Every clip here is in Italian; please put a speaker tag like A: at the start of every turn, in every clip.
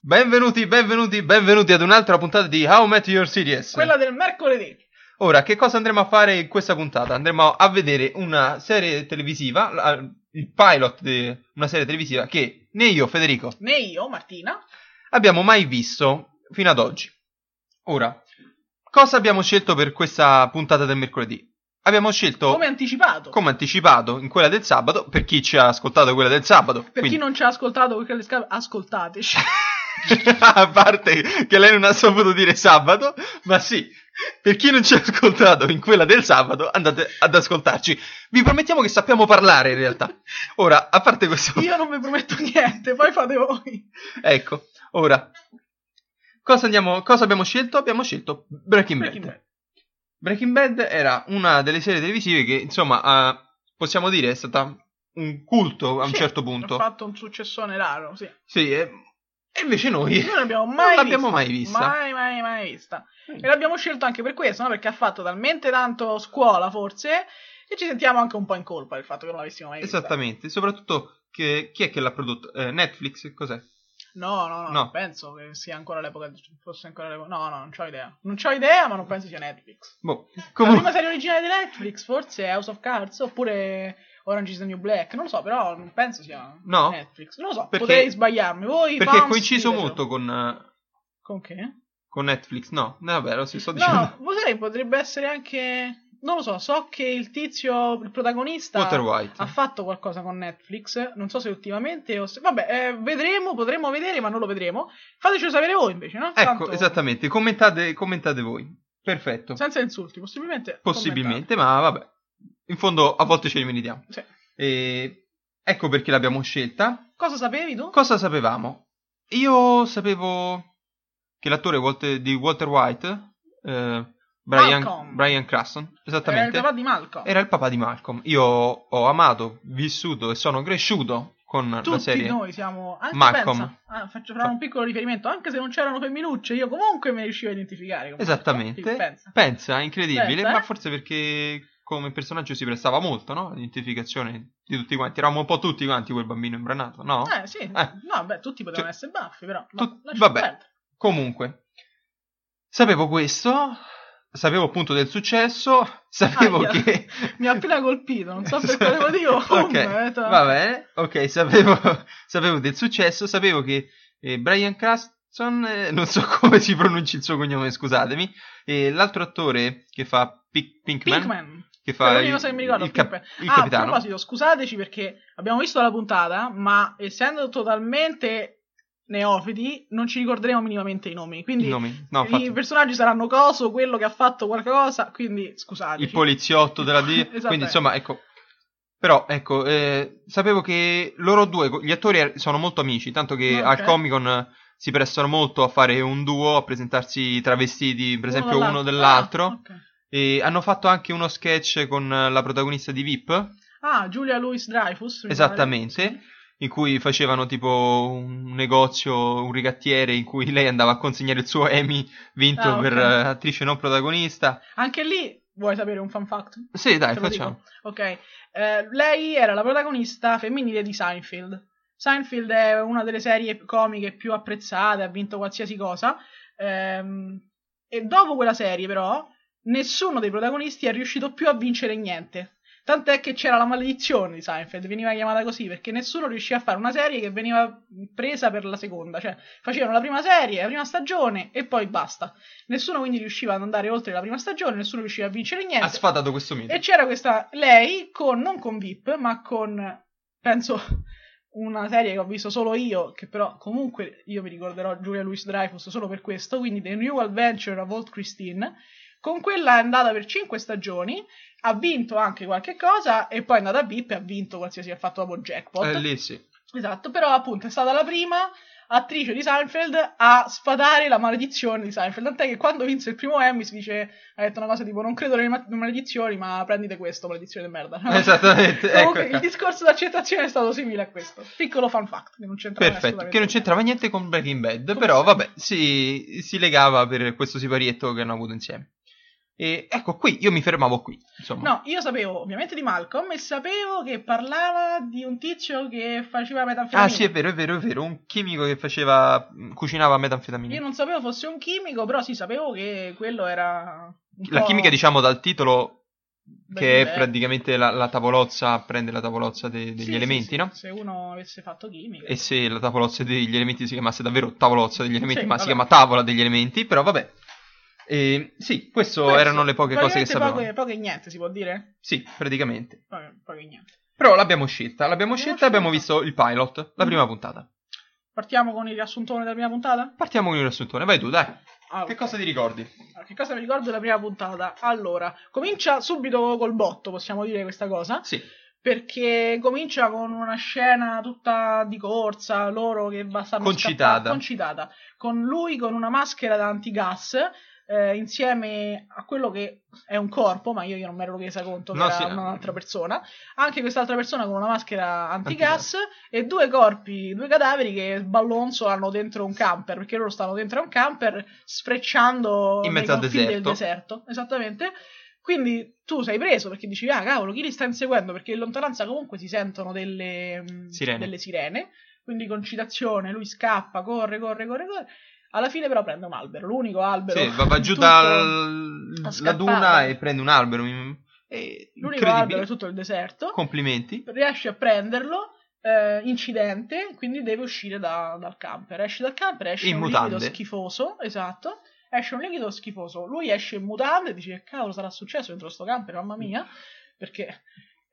A: Benvenuti, benvenuti, benvenuti ad un'altra puntata di How I Met Your Series.
B: Quella del mercoledì.
A: Ora, che cosa andremo a fare in questa puntata? Andremo a vedere una serie televisiva, la- il pilot di una serie televisiva che né io, Federico,
B: Né io, Martina.
A: abbiamo mai visto fino ad oggi. Ora, cosa abbiamo scelto per questa puntata del mercoledì? Abbiamo scelto,
B: Come anticipato.
A: come anticipato, in quella del sabato, per chi ci ha ascoltato quella del sabato.
B: per chi non ci ha ascoltato con le scale, ascoltateci.
A: a parte che lei non ha saputo dire sabato, ma sì, per chi non ci ha ascoltato in quella del sabato, andate ad ascoltarci. Vi promettiamo che sappiamo parlare in realtà. Ora, a parte questo,
B: io non vi prometto niente, poi fate voi.
A: ecco, ora, cosa, andiamo, cosa abbiamo scelto? Abbiamo scelto Breaking Bad.
B: Breaking Bad.
A: Breaking Bad era una delle serie televisive che, insomma, ah, possiamo dire è stata un culto a un
B: Sì,
A: certo
B: Ha
A: punto.
B: fatto un successone raro, sì.
A: Sì, e, e invece noi...
B: Noi non l'abbiamo mai
A: Non l'abbiamo
B: vista.
A: mai vista.
B: Mai, mai, mai vista. E l'abbiamo scelto anche per questo, no? Perché ha fatto talmente tanto scuola, forse, e ci sentiamo anche un po' in colpa del fatto che non l'avessimo mai vista.
A: Esattamente, soprattutto che, chi è che l'ha prodotto? Eh, Netflix? Cos'è?
B: No, no, no,
A: No.
B: penso che sia ancora l'epoca, fosse ancora l'epoca. No, no, non c'ho idea. Non c'ho idea, ma non penso sia Netflix.
A: Boh,
B: La prima
A: comunque...
B: serie originale di Netflix forse è House of Cards oppure Orange is the New Black. Non lo so, però non penso sia
A: No?
B: Netflix. Non lo so,
A: Perché-
B: potrei sbagliarmi. Voi
A: Perché è
B: fans,
A: coinciso
B: ditecelo.
A: molto con, eh,
B: Con che?
A: con Netflix, no? No, Vabbè, lo stesso
B: No,
A: dicendo.
B: lo sai, potrebbe essere anche... Non lo so, so che il tizio, il protagonista...
A: Walter White.
B: Ha fatto qualcosa con Netflix, non so se ultimamente o se... Vabbè, eh, vedremo, potremo vedere, ma non lo vedremo. Fatecelo sapere voi invece, no?
A: Ecco,
B: Tanto-
A: esattamente, commentate, commentate voi. Perfetto.
B: Senza insulti, possibilmente...
A: Esatto. Possibilmente, ma vabbè. In fondo a volte ce li meritiamo.
B: commentate. Sì.
A: E ecco perché l'abbiamo scelta.
B: Cosa sapevi tu?
A: Cosa sapevamo? Io sapevo che l'attore Walter- di Walter White, eh, Brian,
B: Malcolm.
A: Brian Cranston,
B: Era il
A: esattamente,
B: papà di Malcolm.
A: Era il papà di Malcolm. Io ho amato, vissuto e sono cresciuto con la
B: Tutti
A: serie.
B: noi siamo anche
A: Malcolm.
B: pensa, ah, faccio fare un piccolo riferimento, anche se non c'erano femminucce, io comunque mi riuscivo a identificare. con
A: Esattamente.
B: Malcolm. Pensa.
A: Pensa, è incredibile,
B: Pensa, eh?
A: ma forse perché come personaggio si prestava molto, no? L'identificazione di tutti quanti. Eravamo un po' tutti quanti quel bambino imbranato, no? Cioè,
B: Eh sì, no, beh, tutti potevano essere baffi, però. ma
A: Tut-
B: lasciamo
A: vabbè.
B: perdere.
A: Comunque, sapevo questo, sapevo appunto del successo, sapevo
B: Ahia.
A: che...
B: Mi ha appena colpito, non so per quale motivo. eh,
A: ok,
B: boom, ho detto,
A: va bene, ok, sapevo, sapevo del successo, sapevo che eh, Brian Cranston, eh, non so come si pronuncia il suo cognome, scusatemi, e l'altro attore che fa Pi- Pinkman,
B: Pinkman.
A: che
B: Fa
A: fa
B: l'unica cosa che mi ricordo,
A: il cap-
B: Pinkman.
A: il
B: ah, a
A: capitano,
B: proposito, scusateci perché abbiamo visto la puntata, ma essendo totalmente neofiti, non ci ricorderemo minimamente i nomi.
A: i
B: Quindi
A: nomi, no, infatti,
B: I personaggi saranno coso, quello che ha fatto qualcosa, quindi scusate.
A: il poliziotto della D,
B: Esattamente.
A: quindi insomma, ecco, però ecco, eh, sapevo che loro due, gli attori er- sono molto amici, tanto che
B: Ok.
A: al Comic Con si prestano molto a fare un duo, a presentarsi travestiti, per esempio uno dell'altro.
B: Ah, ok.
A: E hanno fatto anche uno sketch con eh, la protagonista di VIP,
B: Ah, Giulia Louis Dreyfus. mi
A: esattamente, in cui facevano tipo un negozio, un rigattiere in cui lei andava a consegnare il suo Emmy vinto
B: Ah, ok.
A: per eh, attrice non protagonista.
B: pare. Anche lì vuoi sapere un fan fact?
A: Sì, dai,
B: Te lo
A: facciamo.
B: dico. Ok. Eh, lei era la protagonista femminile di Seinfeld. Seinfeld è una delle serie comiche più apprezzate, ha vinto qualsiasi cosa. Ehm, e dopo quella serie, però, nessuno dei protagonisti è riuscito più a vincere niente. Tant'è che c'era la maledizione di Seinfeld, veniva chiamata così perché nessuno riusciva a fare una serie che veniva presa per la seconda, cioè facevano la prima serie, la prima stagione e poi basta. Nessuno quindi riusciva ad andare oltre la prima stagione, nessuno riusciva a vincere niente.
A: Ha sfatato questo mito.
B: E c'era questa lei con non con VIP, ma con penso una serie che ho visto solo io, che però comunque io mi ricorderò Giulia Louis Dreyfus solo per questo, quindi The New Adventure of Old Christine. Con quella è andata per 5 stagioni, ha vinto anche qualche cosa e poi è andata a VIP e ha vinto qualsiasi ha fatto dopo jackpot.
A: Eh, lì sì.
B: Esatto, però appunto è stata la prima attrice di Seinfeld a sfatare la maledizione di Seinfeld. Tant'è che quando vinse il primo Emmy si dice, ha detto una cosa tipo non credo nelle ma- maledizioni, ma prendite questo, maledizione di merda.
A: Esattamente, ecco.
B: Comunque il discorso d'accettazione è stato simile a questo. Piccolo fun fact, che non c'entra
A: Perfetto, che non c'entrava niente con Breaking Bad,
B: Come
A: però
B: sempre.
A: vabbè, si, si legava per questo siparietto che hanno avuto insieme. E ecco qui, io mi fermavo qui. Insomma.
B: No, io sapevo ovviamente di Malcolm e sapevo che parlava di un tizio che faceva metanfetamina.
A: ah sì, è vero, è vero, è vero, un chimico che faceva, mm, cucinava metanfetamine.
B: Io non sapevo fosse un chimico, però sì, sapevo che quello era. un
A: La
B: po'
A: chimica, diciamo, dal titolo
B: da
A: che è
B: diverso.
A: praticamente la, la tavolozza, prende la tavolozza de- degli
B: Sì, sì,
A: elementi,
B: sì,
A: no?
B: Se uno avesse fatto chimica.
A: E se la tavolozza degli elementi si chiamasse davvero tavolozza degli elementi,
B: Sì,
A: ma si
B: vabbè.
A: chiama tavola degli elementi, però vabbè. E, sì, questo
B: Questo,
A: erano le poche cose che
B: praticamente
A: sapevamo.
B: Poche, poche e niente, si può dire?
A: Sì, praticamente.
B: Poche, poche e niente.
A: Però l'abbiamo scelta, l'abbiamo
B: L'abbiamo
A: scelta e abbiamo
B: scelta.
A: visto il pilot, la
B: Mm.
A: prima puntata.
B: Partiamo con il riassuntone della prima puntata?
A: Partiamo con il riassuntone, vai tu, dai.
B: Ah,
A: Che
B: ok.
A: cosa ti ricordi?
B: Allora, Che cosa mi ricordo della prima puntata? Allora, comincia subito col botto, possiamo dire questa cosa.
A: Sì,
B: perché comincia con una scena tutta di corsa, loro che va- stanno
A: Concitata.
B: scappando- concitata, con lui con una maschera da antigas eh, insieme a quello che è un corpo, ma io, io non mi ero resa conto che
A: No,
B: era
A: sì, no.
B: un'altra persona, anche quest'altra persona con una maschera antigas e due corpi, due cadaveri che sballonzolano dentro un camper, perché loro stanno dentro un camper sfrecciando
A: In
B: nei
A: mezzo al
B: confini del
A: deserto.
B: deserto, esattamente. Quindi tu sei preso perché dici, ah cavolo, chi li sta inseguendo? Perché in lontananza comunque si sentono delle mh,
A: Sirene.
B: delle sirene. Quindi concitazione, lui scappa, corre, corre, corre, corre. Alla fine però prende un albero, l'unico albero.
A: sì, va, va
B: in
A: giù
B: tutto-
A: dalla
B: scappata.
A: duna e prende un albero. in- è
B: L'unico albero
A: incredibile.
B: di tutto il deserto.
A: Complimenti.
B: riesce a prenderlo, eh, incidente, quindi deve uscire da- dal camper. Esce dal camper, esce
A: In
B: un
A: mutande.
B: liquido schifoso, esatto. Esce un liquido schifoso. Lui esce in mutande e dice, "Che cavolo, sarà successo dentro sto camper, mamma mia, perché...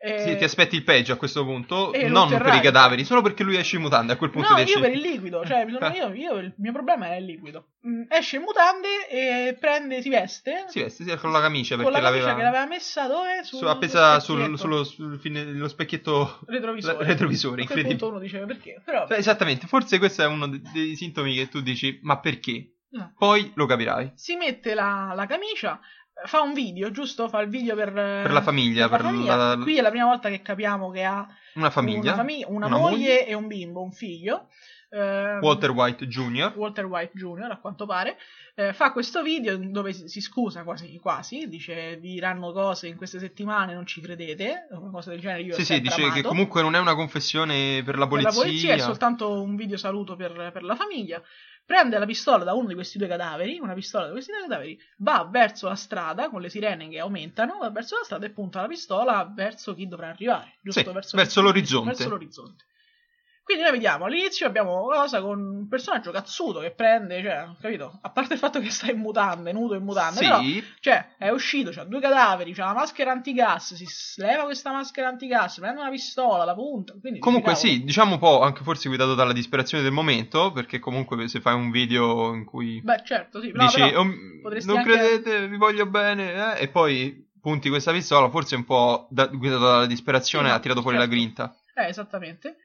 B: eh,
A: Mm. Sì, ti aspetti il peggio a questo punto,
B: e lo
A: non per
B: otterrai.
A: i cadaveri, solo perché lui esce in mutande a quel punto
B: No,
A: esce.
B: io per il liquido, cioè mi sono- io, io- il mio problema è il liquido. Mm, Esce in mutande e prende, si veste
A: Si veste sì, con la camicia
B: con
A: perché
B: la camicia
A: l'aveva
B: che l'aveva messa dove?
A: su-
B: Sul,
A: appesa sul,
B: specchietto.
A: sullo, sul fine- lo specchietto
B: retrovisore.
A: la- retrovisore,
B: A quel
A: incredibile. Cioè,
B: punto uno diceva perché, però
A: Beh, Esattamente, forse questo è uno de- dei sintomi che tu dici, ma perché?
B: Ah.
A: Poi lo capirai.
B: si mette la, la camicia, eh, fa un video, giusto? Fa il video per,
A: Per la famiglia, per, la-
B: Qui è la prima volta che capiamo che ha
A: una famiglia,
B: una, famiglia- una
A: una
B: moglie,
A: moglie.
B: e un bimbo, un figlio. Ehm,
A: Walter White Jr.,
B: Walter White Jr. a quanto pare, eh, fa questo video dove si, si scusa quasi, quasi, dice vi diranno cose in queste settimane, non ci credete, una cosa del genere. Io ho
A: sì sì,
B: sempre
A: dice che
B: amato.
A: comunque non è una confessione per la
B: Per
A: polizia,
B: la polizia è soltanto un video saluto per, per la famiglia. Prende la pistola da uno di questi due cadaveri, una pistola da questi due cadaveri, va verso la strada con le sirene che aumentano, va verso la strada e punta la pistola verso chi dovrà arrivare, giusto?
A: Sì,
B: verso,
A: verso l'orizzonte.
B: verso l'orizzonte. Quindi noi vediamo all'inizio abbiamo cosa con un personaggio cazzuto che prende, cioè, capito? A parte il fatto che sta in mutande, nudo in mutande,
A: sì,
B: però cioè, è uscito, c'ha due cadaveri, c'ha la maschera antigas, si s- leva questa maschera antigas, prende una pistola, la punta, quindi...
A: Comunque
B: cavolo.
A: sì, diciamo un po' anche forse guidato dalla disperazione del momento, perché comunque se fai un video in cui
B: Beh, certo, sì. No,
A: dici
B: però,
A: "Oh,
B: potresti
A: non
B: anche-
A: credete, vi voglio bene, eh", e poi punti questa pistola, forse un po' da- guidato dalla disperazione
B: Sì, no,
A: ha tirato fuori
B: certo.
A: la grinta.
B: eh, esattamente.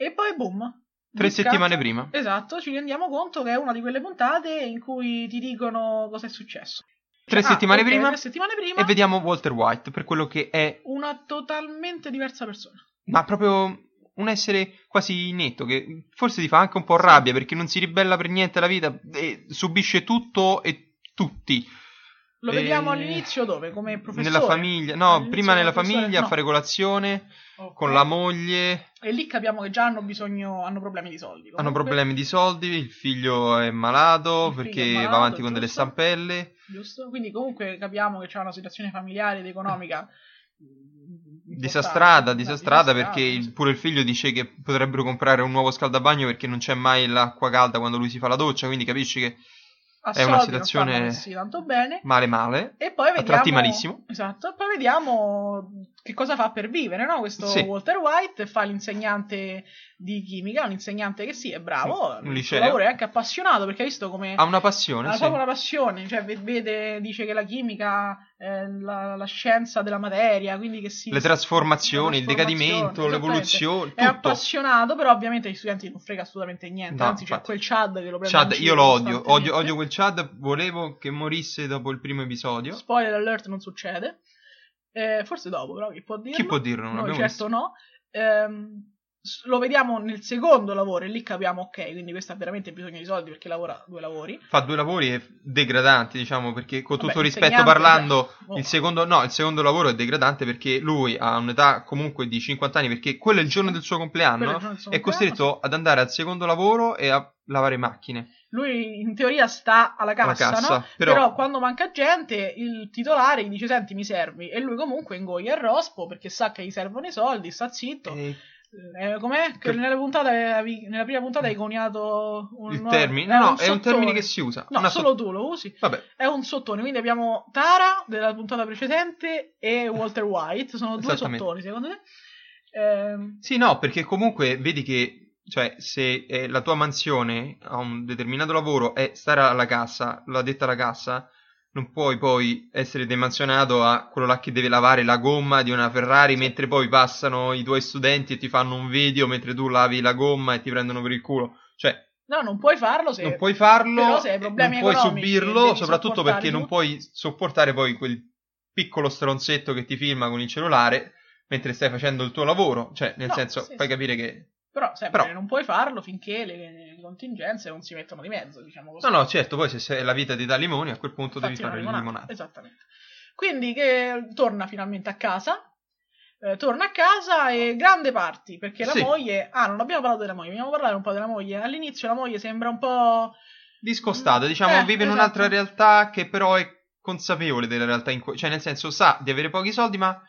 B: E poi boom.
A: oh. Tre
B: Di scatto.
A: settimane prima.
B: Esatto, ci rendiamo conto che è una di quelle puntate in cui ti dicono cosa è successo.
A: Tre
B: Ah,
A: settimane
B: ok,
A: prima
B: Tre settimane prima.
A: e vediamo Walter White per quello che è,
B: Una totalmente diversa persona.
A: ma proprio un essere quasi netto che forse ti fa anche un po' rabbia perché non si ribella per niente alla vita e subisce tutto e tutti.
B: Lo
A: Eh,
B: vediamo all'inizio dove? Come professore?
A: Nella famiglia, no,
B: All'inizio
A: prima
B: come
A: nella
B: professore,
A: famiglia
B: no. Eh.
A: a fare colazione
B: Ok.
A: con la moglie,
B: E lì capiamo che già hanno bisogno, hanno problemi di soldi.
A: hanno
B: comunque,
A: problemi di soldi, il figlio è malato
B: Il figlio è
A: perché
B: malato,
A: va avanti con delle
B: giusto.
A: stampelle.
B: Giusto? Quindi comunque capiamo che c'è una situazione familiare ed economica...
A: Disastrata,
B: importante.
A: disastrata
B: No,
A: perché il-
B: sì.
A: pure il figlio dice che potrebbero comprare un nuovo scaldabagno perché non c'è mai l'acqua calda quando lui si fa la doccia, quindi capisci che
B: A
A: è una
B: soldi non
A: situazione-
B: stanno messi tanto bene.
A: male male.
B: E poi vediamo...
A: tratti malissimo.
B: Esatto, poi vediamo che cosa fa per vivere, no? Questo
A: Sì.
B: Walter White fa l'insegnante di chimica, un insegnante che sì, è bravo,
A: Un
B: il suo
A: liceo.
B: lavoro è anche appassionato perché ha visto come...
A: Ha una passione,
B: Eh, ha
A: sì.
B: proprio una passione, cioè ve- vede, dice che la chimica è la, la scienza della materia, quindi che si...
A: le trasformazioni, il
B: le trasformazioni,
A: decadimento,
B: esattamente.
A: l'evoluzione,
B: È
A: tutto.
B: appassionato, però ovviamente agli studenti non frega assolutamente niente,
A: No,
B: anzi c'è
A: infatti.
B: quel Chad che lo prende
A: Chad,
B: in giro
A: io lo odio,
B: costantemente.
A: odio, odio quel Chad, volevo che morisse dopo il primo episodio.
B: Spoiler alert non succede. Eh, forse dopo, però chi può dirlo?
A: Chi può dirlo? Non
B: Noi
A: abbiamo
B: certo no. Ehm, s- lo vediamo nel secondo lavoro e lì capiamo, ok, quindi questa ha veramente bisogno di soldi perché lavora due lavori.
A: Fa due lavori e- degradanti, diciamo, perché con
B: Vabbè,
A: tutto rispetto
B: insegnante,
A: parlando,
B: cioè, oh.
A: il, secondo, no, il secondo lavoro è degradante perché lui ha un'età comunque di 50 anni, perché quello è il giorno del suo
B: Quello
A: compleanno,
B: giorno del suo
A: Ah, è
B: compleanno.
A: costretto ad andare al secondo lavoro e a lavare macchine,
B: Lui in teoria sta alla
A: alla
B: cassa,
A: cassa.
B: no? Però... quando manca gente, il titolare gli dice senti mi servi e lui comunque ingoia il rospo perché sa che gli servono i soldi, sta zitto.
A: eh,
B: Eh, com'è? Che
A: Che-
B: nella, puntata avevi- nella prima puntata hai coniato un
A: il
B: nuovo-
A: termine,
B: eh,
A: no,
B: un
A: è un
B: sottone.
A: termine che si usa.
B: No,
A: una
B: solo tu lo usi.
A: so- Vabbè,
B: È un sottone, quindi abbiamo Tara della puntata precedente e Walter White, sono due
A: Esattamente.
B: sottoni secondo te? Ehm,
A: Sì, no, perché comunque vedi che cioè, se eh, la tua mansione a un determinato lavoro è stare alla cassa, l'ha detta la cassa, non puoi poi essere demansionato a quello là che deve lavare la gomma di una Ferrari mentre poi passano i tuoi studenti e ti fanno un video mentre tu lavi la gomma e ti prendono per il culo. Cioè,
B: no, non puoi farlo se...
A: non puoi farlo,
B: però se hai problemi
A: non puoi
B: economici,
A: subirlo,
B: devi
A: soprattutto
B: sopportare
A: perché non
B: tutto.
A: puoi sopportare poi quel piccolo stronzetto che ti filma con il cellulare mentre stai facendo il tuo lavoro. Cioè, nel
B: No,
A: senso,
B: sì,
A: fai
B: sì.
A: capire che...
B: Però sempre
A: Però-
B: non puoi farlo finché le le contingenze non si mettono di mezzo, diciamo così.
A: No, no, certo, poi se sei- la vita ti dà limoni, a quel punto
B: Infatti
A: devi
B: una
A: fare il
B: limonata,
A: limonata.
B: Esattamente. Quindi che torna finalmente a casa. eh, torna a casa e grande party perché la
A: Sì.
B: moglie. Ah, non abbiamo parlato della moglie, vogliamo parlare un po' della moglie. All'inizio la moglie sembra un po'.
A: Discostata, diciamo,
B: Eh,
A: vive in
B: esatto.
A: un'altra realtà che però è consapevole della realtà in cui... Cioè, nel senso, sa di avere pochi soldi, ma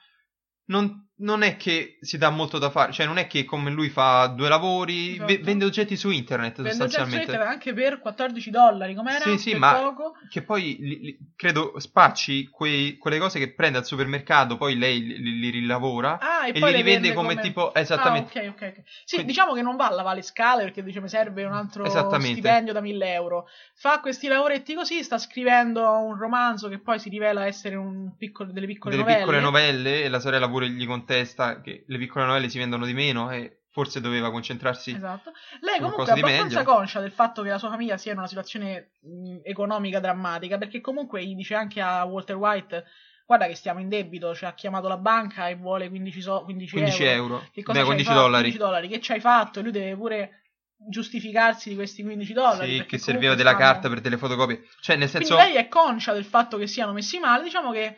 A: non, non è che si dà molto da fare. Cioè, non è che come lui fa due lavori, ve-
B: Esatto.
A: vende oggetti su internet sostanzialmente.
B: vendendo anche per 14 dollari, com'era?
A: Sì, sì,
B: Per
A: ma-
B: poco.
A: Che poi, li- li- credo, spacci quei- quelle cose che prende al supermercato, poi lei li, li- li rilavora
B: Ah, e,
A: e,
B: poi le
A: li rivende
B: vende
A: come, tipo... Esattamente.
B: Ah, ok, ok, ok. Sì,
A: Quindi-
B: diciamo che non va a lavare le scale perché dice mi serve un altro
A: Esattamente.
B: stipendio da 1000 euro. Fa questi lavoretti così, sta scrivendo un romanzo che poi si rivela essere un piccolo- delle piccole
A: delle
B: novelle.
A: piccole novelle e la sorella pure gli contesta che le piccole novelle si vendono di meno e forse doveva concentrarsi
B: Esatto. Lei
A: Sono
B: comunque
A: cose
B: è
A: di
B: abbastanza
A: meglio.
B: conscia del fatto che la sua famiglia sia in una situazione mh, economica drammatica, perché comunque gli dice anche a Walter White, guarda che stiamo in debito, ci ha chiamato la banca e vuole 15, so- 15
A: 15
B: euro.
A: euro,
B: Che
A: Beh,
B: cosa
A: 15
B: ci hai
A: dollari
B: Fatto? 15 dollari. Che ci hai fatto? E Lui deve pure giustificarsi di questi 15 dollari.
A: sì,
B: perché
A: che serviva
B: comunque
A: della
B: stanno-
A: carta per delle fotocopie cioè nel
B: Quindi
A: senso
B: lei è conscia del fatto che siano messi male, diciamo che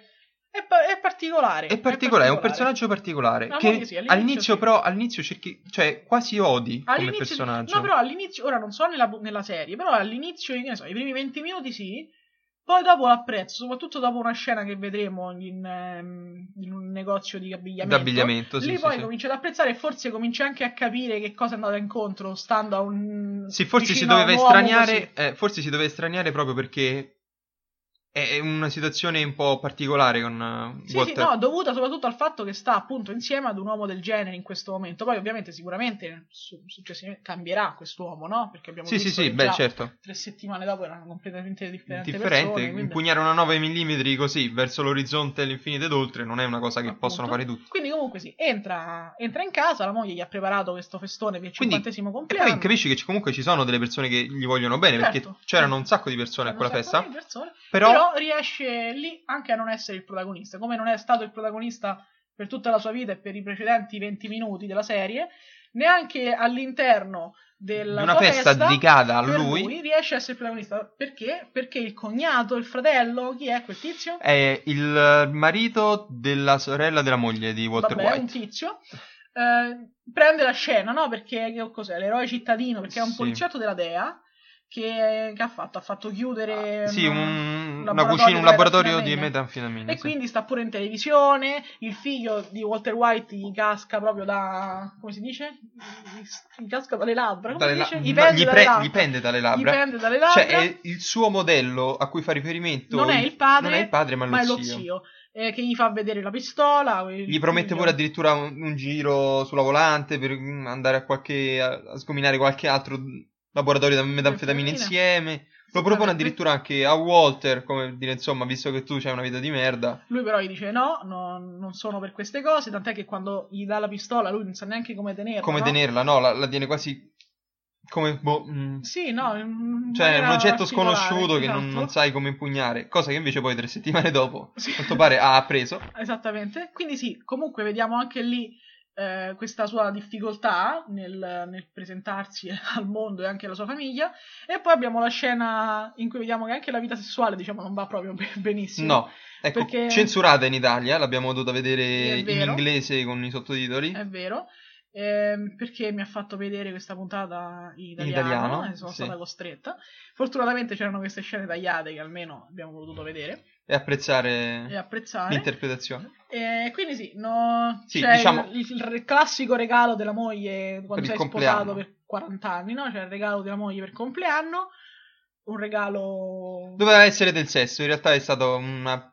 B: è, pa- è particolare.
A: è particolare, è un personaggio particolare
B: Ma
A: che
B: poi sì, all'inizio
A: all'inizio,
B: sì.
A: però all'inizio cerchi cioè quasi odi come
B: All'inizio-
A: personaggio
B: No, però all'inizio, ora non so nella, nella serie, però all'inizio, che ne so, i primi 20 minuti sì, poi dopo l'apprezzo, soprattutto dopo una scena che vedremo in, ehm, in un negozio di abbigliamento.
A: d'abbigliamento sì,
B: Lì
A: sì,
B: poi
A: sì.
B: comincia ad apprezzare e forse comincia anche a capire che cosa è andata incontro stando a un...
A: Sì, forse si
B: vicino a un
A: doveva
B: uomo
A: estraniare, eh, forse si doveva estraniare proprio perché è una situazione un po' particolare con eh,
B: Sì, sì,
A: Walter.
B: no, diciamo dovuta soprattutto al fatto che sta appunto insieme ad un uomo del genere in questo momento. Poi ovviamente sicuramente su- successivamente cambierà quest'uomo, no? Perché abbiamo
A: sì,
B: visto
A: sì, sì,
B: che
A: beh,
B: già
A: certo.
B: tre settimane dopo erano completamente differenti
A: differente.
B: persone, quindi...
A: Impugnare una 9 mm così verso l'orizzonte e l'infinito ed oltre non è una cosa che
B: Appunto.
A: possono fare tutti.
B: Quindi comunque sì, entra, entra in casa, la moglie gli ha preparato questo festone per il
A: Quindi-
B: cinquantesimo
A: E
B: compleanno.
A: poi capisci che ci- comunque ci sono delle persone che gli vogliono bene
B: Certo.
A: perché c'erano un sacco di persone a
B: C'erano
A: quella
B: un
A: festa.
B: sacco di persone,
A: Però,
B: però... riesce lì anche a non essere il protagonista, come non è stato il protagonista per tutta la sua vita e per i precedenti 20 minuti della serie, neanche all'interno
A: di
B: della
A: una
B: sua
A: festa, dedicata a
B: per
A: lui,
B: riesce a essere il protagonista perché? Perché il cognato, il fratello, chi è quel tizio?
A: è il marito della sorella della moglie di Walter
B: Vabbè, un
A: White.
B: tizio. eh, prende la scena, no? Perché che cos'è? L'eroe cittadino, perché è un
A: Sì.
B: poliziotto della DEA che, che ha fatto? Ha fatto chiudere...
A: Ah, Sì,
B: mm,
A: un, una
B: laboratorio
A: cucina, un
B: di
A: laboratorio di
B: metanfetamine.
A: metanfetamine.
B: E
A: sì.
B: quindi sta pure in televisione. Il figlio di Walter White gli casca proprio da. come si dice? Gli casca dalle labbra. Come
A: Dalle
B: si dice?
A: la- no,
B: Gli pende
A: gli,
B: dalle
A: pre-
B: labbra.
A: gli pende dalle
B: Gli
A: labbra.
B: pende dalle labbra.
A: Cioè, è il suo modello a cui fa riferimento.
B: non è il padre,
A: non è il padre, ma,
B: ma è
A: lo,
B: lo
A: zio.
B: zio. eh, che gli fa vedere la pistola. il
A: Gli promette
B: figlio-
A: pure addirittura un, un giro sulla volante per mm, andare a, qualche, a, a sgominare qualche altro laboratorio di metanfetamine insieme. Lo
B: Eh,
A: propone addirittura anche a Walter, come dire, insomma, visto che tu c'hai una vita di merda.
B: Lui però gli dice no, no, non sono per queste cose, tant'è che quando gli dà la pistola lui non sa neanche come tenerla.
A: Come
B: no?
A: tenerla? No, la, la tiene quasi come... boh, mm,
B: Sì, no, in in
A: cioè, un
B: maniera
A: oggetto
B: particolare,
A: sconosciuto che non,
B: esatto.
A: non sai come impugnare. Cosa che invece poi tre settimane dopo,
B: Sì.
A: a quanto pare, ha preso.
B: Esattamente. Quindi sì, comunque vediamo anche lì eh, eh, questa sua difficoltà nel, nel presentarsi al mondo e anche alla sua famiglia. E poi abbiamo la scena in cui vediamo che anche la vita sessuale, diciamo, non va proprio be- benissimo.
A: No, ecco,
B: perché-
A: censurata in Italia, l'abbiamo dovuta
B: Sì,
A: vedere
B: è
A: in
B: vero. Eh.
A: inglese con i sottotitoli.
B: È vero. Ehm, perché mi ha fatto vedere questa puntata in italiano,
A: italiano,
B: e sono
A: sì.
B: stata costretta. Fortunatamente c'erano queste scene tagliate che almeno abbiamo potuto vedere
A: E apprezzare
B: e apprezzare.
A: l'interpretazione.
B: E quindi sì, no,
A: Sì,
B: c'è
A: diciamo-
B: il, il re- classico regalo della moglie
A: Per il
B: quando sei
A: compleanno.
B: sposato per 40 anni, no? C'è il regalo della moglie per compleanno, un regalo...
A: Doveva essere del sesso, in realtà è stato un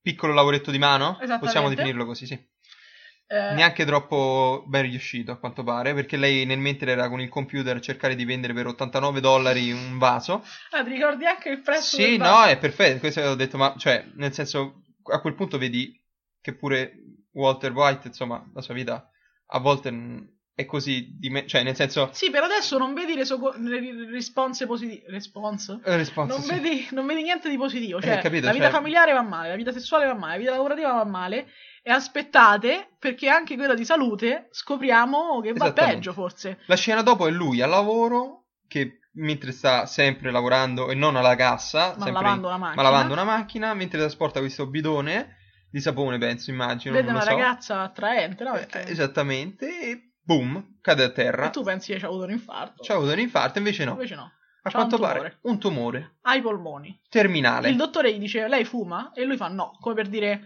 A: piccolo lavoretto di mano.
B: Esattamente.
A: Possiamo definirlo così, sì.
B: eh,
A: Neanche troppo ben riuscito a quanto pare, perché lei nel mentre era con il computer a cercare di vendere per 89 dollari un vaso.
B: Ah, ti ricordi anche il prezzo
A: Sì,
B: del
A: no, è perfetto. Questo ho detto, ma cioè, nel senso, a quel punto vedi che pure Walter White, insomma, la sua vita a volte mm, è così di me- cioè, nel senso,
B: Sì, per adesso non vedi le so- le risponse positive. Response?
A: eh, rispondo,
B: non,
A: sì.
B: vedi, non vedi niente di positivo.
A: Eh,
B: Cioè,
A: capito,
B: la vita
A: cioè-
B: familiare va male, la vita sessuale va male, la vita lavorativa va male. E aspettate, perché anche quella di salute scopriamo che va
A: Esattamente.
B: peggio, forse.
A: La scena dopo è lui al lavoro che mentre sta sempre lavorando e non alla cassa,
B: Ma
A: sempre
B: lavando
A: in-
B: una macchina.
A: ma lavando una macchina, mentre trasporta questo bidone di sapone, penso, immagino,
B: Vede
A: non
B: una
A: lo so.
B: ragazza attraente, no?
A: Eh,
B: Perché...
A: Esattamente, e boom, cade a terra.
B: E tu pensi che ci ha avuto un infarto?
A: Ci ha avuto un infarto, invece no.
B: Invece no.
A: a
B: c'ha un
A: quanto pare
B: tumore.
A: un tumore
B: Ha i polmoni.
A: terminale.
B: Il dottore gli dice, lei fuma? E lui fa no, come per dire,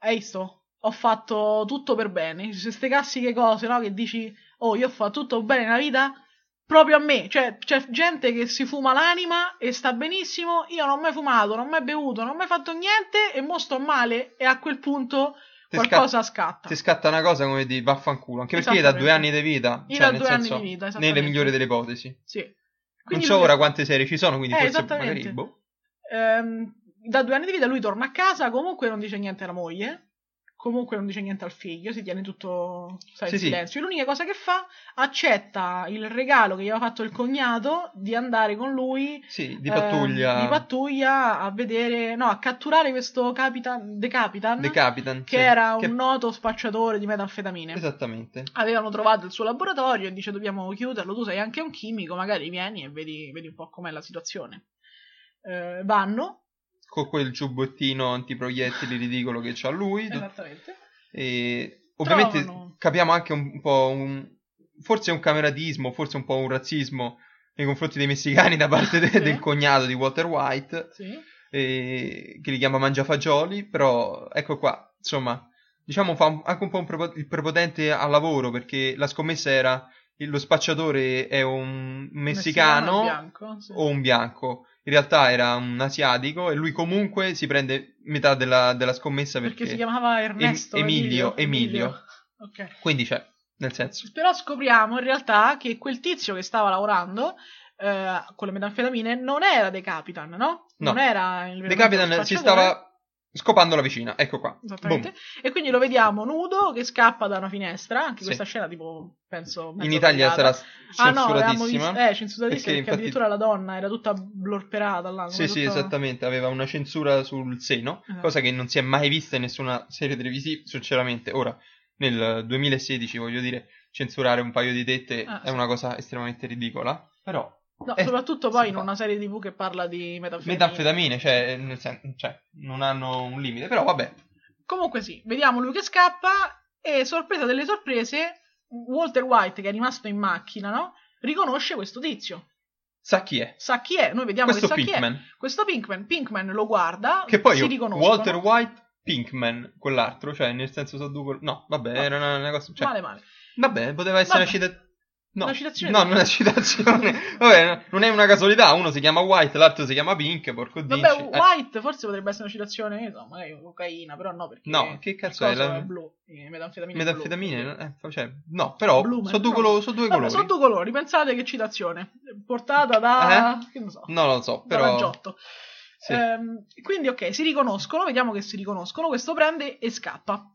B: hai visto? Ho fatto tutto per bene. Se ste classiche cose, no? Che dici, oh, io ho fatto tutto bene nella vita, proprio a me. Cioè, c'è gente che si fuma l'anima e sta benissimo, io non ho mai fumato, non ho mai bevuto, non ho mai fatto niente e mo sto male e a quel punto
A: Ti sca-
B: qualcosa scatta.
A: ti scatta una cosa come di vaffanculo. Anche perché da
B: Esattamente.
A: due anni di vita,
B: Io
A: cioè
B: da
A: nel
B: due
A: senso,
B: anni di vita,
A: nelle
B: esattamente.
A: migliori delle ipotesi.
B: Sì.
A: non so
B: lui-
A: ora quante serie ci sono, quindi
B: Eh,
A: forse
B: esattamente.
A: magari boh.
B: Ehm, da due anni di vita lui torna a casa, comunque non dice niente alla moglie, comunque non dice niente al figlio, si tiene tutto sai, in
A: Sì, sì.
B: silenzio. L'unica cosa che fa, accetta il regalo che gli aveva fatto il cognato di andare con lui
A: Sì, di
B: ehm,
A: pattuglia.
B: di pattuglia a vedere, no, a catturare questo Capitan, The Capitan,
A: The Capitan.
B: che
A: sì.
B: era
A: Che- Esatto.
B: un noto spacciatore di metanfetamine.
A: Esattamente.
B: Avevano trovato il suo laboratorio e dice dobbiamo chiuderlo, tu sei anche un chimico, magari vieni e vedi, vedi un po' com'è la situazione. Eh, vanno,
A: Con quel giubbottino antiproiettili ridicolo che c'ha lui.
B: Esattamente.
A: E ovviamente
B: Eh, Trovano.
A: capiamo anche un, un po' un... Forse un cameratismo, forse un po' un razzismo nei confronti dei messicani da parte de-
B: Sì.
A: del cognato di Walter White.
B: Sì.
A: e- che li chiama Mangiafagioli, però ecco qua, insomma, diciamo fa un- anche un po' un prepo- il prepotente al lavoro perché la scommessa era il- lo spacciatore è un messicano,
B: bianco, sì.
A: o un bianco, in realtà era un asiatico e lui comunque si prende metà della, della scommessa
B: perché,
A: perché,
B: si chiamava Ernesto
A: Em- Emilio, Emilio.
B: Ok.
A: quindi cioè, nel senso,
B: Però scopriamo in realtà che quel tizio che stava lavorando eh, con le metanfetamine non era The Capitan, no? Non era il vero
A: De Capitan si
B: spacciatore.
A: stava scopando la vicina, ecco qua,
B: Esattamente.
A: Boom.
B: E quindi lo vediamo nudo che scappa da una finestra. Anche
A: Sì.
B: questa scena, tipo, penso.
A: in
B: mezzo
A: Italia
B: tagliata.
A: sarà s-
B: Ah no, l'avevamo
A: censuratissima.
B: vista- eh, censuratissima
A: perché
B: perché,
A: infatti-
B: addirittura la donna era tutta blorperata là. come
A: Sì, sì,
B: tutta-
A: esattamente, aveva una censura sul seno,
B: Esatto.
A: cosa che non si è mai vista in nessuna serie televisiva, sinceramente. Ora, nel 2016, voglio dire, censurare un paio di tette
B: Ah,
A: è
B: sì.
A: una cosa estremamente ridicola, però
B: No,
A: Eh,
B: soprattutto
A: si
B: poi in
A: fa.
B: una serie TV che parla di metanfetamine.
A: metanfetamine, cioè, nel sen- cioè, non hanno un limite, però vabbè.
B: Comunque sì, vediamo lui che scappa e sorpresa delle sorprese, Walter White che è rimasto in macchina, no? Riconosce questo tizio.
A: Sa chi è?
B: Sa chi è? Noi vediamo
A: Questo
B: Diciamo che sa chi è.
A: Pinkman,
B: Questo Pinkman, Pinkman lo guarda,
A: che poi
B: si
A: io-
B: riconoscono.
A: Walter White, Pinkman, quell'altro, cioè, nel senso, so due col- no, vabbè,
B: No.
A: era una, una cosa, cioè,
B: Male male.
A: Vabbè, poteva essere
B: Vabbè.
A: una citazione. No,
B: Una citazione.
A: no, non è una citazione. Vabbè, no, non è una casualità. Uno si chiama White, l'altro si chiama Pink. Porco Eh, dio.
B: Vabbè, White forse potrebbe essere una citazione, che ne so, magari cocaina, però no perché
A: No, che
B: il
A: cazzo
B: coso
A: è? La...
B: è blu, eh, metanfetamine. è blu.
A: Metanfetamine? no? Eh, cioè, no, però
B: Blu, ma
A: sono due,
B: no.
A: colo- so due
B: Vabbè,
A: colori.
B: sono due colori, pensate che citazione. Portata da... ah,
A: Eh?
B: che ne so.
A: No, lo so,
B: da
A: però.
B: Raggiotto.
A: Sì.
B: Ehm, quindi, ok, si riconoscono, vediamo che si riconoscono. Questo prende e scappa.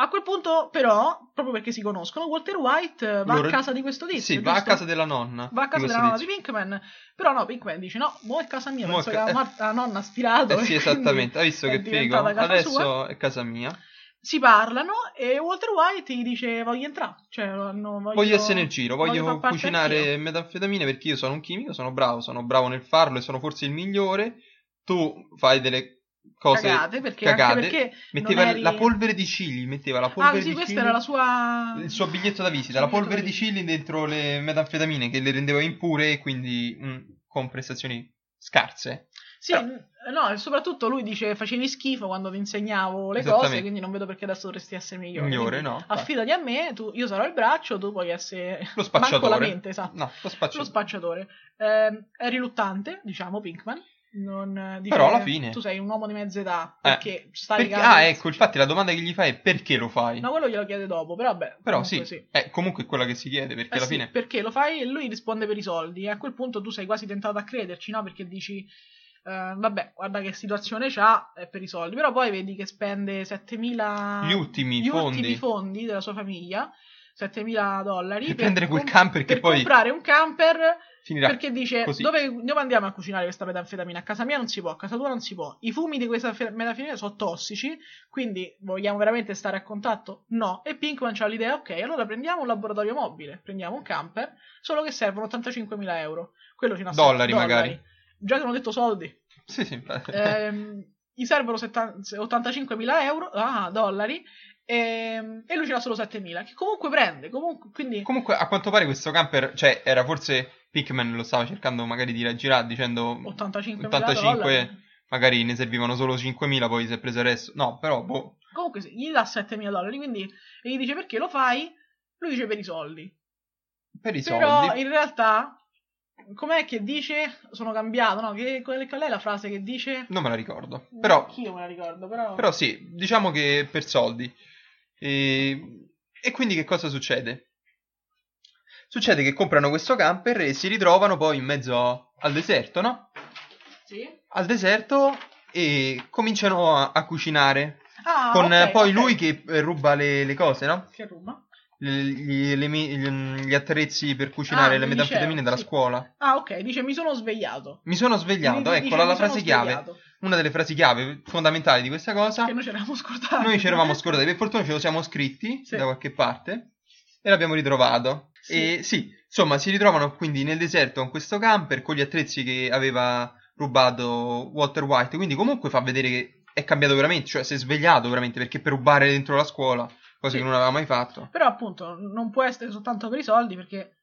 B: A quel punto, però, proprio perché si conoscono, Walter White eh, va
A: Loro-
B: a casa di questo tizio.
A: sì, va a
B: giusto?
A: casa della nonna.
B: Va a casa
A: di
B: della
A: questo
B: nonna di
A: tizio.
B: Pinkman. Però no, Pinkman dice: No, mo è casa mia.
A: Mo è
B: penso
A: ca-
B: che la,
A: eh.
B: Marta- la nonna ha sfirato.
A: Eh sì,
B: e quindi-
A: esattamente. Hai visto
B: è
A: che figo?
B: diventata casa
A: Adesso
B: sua.
A: è casa mia.
B: si parlano e Walter White gli dice voglio entrare, cioè no, voglio,
A: Voglio essere in giro, voglio,
B: far parte anch'io.
A: cucinare metanfetamine perché io sono un chimico, sono bravo, sono bravo nel farlo e sono forse il migliore. Tu fai delle cose
B: cagate perché,
A: cagate.
B: anche perché
A: metteva
B: non eri-
A: la polvere di chili, metteva la
B: Ah,
A: polvere
B: sì,
A: di
B: questa
A: chili,
B: era la sua
A: il suo biglietto da visita,
B: il
A: la
B: biglietto
A: polvere
B: da
A: di chili dentro le metanfetamine che le rendeva impure e quindi mm, con prestazioni scarse.
B: Sì,
A: Però-
B: n- eh, no, e soprattutto lui dice facevi schifo quando ti insegnavo le cose,
A: Esattamente.
B: quindi non vedo perché adesso dovresti essere migliore.
A: Migliore,
B: eh, Quindi
A: no?
B: Affidati a me, tu- io sarò il braccio, tu puoi essere
A: Lo
B: manco la
A: spacciatore.
B: mente, esatto.
A: No, lo
B: Lo
A: spacciatore.
B: spacciatore. Eh, è riluttante, diciamo, Pinkman. Non, eh, dice,
A: Però alla fine-
B: Tu sei un uomo di mezza età,
A: Eh,
B: perché stai
A: Perché-
B: cagando-
A: ah, ecco, infatti la domanda che gli fai è perché lo fai?
B: No, quello glielo chiede dopo, però vabbè.
A: Però
B: comunque
A: sì, è comunque quella che si chiede perché
B: Eh
A: alla
B: sì,
A: fine
B: perché lo fai e lui risponde per i soldi. E a quel punto tu sei quasi tentato a crederci, no? Perché dici, eh, vabbè, guarda che situazione c'ha, è per i soldi. Però poi vedi che spende 7.000...
A: gli ultimi
B: gli
A: fondi
B: ultimi fondi della sua famiglia, 7.000 dollari,
A: per prendere quel
B: com-
A: camper che
B: per
A: poi
B: comprare un camper
A: finirà.
B: perché dice
A: così.
B: dove, dove andiamo a cucinare questa metanfetamina? A casa mia non si può, a casa tua non si può. I fumi di questa fe- metanfetamina sono tossici, quindi vogliamo veramente stare a contatto? No. E Pinkman c'ha l'idea, ok, allora prendiamo un laboratorio mobile, prendiamo un camper, solo che servono 85.000 euro. Quello ci nasconde-
A: Dollari, magari.
B: Già che non ho detto soldi.
A: Sì, sì, infatti.
B: Ehm, gli servono 70 85.000 euro, ah, dollari, ehm, e lui ce l'ha solo 7.000, che comunque prende, comunque, quindi...
A: Comunque, a quanto pare questo camper, cioè, era forse Pikmin lo stava cercando magari di raggirare dicendo
B: 85.000
A: 85
B: dollari.
A: magari ne servivano solo 5.000, poi si è preso il resto. No, però, boh,
B: Comunque sì, gli dà 7.000 dollari, quindi e gli dice perché lo fai? Lui dice per i soldi.
A: per i
B: Però
A: soldi.
B: in realtà, com'è che dice? Sono cambiato, no? Che, qual qual è la frase che dice?
A: Non me la ricordo. Però,
B: Io me la ricordo, però...
A: però sì, diciamo che per soldi. E, e quindi che cosa succede? Succede che comprano questo camper e si ritrovano poi in mezzo al deserto, no?
B: Sì?
A: Al deserto e cominciano a, a cucinare.
B: Ah,
A: con eh,
B: ok,
A: poi
B: ok.
A: lui che eh, ruba le- le cose, no?
B: Che ruba?
A: le- gli, le mi- gli- gli attrezzi per cucinare
B: Ah,
A: le
B: del
A: metanfetamine
B: liceo,
A: dalla
B: sì.
A: scuola.
B: Ah, ok, dice mi sono svegliato.
A: Mi sono svegliato,
B: Mi-
A: ecco
B: dice,
A: la,
B: "Mi
A: la
B: sono
A: frase chiave,
B: svegliato",
A: una delle frasi chiave fondamentali di questa cosa.
B: Che noi ce l'avevamo scordato.
A: Noi ci eravamo scordati, per fortuna ce lo siamo scritti
B: Sì.
A: da qualche parte e l'abbiamo ritrovato.
B: Sì.
A: E sì, insomma, si ritrovano quindi nel deserto con questo camper con gli attrezzi che aveva rubato Walter White, quindi comunque fa vedere che è cambiato veramente, cioè si è svegliato veramente perché per rubare dentro la scuola, cosa
B: Sì.
A: che non aveva mai fatto.
B: Però appunto non può essere soltanto per i soldi perché,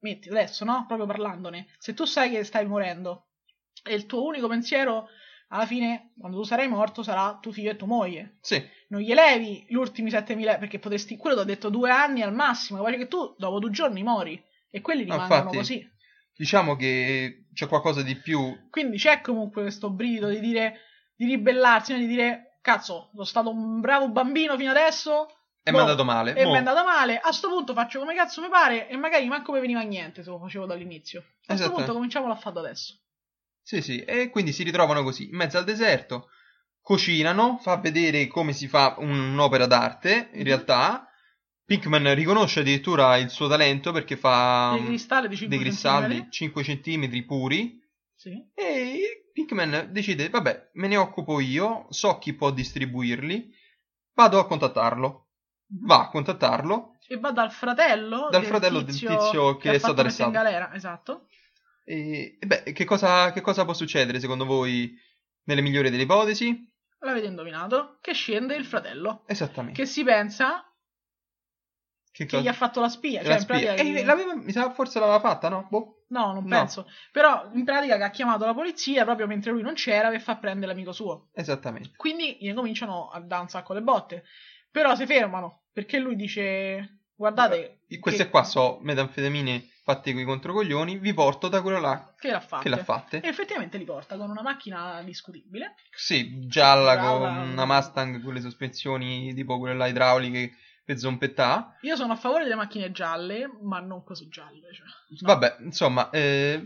B: metti adesso, no? Proprio parlandone, se tu sai che stai morendo e il tuo unico pensiero alla fine, quando tu sarai morto, sarà tuo figlio e tua moglie.
A: Sì,
B: Non gli elevi gli ultimi 7.000 perché potresti, quello ti ho detto due anni al massimo, guarda che tu dopo due giorni mori e quelli
A: Ma
B: rimangono
A: infatti-
B: così.
A: diciamo che c'è qualcosa di più
B: Quindi c'è comunque questo brivido di dire, di ribellarsi, no? di dire, cazzo, sono stato un bravo bambino fino adesso,
A: È
B: Boh,
A: mandato male.
B: e
A: Eh, Mo.
B: mi è andata male. A sto punto faccio come cazzo mi pare e magari manco mi veniva niente se lo facevo dall'inizio. A sto
A: Esatto.
B: punto cominciamo a farlo adesso.
A: Sì, sì. E quindi si ritrovano così, in mezzo al deserto, cucinano, fa vedere come si fa un- un'opera d'arte, in
B: Mhm.
A: realtà. Pinkman riconosce addirittura il suo talento perché fa
B: Dei
A: mm,
B: cristalli di 5
A: dei cristalli 5 cm puri.
B: Sì.
A: E Pinkman decide, vabbè, me ne occupo io, so chi può distribuirli, vado a contattarlo.
B: Mhm.
A: Va a contattarlo
B: E va dal fratello.
A: Dal fratello del tizio che
B: ha
A: è stato
B: fatto messo in
A: arrestato.
B: galera, esatto.
A: E, e beh, che cosa, che cosa può succedere secondo voi nelle migliori delle ipotesi?
B: L'avete indovinato? Che scende il fratello.
A: Esattamente.
B: Che si pensa
A: Che
B: che
A: cosa-
B: gli ha fatto la spia. Cioè,
A: la
B: in
A: spia.
B: pratica.
A: Eh,
B: che-
A: l'aveva- mi sa forse l'aveva fatta, no? Boh.
B: No, non
A: No.
B: penso. Però in pratica che ha chiamato la polizia proprio mentre lui non c'era per far prendere l'amico suo.
A: Esattamente.
B: Quindi gli cominciano a dare un sacco le botte. Però si fermano perché lui dice: Guardate,
A: E Queste
B: che-
A: qua so metanfetamine fatte coi controcoglioni, vi porto da quello là
B: che l'ha fatta.
A: che l'ha fatte.
B: E effettivamente li porta con una macchina discutibile.
A: Sì, gialla
B: Brava.
A: con una Mustang con le sospensioni tipo quelle là idrauliche per zompettà.
B: Io sono a favore delle macchine gialle, ma non così gialle. Cioè.
A: Vabbè, insomma, eh,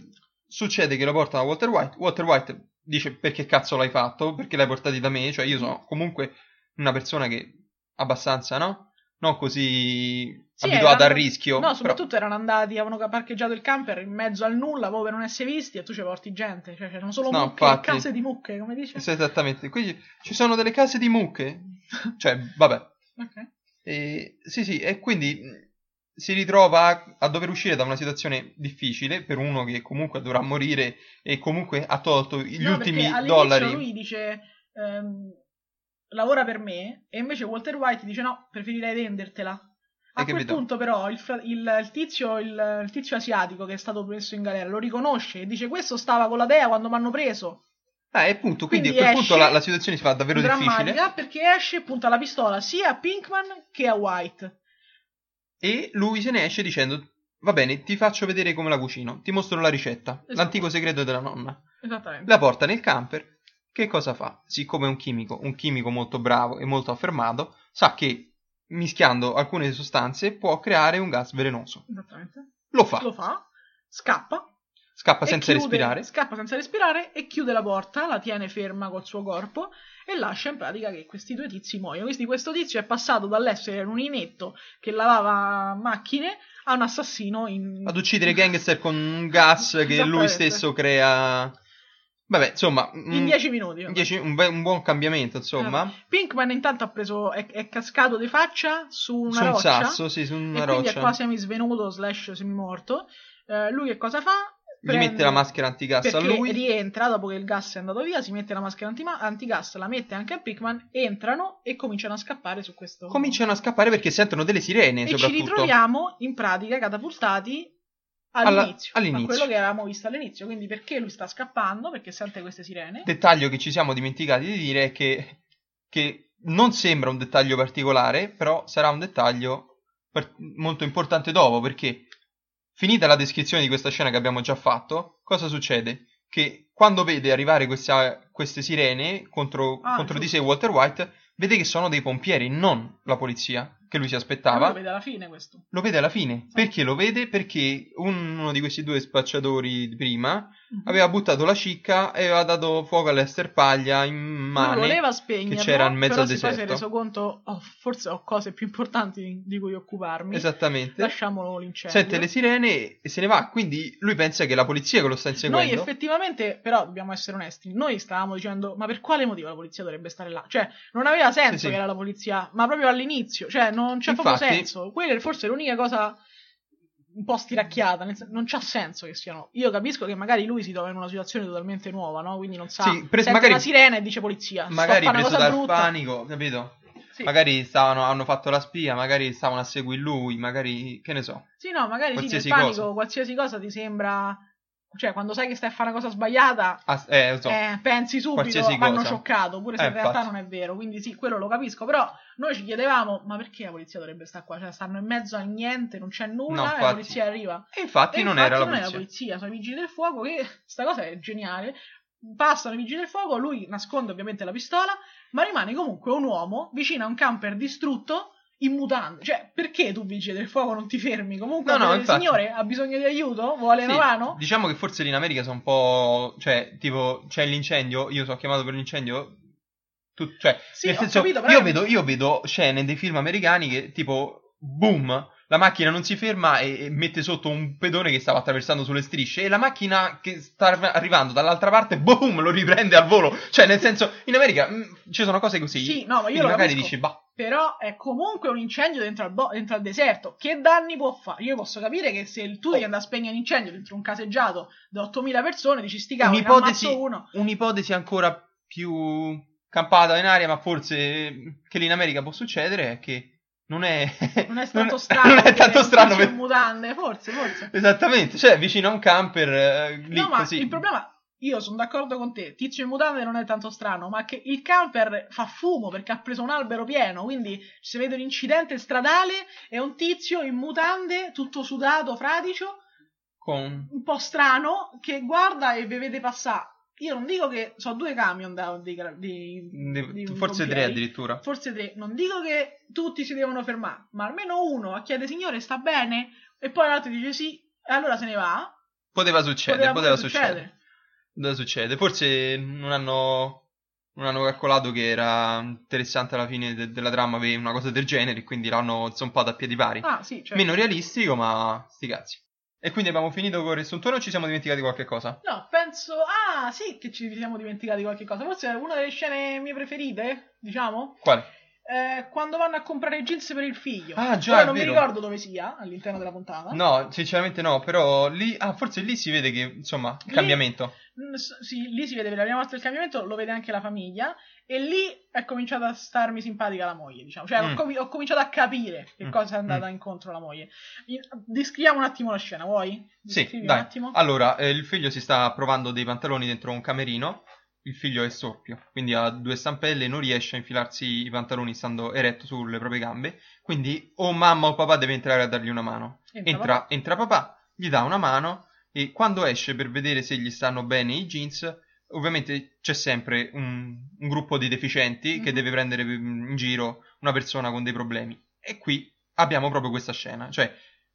A: succede che lo portano a Walter White. Walter White dice perché cazzo l'hai fatto? Perché l'hai portati da me? Cioè io sono comunque una persona che abbastanza, no? Non così
B: Sì, erano-
A: abituata al rischio.
B: No,
A: però-
B: soprattutto erano andati, avevano parcheggiato il camper in mezzo al nulla, proprio per non essere visti, e tu ci porti gente, cioè c'erano solo
A: No,
B: mucche,
A: infatti.
B: case di mucche, come dici?
A: Sì, esattamente. Quindi ci sono delle case di mucche. Cioè, vabbè.
B: Ok.
A: E, sì, sì, e quindi mh, si ritrova a, a dover uscire da una situazione difficile per uno che comunque dovrà morire e comunque ha tolto gli
B: No, perché
A: ultimi
B: all'inizio
A: dollari.
B: Lui dice ehm, lavora per me, e invece Walter White dice no, preferirei vendertela. A
A: Hai
B: quel
A: capito?
B: punto, però, il, fra- il- il tizio, il- il tizio asiatico che è stato messo in galera lo riconosce e dice: Questo stava con la dea quando mi hanno preso.
A: Ah, e appunto, quindi,
B: Quindi
A: a quel punto
B: esce
A: la, la situazione si fa davvero difficile
B: Drammatica perché esce e punta la pistola sia a Pinkman che a White.
A: e lui se ne esce dicendo va bene, ti faccio vedere come la cucino, ti mostro la ricetta,
B: Esatto.
A: l'antico segreto della nonna.
B: Esattamente.
A: La porta nel camper. Che cosa fa? Siccome è un chimico, un chimico molto bravo e molto affermato, sa che mischiando alcune sostanze può creare un gas velenoso.
B: Esattamente.
A: Lo fa.
B: Lo fa, scappa.
A: Scappa
B: e
A: senza
B: chiude-
A: respirare.
B: Scappa senza respirare e chiude la porta, la tiene ferma col suo corpo e lascia in pratica che questi due tizi muoiono. Quindi questo tizio è passato dall'essere un inetto che lavava macchine a un assassino in...
A: Ad uccidere i gangster con un gas che lui
B: Esattamente.
A: stesso crea. Vabbè, insomma,
B: in Esatto.
A: mm,
B: 10 minuti.
A: dieci- un, be- un buon cambiamento, insomma.
B: Pinkman intanto ha preso, è, è cascato di faccia su una
A: su un
B: roccia.
A: sasso, sì, su una
B: e quindi è
A: roccia.
B: qua semisvenuto slash semimorto. Eh, lui che cosa fa?
A: Gli mette la maschera antigas
B: perché
A: a lui.
B: rientra dopo che il gas è andato via, si mette la maschera antima- antigas, la mette anche a Pickman, entrano e cominciano a scappare su questo.
A: Cominciano a scappare perché sentono delle sirene,
B: e ci
A: soprattutto.
B: ritroviamo in pratica catapultati
A: Alla-
B: all'inizio,
A: all'inizio.
B: a quello che avevamo visto all'inizio, quindi perché lui sta scappando, perché sente queste sirene.
A: dettaglio che ci siamo dimenticati di dire è che, che non sembra un dettaglio particolare, però sarà un dettaglio per- molto importante dopo, perché finita la descrizione di questa scena che abbiamo già fatto, cosa succede? Che quando vede arrivare questa- queste sirene contro,
B: Ah,
A: contro di
B: giusto.
A: sé Walter White, vede che sono dei pompieri, non la polizia, che lui si
B: Lui
A: aspettava.
B: lo vede alla fine questo.
A: Lo vede alla fine. Perché lo vede? Perché uno di questi due spacciatori di prima aveva buttato la cicca e aveva dato fuoco all'esterpaglia in
B: Lui
A: mano.
B: voleva spegnerlo,
A: che c'era in mezzo
B: però
A: al
B: si- poi si è
A: deserto.
B: reso conto, "Oh, forse ho cose più importanti di cui occuparmi.
A: Esattamente.
B: Lasciamolo l'incendio.
A: Sente Esatto. le sirene e se ne va. Quindi lui pensa che è la polizia che lo sta
B: Noi
A: inseguendo.
B: effettivamente, però dobbiamo essere onesti, noi stavamo dicendo ma per quale motivo la polizia dovrebbe stare là? Cioè, non aveva senso
A: Sì, sì.
B: che era la polizia, ma proprio all'inizio, cioè non c'è
A: Infatti-
B: proprio senso. Quella è forse l'unica cosa un po' stiracchiata, nel sen- non c'ha senso che siano. Io capisco che magari lui si trova in una situazione totalmente nuova, no? Quindi non sa,
A: Sì, pres-
B: sente
A: magari-
B: una sirena e dice polizia, stoppa
A: magari
B: una
A: preso
B: cosa
A: dal
B: brutta.
A: panico, capito?
B: Sì.
A: Magari stavano, hanno fatto la spia, magari stavano a seguire lui, magari che ne so.
B: Sì, no, magari sì, nel
A: Qualsiasi
B: panico
A: cosa.
B: qualsiasi cosa ti sembra cioè quando sai che stai a fare una cosa sbagliata
A: Ah, eh, lo so.
B: Eh, pensi subito,
A: Qualsiasi
B: mi hanno
A: cosa.
B: scioccato, pure se
A: Eh,
B: in realtà
A: infatti.
B: non è vero. Quindi sì, quello lo capisco, però noi ci chiedevamo, ma perché la polizia dovrebbe stare qua? Cioè, stanno in mezzo a niente, non c'è nulla,
A: No,
B: e la
A: infatti.
B: polizia arriva.
A: E infatti
B: E
A: non
B: infatti
A: era la
B: non è la
A: polizia.
B: polizia, sono i vigili del fuoco, che sta cosa è geniale. Passano i vigili del fuoco, lui nasconde ovviamente la pistola, ma rimane comunque un uomo vicino a un camper distrutto in mutande. Cioè, perché tu vigile del fuoco non ti fermi? Comunque,
A: No, no,
B: il
A: infatti.
B: signore ha bisogno di aiuto? Vuole
A: Sì,
B: una mano?
A: Diciamo che forse lì in America sono un po'. Cioè, tipo, c'è l'incendio. Io sono chiamato per l'incendio. Tu, cioè,
B: Sì,
A: nel
B: ho
A: senso,
B: capito, però-
A: io, vedo, io vedo scene dei film americani che tipo. Boom! La macchina non si ferma e, e mette sotto un pedone che stava attraversando sulle strisce. E la macchina che sta arri- arrivando dall'altra parte, boom! Lo riprende al volo. Cioè, nel senso, in America mh, ci sono cose così.
B: Sì, no, ma
A: quindi
B: io lo
A: magari
B: capisco.
A: dici, bah,
B: Però è comunque un incendio dentro al, bo- dentro al deserto. Che danni può fare? Io posso capire che se il tu devi andare a spegnere un incendio dentro un caseggiato da 8000 persone, dici sti cavoli, ne
A: Un'ipotesi-
B: ammazzo uno.
A: un'ipotesi ancora più campata in aria, ma forse eh, che lì in America può succedere, è che non è,
B: Non è
A: non
B: tanto strano.
A: non è
B: che
A: tanto strano.
B: ci sono
A: per-
B: mutande, forse, forse.
A: Esattamente, cioè vicino a un camper eh, lì
B: no, ma
A: così.
B: il problema... Io sono d'accordo con te, tizio in mutande non è tanto strano, ma che il camper fa fumo perché ha preso un albero pieno, quindi si vede un incidente stradale e un tizio in mutande, tutto sudato, fradicio,
A: Con...
B: un po' strano che guarda e vi vede passare. Io non dico che so due camion da, di, di-
A: ne-
B: di un
A: Forse tre
B: pompieri.
A: addirittura.
B: forse tre, non dico che tutti si devono fermare, ma almeno uno chiede signore sta bene e poi l'altro dice sì e allora se ne va.
A: Poteva succedere,
B: Poteva
A: poteva,
B: pure
A: succedere.
B: succedere.
A: Poteva succedere. Forse non hanno non hanno calcolato che era interessante alla fine de- della trama avere una cosa del genere, quindi l'hanno zompata a piedi pari.
B: Ah, sì, cioè...
A: Meno realistico, ma sti cazzi. E quindi abbiamo finito con il riassuntone o ci siamo dimenticati qualche cosa?
B: No, penso... Ah, sì che ci siamo dimenticati qualche cosa. Forse è una delle scene mie preferite, diciamo.
A: Quale?
B: Eh, quando vanno a comprare Gills per il figlio.
A: Ah, già,
B: Ora
A: è
B: non mi
A: vero.
B: ricordo dove sia all'interno della puntata.
A: No, sinceramente no, però lì... Ah, forse lì si vede che, insomma,
B: Lì-
A: cambiamento.
B: Mm, s- sì, lì si vede per la prima volta il cambiamento, lo vede anche la famiglia. E lì è cominciata a starmi simpatica la moglie, diciamo. Cioè,
A: Mm.
B: ho, comi- ho cominciato a capire che
A: Mm.
B: cosa è andata incontro la moglie. In- Descriviamo un attimo la scena, vuoi?
A: Sì,
B: Descrivi
A: dai.
B: un attimo.
A: Allora, eh, il figlio si sta provando dei pantaloni dentro un camerino. Il figlio è storpio, quindi ha due stampelle e non riesce a infilarsi i pantaloni stando eretto sulle proprie gambe. Quindi o mamma o papà deve entrare a dargli una mano. Entra, entra papà, gli dà una mano e quando esce per vedere se gli stanno bene i jeans, ovviamente c'è sempre un, un gruppo di deficienti che
B: Mhm.
A: deve prendere mm, in giro una persona con dei problemi. E qui abbiamo proprio questa scena, cioè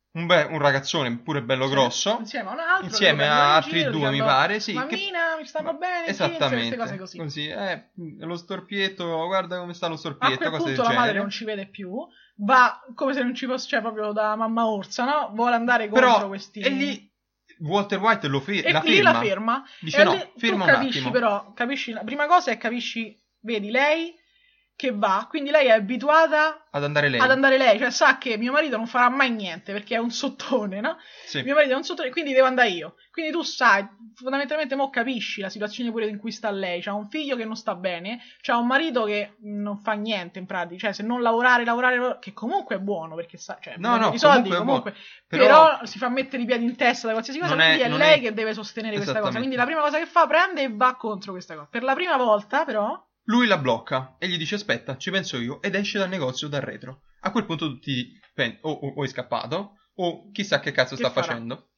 A: un, be- un ragazzone pure bello
B: Sì,
A: grosso,
B: Insieme a un altro.
A: insieme
B: lo
A: a
B: prendono in
A: altri
B: giro
A: due mi
B: dicendo,
A: pare, sì, che-
B: Mammina, mi stanno
A: Ma-
B: bene, esattamente.
A: Esattamente,
B: queste cose così.
A: eh, lo storpietto, guarda come sta lo storpietto,
B: A quel
A: cose
B: punto la
A: del
B: madre
A: genere.
B: non ci vede più, va come se non ci fosse, cioè proprio da mamma orsa, no? Vuole andare contro
A: Però,
B: questi...
A: e lì Walter White lo fer-
B: E
A: la
B: lì
A: ferma,
B: la ferma.
A: dice
B: e
A: no,
B: lì
A: ferma
B: tu
A: un
B: capisci
A: attimo.
B: però, capisci, la prima cosa è capisci, vedi lei che va, quindi lei è abituata
A: ad andare lei.
B: ad andare lei, cioè sa che mio marito non farà mai niente perché è un sottone, no?
A: Sì.
B: Mio marito è un sottone, quindi devo andare io. Quindi tu sai, fondamentalmente mo capisci la situazione pure in cui sta lei, c'ha un figlio che non sta bene, c'ha un marito che non fa niente in pratica, cioè se non lavorare, lavorare, lavorare, che comunque è buono perché sa, cioè,
A: No, no,
B: i soldi
A: comunque è buono.
B: comunque,
A: Però,
B: però, si fa mettere i piedi in testa da qualsiasi cosa,
A: Non è-
B: quindi è
A: non
B: lei
A: è-
B: che deve sostenere questa cosa.
A: Esattamente.
B: Quindi la prima cosa che fa, prende e va contro questa cosa. Per la prima volta, però,
A: lui la blocca e gli dice aspetta, ci penso io, ed esce dal negozio dal retro. A quel punto tutti pensano o, o- o è scappato o chissà che cazzo
B: Che
A: sta
B: farà?
A: facendo.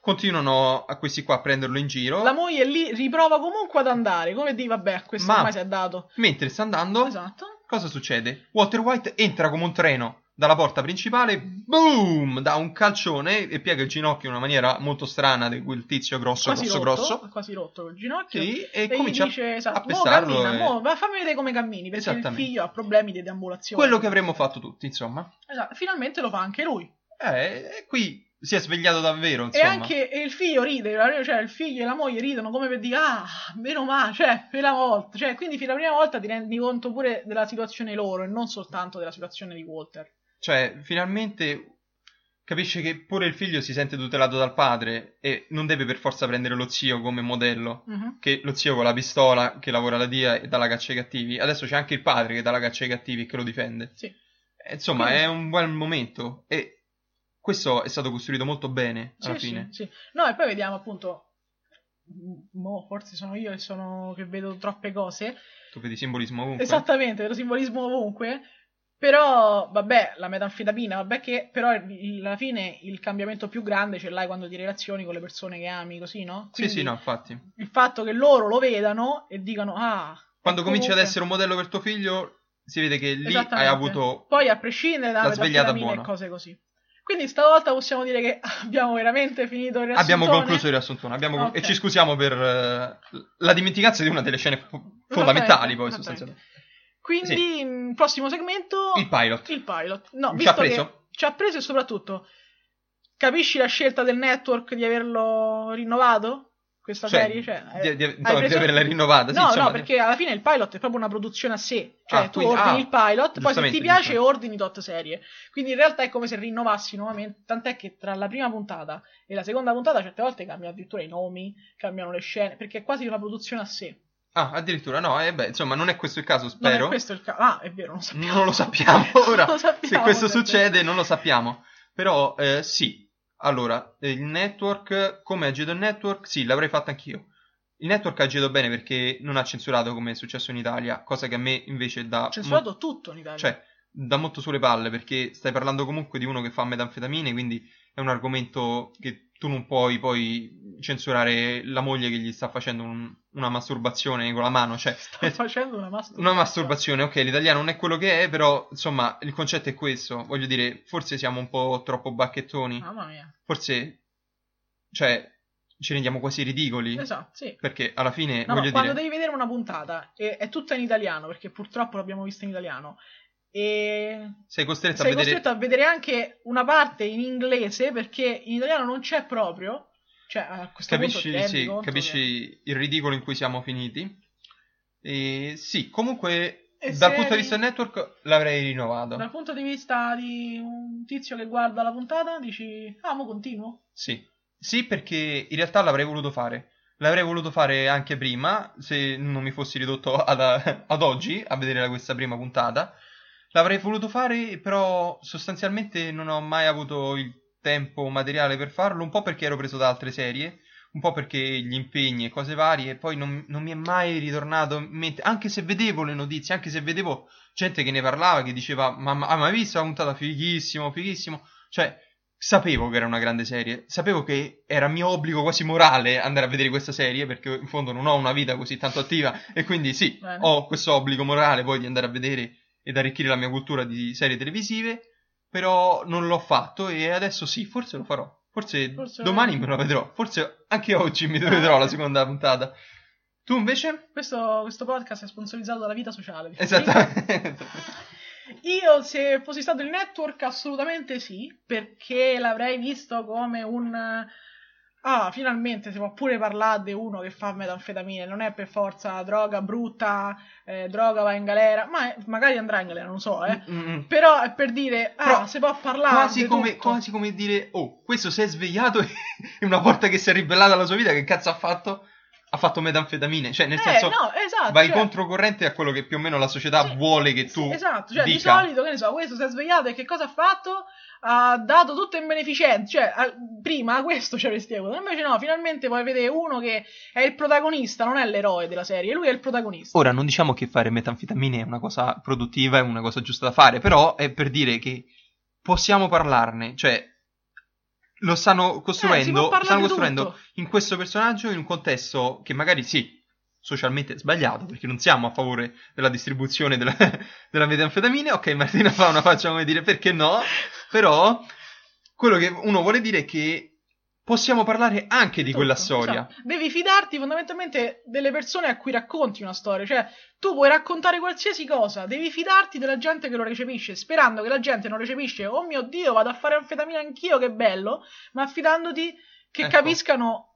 A: Continuano a questi qua a prenderlo in giro,
B: la moglie lì riprova comunque ad andare, come di vabbè, a questo
A: Ma-
B: ormai si è dato.
A: mentre sta andando
B: Esatto.
A: Cosa succede? Walter White entra come un treno dalla porta principale, boom, dà un calcione e piega il ginocchio in una maniera molto strana di quel tizio grosso,
B: Quasi
A: grosso,
B: rotto,
A: grosso.
B: quasi rotto col ginocchio.
A: Sì, e,
B: E, gli
A: comincia
B: dice,
A: a
B: esatto, mo
A: pestarlo
B: cammina,
A: e-
B: mo, va- fammi vedere come cammini, perché il
A: Esattamente.
B: figlio ha problemi di deambulazione.
A: quello che avremmo fatto tutti, insomma.
B: Esatto, finalmente lo fa anche lui.
A: Eh, e qui si è svegliato davvero,
B: E
A: insomma.
B: anche e il figlio ride, cioè il figlio e la moglie ridono come per dire ah, meno male, cioè per la volta, cioè quindi per la prima volta ti rendi conto pure della situazione loro e non soltanto della situazione di Walter.
A: Cioè, finalmente capisce che pure il figlio si sente tutelato dal padre e non deve per forza prendere lo zio come modello.
B: Mhm.
A: Che lo zio con la pistola che lavora alla DIA e dà la caccia ai cattivi. Adesso c'è anche il padre che dà la caccia ai cattivi e che lo difende.
B: Sì.
A: Eh, Insomma,
B: Quindi-
A: è un bel momento e questo è stato costruito molto bene alla
B: Sì, sì,
A: fine.
B: sì. No, e poi vediamo appunto mo, forse sono io che sono che vedo troppe cose.
A: Tu vedi simbolismo ovunque.
B: Esattamente, vedo simbolismo ovunque. Però, vabbè, la metanfetamina, vabbè che, però il- alla fine il cambiamento più grande ce l'hai quando ti relazioni con le persone che ami, così, no?
A: Sì, sì,
B: Quindi-
A: no, infatti.
B: il fatto che loro lo vedano e dicano ah
A: Quando
B: e
A: cominci ad
B: comunque-
A: essere un modello per tuo figlio, si vede che lì hai
B: Esattamente.
A: avuto...
B: poi a prescindere da
A: la svegliata
B: metanfetamina e
A: buona.
B: cose così quindi stavolta possiamo dire che abbiamo veramente finito il riassuntone
A: Abbiamo concluso il riassuntone abbiamo con-
B: Ok.
A: e ci scusiamo per eh, la dimenticanza di una delle scene fo- fondamentali poi
B: Esattamente,
A: sostanzialmente.
B: quindi mh, prossimo segmento
A: Il pilot.
B: il pilot no
A: Ci
B: visto
A: ha preso?
B: che ci ha preso e soprattutto capisci la scelta del network di averlo rinnovato questa
A: Cioè,
B: serie cioè, eh,
A: di, di- no,
B: preso-
A: di averla rinnovata. sì,
B: no,
A: insomma,
B: no, perché alla fine il pilot è proprio una produzione a sé. Cioè,
A: Ah,
B: tu
A: quindi-
B: ordini
A: ah,
B: il pilot, poi se
A: giustamente,
B: ti piace
A: giustamente.
B: ordini tot serie. Quindi in realtà è come se rinnovassi nuovamente. Tant'è che tra la prima puntata e la seconda puntata, certe volte cambiano addirittura i nomi, cambiano le scene, perché è quasi una produzione a sé.
A: Ah, addirittura no, eh, beh, insomma, non è questo il caso,
B: Non
A: spero.
B: è questo il caso. Ah, è vero, non lo sappiamo.
A: Non lo sappiamo ora.
B: Non lo sappiamo,
A: Se questo
B: certo.
A: succede non lo sappiamo. Però eh, sì, allora, eh, il network, come ha agito il network? Sì, l'avrei fatto anch'io. Il network ha agito bene perché non ha censurato come è successo in Italia, cosa che a me invece dà...
B: Ha censurato tutto in Italia.
A: mo- cioè, dà molto sulle palle perché stai parlando comunque di uno che fa metanfetamine, quindi è un argomento che tu non puoi poi censurare la moglie che gli sta facendo un- una masturbazione con la mano, cioè...
B: Sta facendo una masturbazione.
A: Una masturbazione, ok, l'italiano non è quello che è, però insomma il concetto è questo. Voglio
B: Ah.
A: dire, forse siamo un po' troppo bacchettoni,
B: Mamma mia.
A: forse, cioè, ci rendiamo quasi ridicoli.
B: Esatto, sì.
A: Perché alla fine,
B: No, ma
A: Eh, voglio
B: quando
A: dire,
B: devi vedere una puntata e è tutta in italiano, perché purtroppo l'abbiamo vista in italiano, e
A: sei costretto
B: sei
A: a vedere...
B: costretto a vedere anche una parte in inglese perché in italiano non c'è proprio. Cioè, a questo punto ti
A: Capisci,
B: rendi
A: sì,
B: conto che-
A: capisci il ridicolo in cui siamo finiti? E sì, comunque,
B: E
A: dal
B: se
A: punto di
B: eri-
A: vista del network l'avrei rinnovato.
B: Dal punto di vista di un tizio che guarda la puntata, dici, ah, mo continuo.
A: Sì. Sì, perché in realtà l'avrei voluto fare. L'avrei voluto fare anche prima, se non mi fossi ridotto ad, ad oggi a vedere la- questa prima puntata. L'avrei voluto fare, però sostanzialmente non ho mai avuto il tempo materiale per farlo, un po' perché ero preso da altre serie, un po' perché gli impegni e cose varie, e poi non, non mi è mai ritornato in mente, anche se vedevo le notizie, anche se vedevo gente che ne parlava, che diceva, ma ma- ah, ma hai visto la puntata? Fighissimo, fighissimo. Cioè, sapevo che era una grande serie, sapevo che era mio obbligo quasi morale andare a vedere questa serie perché in fondo non ho una vita così tanto attiva e quindi sì,
B: Bene.
A: ho questo obbligo morale poi di andare a vedere ed arricchire la mia cultura di serie televisive, però non l'ho fatto e adesso sì, forse lo farò. Forse,
B: Forse-
A: domani me lo vedrò, forse anche oggi mi vedrò la seconda puntata. Tu invece?
B: Questo, questo podcast è sponsorizzato dalla vita sociale. diciamo.
A: Esatto. Esattamente.
B: Io, se fossi stato il network, assolutamente sì, perché l'avrei visto come un... eh, Ah, finalmente si può pure parlare di uno che fa metanfetamine, non è per forza droga brutta, eh, droga va in galera, ma è- magari andrà in galera, non so, eh.
A: Mm, mm.
B: Però è per dire, ah,
A: Però
B: si può parlare
A: Quasi
B: di
A: come,
B: tutto.
A: quasi come dire, oh, questo si è svegliato e una volta che si è ribellato alla sua vita, che cazzo ha fatto? Ha fatto metanfetamine, cioè nel
B: Eh,
A: senso
B: no, esatto,
A: vai
B: cioè-
A: controcorrente a quello che più o meno la società
B: Sì,
A: vuole che
B: Sì,
A: tu
B: esatto, cioè di
A: dica.
B: solito che ne so, questo si è svegliato e che cosa ha fatto? Ha dato tutto in beneficenza, cioè al- prima questo ci avresti avuto, invece no, finalmente puoi vedere uno che è il protagonista, non è l'eroe della serie, lui è il protagonista.
A: Ora, non diciamo che fare metanfetamine è una cosa produttiva, è una cosa giusta da fare, però è per dire che possiamo parlarne, cioè lo stanno
B: Eh, si può
A: costruendo,
B: parlare
A: stanno
B: di
A: costruendo
B: tutto.
A: in questo personaggio in un contesto che magari sì, socialmente è sbagliato, perché non siamo a favore della distribuzione della, della metanfetamina. Ok, Martina fa una faccia come dire perché no, però quello che uno vuole dire è che possiamo parlare anche di quella
B: Tutto,
A: storia.
B: esatto. Devi fidarti fondamentalmente delle persone a cui racconti una storia, cioè tu puoi raccontare qualsiasi cosa, devi fidarti della gente che lo recepisce, sperando che la gente non recepisce, oh mio Dio, vado a fare anfetamina anch'io, che bello, ma fidandoti che
A: Ecco.
B: capiscano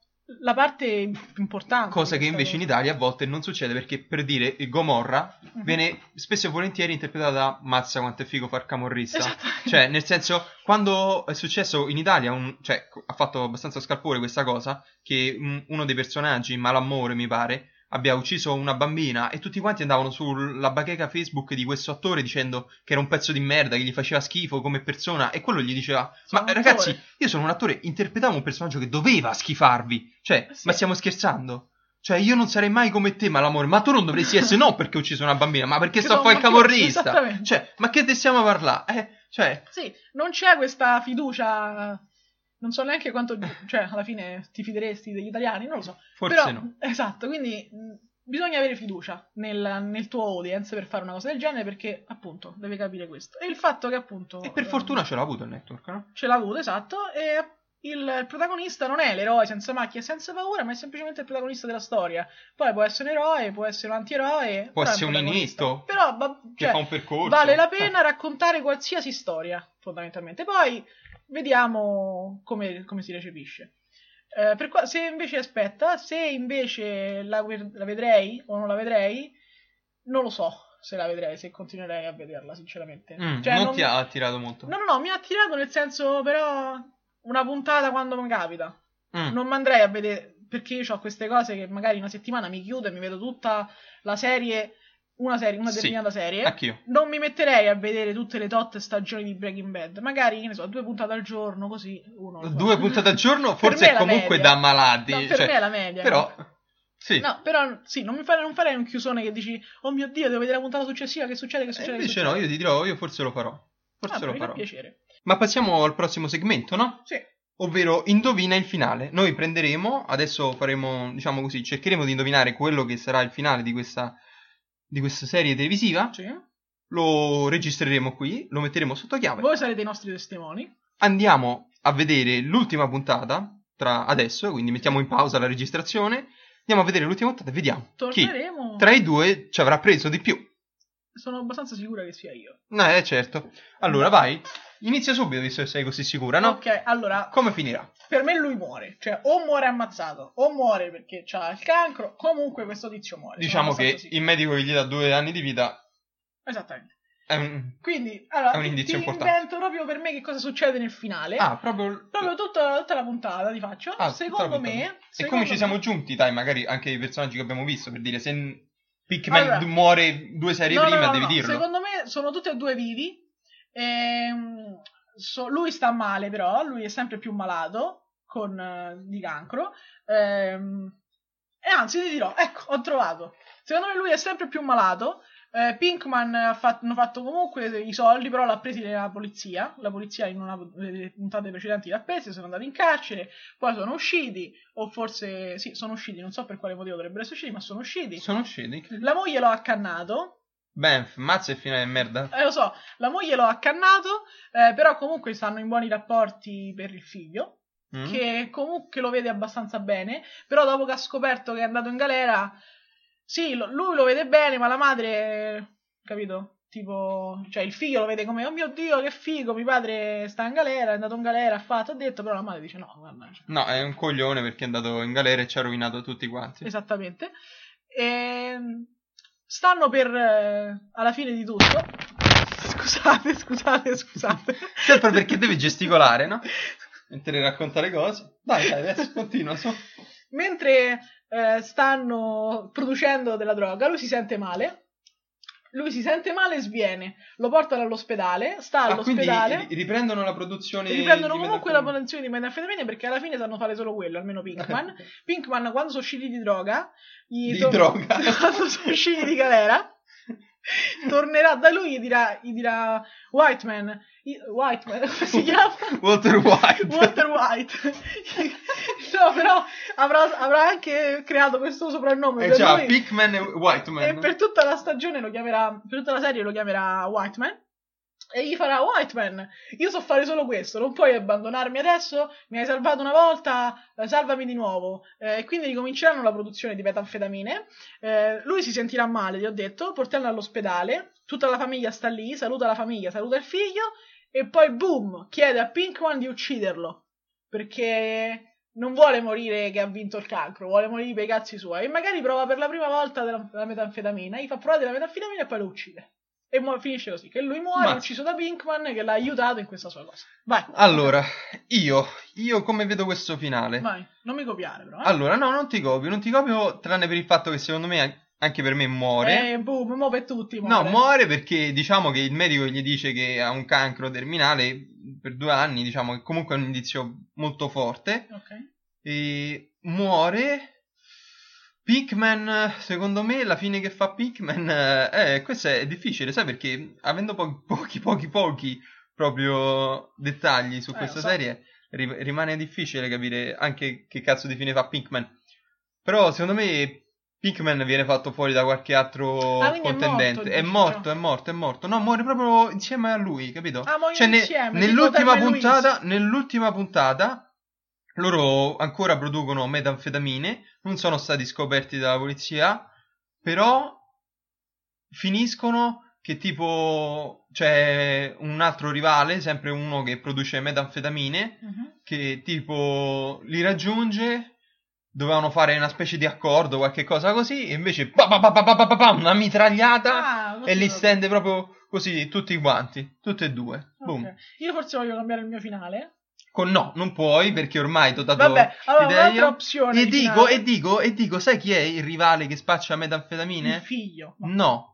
B: la parte importante.
A: Cosa
B: di
A: che
B: questa
A: invece in Italia a volte non succede perché per dire il Gomorra
B: cosa. Mhm.
A: viene spesso e volentieri interpretata da mazza quanto è figo far camorrista.
B: Esatto.
A: Cioè, nel senso, quando è successo in Italia, un- cioè, co- ha fatto abbastanza scalpore questa cosa, che mm, uno dei personaggi, Malamore mi pare, abbia ucciso una bambina e tutti quanti andavano sulla bacheca Facebook di questo attore dicendo che era un pezzo di merda, che gli faceva schifo come persona e quello gli diceva,
B: Sono
A: ma
B: un
A: ragazzi,
B: attore."
A: io sono un attore, interpretavo un personaggio che doveva schifarvi, cioè,
B: Eh sì.
A: ma stiamo scherzando? Cioè, io non sarei mai come te, Malamore, ma tu non dovresti essere no perché ho ucciso una bambina, ma perché
B: Che
A: sto a
B: sono
A: fare il
B: mafioso,
A: camorrista.
B: esattamente.
A: Cioè, ma che te stiamo a parlare? Eh, cioè,
B: Sì, non c'è questa fiducia, non so neanche quanto, cioè alla fine ti fideresti degli italiani, non lo so.
A: Forse
B: Però-
A: no.
B: Esatto, quindi mh, bisogna avere fiducia nel, nel tuo audience per fare una cosa del genere perché appunto deve capire questo. E il fatto che appunto...
A: E per
B: ehm,
A: fortuna ce l'ha avuto il network, no?
B: Ce l'ha avuto, esatto, e il protagonista non è l'eroe senza macchie e senza paura, ma è semplicemente il protagonista della storia. Poi può essere un eroe, può essere un antieroe...
A: Può
B: però è
A: essere un
B: protagonista.
A: inietto.
B: Però va-
A: Che
B: cioè,
A: fa un percorso.
B: vale la
A: Eh.
B: pena raccontare qualsiasi storia, fondamentalmente. Poi vediamo come, come si recepisce. Eh, per qua- se invece aspetta, se invece la, ver- la vedrei o non la vedrei, non lo so se la vedrei, se continuerei a vederla, sinceramente.
A: Mm,
B: Cioè,
A: non,
B: non-
A: ti ha attirato molto.
B: No, no, no, mi ha attirato nel senso, però, una puntata quando mi capita
A: Mm.
B: non mi andrei a vedere perché io ho queste cose che magari una settimana mi chiudo e mi vedo tutta la serie, una serie, una
A: Sì.
B: determinata serie.
A: Anch'io.
B: Non mi metterei a vedere tutte le tot stagioni di Breaking Bad. Magari, che ne so, due puntate al giorno, così uno. lo fa.
A: Due puntate al giorno,
B: Per
A: forse
B: me
A: è
B: la
A: comunque
B: media.
A: da malati.
B: No, per
A: cioè,
B: me è la media.
A: Però, sì.
B: No, però sì, non, mi farei, non farei un chiusone che dici, oh mio Dio, devo vedere la puntata successiva, che succede, che
A: E
B: succede. che
A: Eh, invece
B: succede?"
A: no, io ti dirò, io forse lo farò. Forse
B: Vabbè,
A: lo
B: Ah, mi fa
A: farò.
B: piacere.
A: Ma passiamo al prossimo segmento, no?
B: Sì.
A: Ovvero indovina il finale. Noi prenderemo, adesso faremo, diciamo così, cercheremo di indovinare quello che sarà il finale di questa, di questa serie televisiva.
B: sì.
A: Lo registreremo qui, lo metteremo sotto chiave.
B: Voi sarete i nostri testimoni.
A: andiamo a vedere l'ultima puntata tra adesso, quindi mettiamo in pausa la registrazione, andiamo a vedere l'ultima puntata e vediamo chi
B: Torneremo.
A: tra i due ci avrà preso di più.
B: Sono abbastanza sicura che sia io.
A: Eh, certo. Allora, vai. Inizia subito, visto che sei così sicura, Ah, no?
B: Ok, allora,
A: Come finirà?
B: per me lui muore. Cioè, o muore ammazzato, o muore perché ha il cancro. Comunque questo tizio muore. Sono
A: Diciamo che
B: abbastanza sicuro.
A: il medico che gli dà due anni di vita
B: Esattamente.
A: è un...
B: Quindi, allora,
A: È un indizio
B: ti
A: importante.
B: invento proprio per me che cosa succede nel finale.
A: Ah, proprio...
B: Proprio tutta, tutta la puntata ti faccio.
A: Ah,
B: secondo
A: tutta la
B: me...
A: puntata. E
B: secondo
A: come ci
B: me-
A: siamo giunti, dai, magari anche i personaggi che abbiamo visto, per dire, se Pikmin
B: Allora.
A: muore due serie
B: No, no,
A: prima,
B: no,
A: devi
B: no,
A: dirlo.
B: Secondo me sono tutti e due vivi. Ehm, so- lui sta male, però lui è sempre più malato con, eh, di cancro. Ehm, e anzi, ti dirò: ecco, ho trovato. Secondo me lui è sempre più malato. Eh, Pinkman ha fatto, hanno fatto comunque i soldi, però l'ha presi la polizia. La polizia in una delle puntate precedenti l'ha presi, sono andati in carcere, poi sono usciti, o forse sì, sono usciti, non so per quale motivo dovrebbero essere usciti, ma sono usciti.
A: Sono usciti.
B: La moglie lo ha accannato,
A: Benf, mazza e finale di merda.
B: eh, lo so, la moglie l'ho accannato, eh, però comunque stanno in buoni rapporti per il figlio,
A: Mm?
B: che comunque lo vede abbastanza bene, però dopo che ha scoperto che è andato in galera, sì, lo- lui lo vede bene, ma la madre, capito? Tipo, cioè il figlio lo vede come, oh mio Dio, che figo, mio padre sta in galera, è andato in galera, ha fatto, ha detto, però la madre dice no, guarda, cioè,
A: No, è un coglione perché è andato in galera e ci ha rovinato tutti quanti.
B: esattamente. E stanno per, eh, alla fine di tutto, scusate, scusate, scusate.
A: Sempre Cioè, perché devi gesticolare, no? Mentre racconta le cose. Dai, dai, adesso continua. su.
B: mentre eh, stanno producendo della droga, lui si sente male. Lui si sente male e sviene. Lo portano all'ospedale, sta
A: Ah, quindi
B: all'ospedale.
A: ri- riprendono la produzione.
B: E riprendono
A: di
B: comunque la
A: Metal-
B: produzione di metanfetamine perché alla fine sanno fare solo quello, almeno Pinkman. Pinkman quando sono usciti di droga, gli
A: Di
B: to-
A: droga.
B: quando sono usciti di galera, tornerà da lui e gli dirà, gli dirà Whiteman, i- Whiteman, come si chiama?
A: Walter White.
B: Walter White. no, però avrà, avrà anche creato questo soprannome
A: Eh
B: per
A: già,
B: lui.
A: Pickman e Whiteman.
B: e per tutta la stagione lo chiamerà, per tutta la serie lo chiamerà Whiteman. E gli farà Whiteman, io so fare solo questo, non puoi abbandonarmi adesso, mi hai salvato una volta, eh, salvami di nuovo. Eh, E quindi ricominceranno la produzione di metanfetamine. Eh, lui si sentirà male, ti ho detto, portando all'ospedale, tutta la famiglia sta lì, saluta la famiglia, saluta il figlio e poi boom, chiede a Pinkman di ucciderlo perché non vuole morire che ha vinto il cancro, vuole morire per i cazzi suoi e magari prova per la prima volta della, la metanfetamina, gli fa provare la metanfetamina e poi lo uccide. E mu- finisce così, che lui muore
A: Mazza.
B: ucciso da Pinkman che l'ha aiutato in questa sua cosa. Vai.
A: Allora, io, io come vedo questo finale?
B: Vai, non mi copiare però. Eh.
A: Allora, no, non ti copio, non ti copio, tranne per il fatto che secondo me an- anche per me muore.
B: Eh, boom, mo per tutti muore.
A: No, muore perché diciamo che il medico gli dice che ha un cancro terminale per due anni, diciamo che comunque è un indizio molto forte.
B: Ok.
A: E muore. Pikman, secondo me, la fine che fa Pikman, eh, eh, questo è difficile, sai perché avendo po- pochi, pochi, pochi proprio dettagli su
B: Eh,
A: questa
B: lo so.
A: serie, ri- rimane difficile capire anche che cazzo di fine fa Pikman. Però, secondo me, Pikman viene fatto fuori da qualche altro
B: Ah, quindi è
A: contendente. È
B: morto,
A: morto, è morto, è morto, no, muore proprio insieme a lui, capito?
B: Ah, muoiono
A: Cioè, ne-
B: insieme, tipo
A: nell'ultima
B: Thelma e Louise.
A: puntata, nell'ultima puntata, loro ancora producono metanfetamine, non sono stati scoperti dalla polizia, però finiscono che tipo c'è un altro rivale, sempre uno che produce metanfetamine,
B: Mhm.
A: che tipo li raggiunge. Dovevano fare una specie di accordo, qualche cosa così, e invece pa, pa, pa, pa, pa, pa, pa, una mitragliata
B: Ah,
A: e li
B: così
A: stende proprio così tutti quanti, tutti e due.
B: proprio.
A: Boom.
B: Ok. Io forse voglio cambiare il mio finale.
A: Con no, non puoi perché ormai ti ho dato
B: Vabbè, allora
A: l'idea.
B: un'altra opzione.
A: E
B: di
A: dico,
B: finale.
A: e dico, e dico, sai chi è il rivale che spaccia
B: il
A: metanfetamine?
B: figlio. No.
A: No,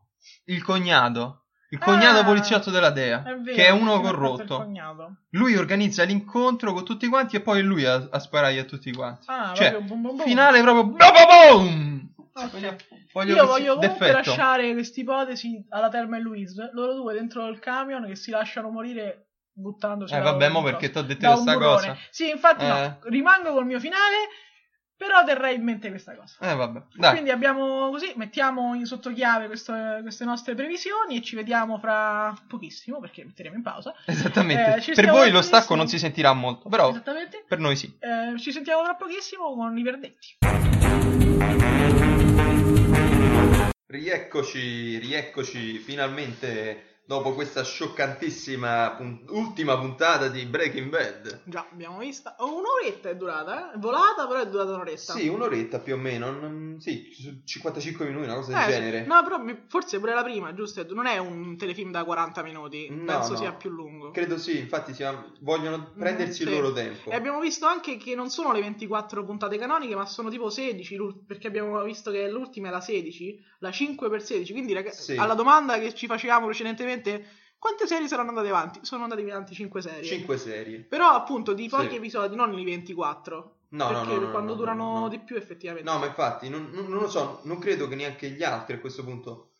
A: il cognato. Il cognato
B: Ah,
A: poliziotto della Dea,
B: È vero,
A: che è
B: perché mi ha
A: uno
B: fatto il
A: corrotto.
B: cognato.
A: Lui organizza l'incontro con tutti quanti e poi lui a, a sparare a tutti quanti.
B: Ah,
A: Cioè,
B: proprio boom, boom, boom.
A: Finale proprio... Boom, boom, boom!
B: Ok.
A: Voglio,
B: Io
A: che si-
B: voglio comunque
A: d'effetto.
B: lasciare questa ipotesi alla Thelma e Louise, loro due dentro il camion che si lasciano morire buttandosi
A: Eh
B: da
A: vabbè,
B: un-
A: mo perché ti ho detto
B: da un
A: questa
B: burrone.
A: cosa.
B: Sì, infatti
A: Eh.
B: no, rimango col mio finale, però terrei in mente questa cosa.
A: Eh vabbè, dai.
B: Quindi abbiamo così, mettiamo in sottochiave questo- queste nostre previsioni e ci vediamo fra pochissimo perché metteremo in pausa.
A: Esattamente.
B: Eh, ci
A: per
B: stiamo
A: voi lo
B: benissimo. Esatto.
A: stacco non si sentirà molto, però
B: Esattamente.
A: Per noi sì.
B: Eh, ci sentiamo tra pochissimo con i verdetti.
A: Rieccoci, rieccoci finalmente dopo questa scioccantissima pun- ultima puntata di Breaking Bad.
B: Già, abbiamo vista. Oh, un'oretta è durata, eh? Volata, però è durata un'oretta.
A: Sì, un'oretta più o meno, non- sì, c- 55 minuti, una cosa del
B: Eh, sì.
A: genere.
B: No, però mi- forse pure la prima, giusto? Non è un telefilm da 40 minuti,
A: No,
B: penso
A: no.
B: sia più lungo.
A: Credo sì, infatti sia- vogliono prendersi
B: Mm, sì.
A: il loro tempo.
B: E abbiamo visto anche che non sono le 24 puntate canoniche, ma sono tipo 16, l'ul- perché abbiamo visto che l'ultima è la 16, la 5 per 16. Quindi, raga-
A: Sì.
B: alla domanda che ci facevamo precedentemente, quante serie saranno andate avanti? Sono andate avanti 5 serie.
A: 5 serie.
B: Però, appunto, di pochi
A: Sì.
B: episodi, non i 24.
A: No, no,
B: perché
A: no, no,
B: quando
A: no,
B: durano
A: no, no.
B: di più, effettivamente.
A: No, ma infatti, non, non- non lo so, non credo che neanche gli altri a questo punto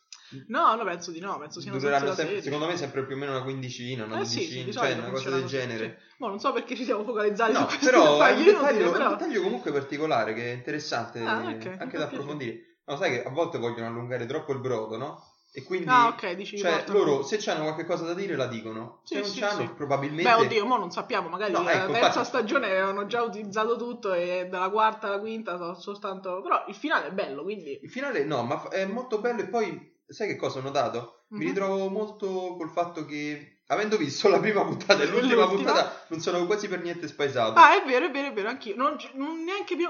B: No, no, penso di no, penso siano
A: dureranno
B: senza la
A: sempre,
B: 16.
A: secondo me sempre più o meno una quindicina, una
B: Eh sì, sì,
A: dodicina,
B: di
A: cioè
B: solito
A: una cosa
B: funziona
A: del
B: così,
A: genere.
B: sì. Mo' non so perché ci siamo focalizzati
A: No,
B: su questo
A: però è un
B: dettaglio inutile,
A: dettaglio,
B: però-
A: un dettaglio comunque particolare che è interessante
B: Ah, ok, mi fa
A: eh, anche
B: piacere.
A: da approfondire. No, sai che a volte vogliono allungare troppo il brodo, no? E quindi
B: Ah, ok, dici
A: cioè,
B: portano-
A: loro se hanno qualche cosa da dire la dicono,
B: Sì,
A: se non
B: sì,
A: c'hanno
B: sì.
A: probabilmente
B: Beh, oddio, mo non sappiamo, magari
A: No,
B: la
A: ecco,
B: terza
A: infatti-
B: stagione avevano già utilizzato tutto e dalla quarta alla quinta so- soltanto... Però il finale è bello, quindi...
A: il finale no, ma fa- è molto bello e poi sai che cosa ho notato?
B: Mhm.
A: Mi ritrovo molto col fatto che avendo visto la prima puntata e l'ultima
B: L'ultima?
A: puntata non sono quasi per niente spaesato.
B: Ah, è vero, è vero, è vero, anch'io. Non, ci- non neanche più...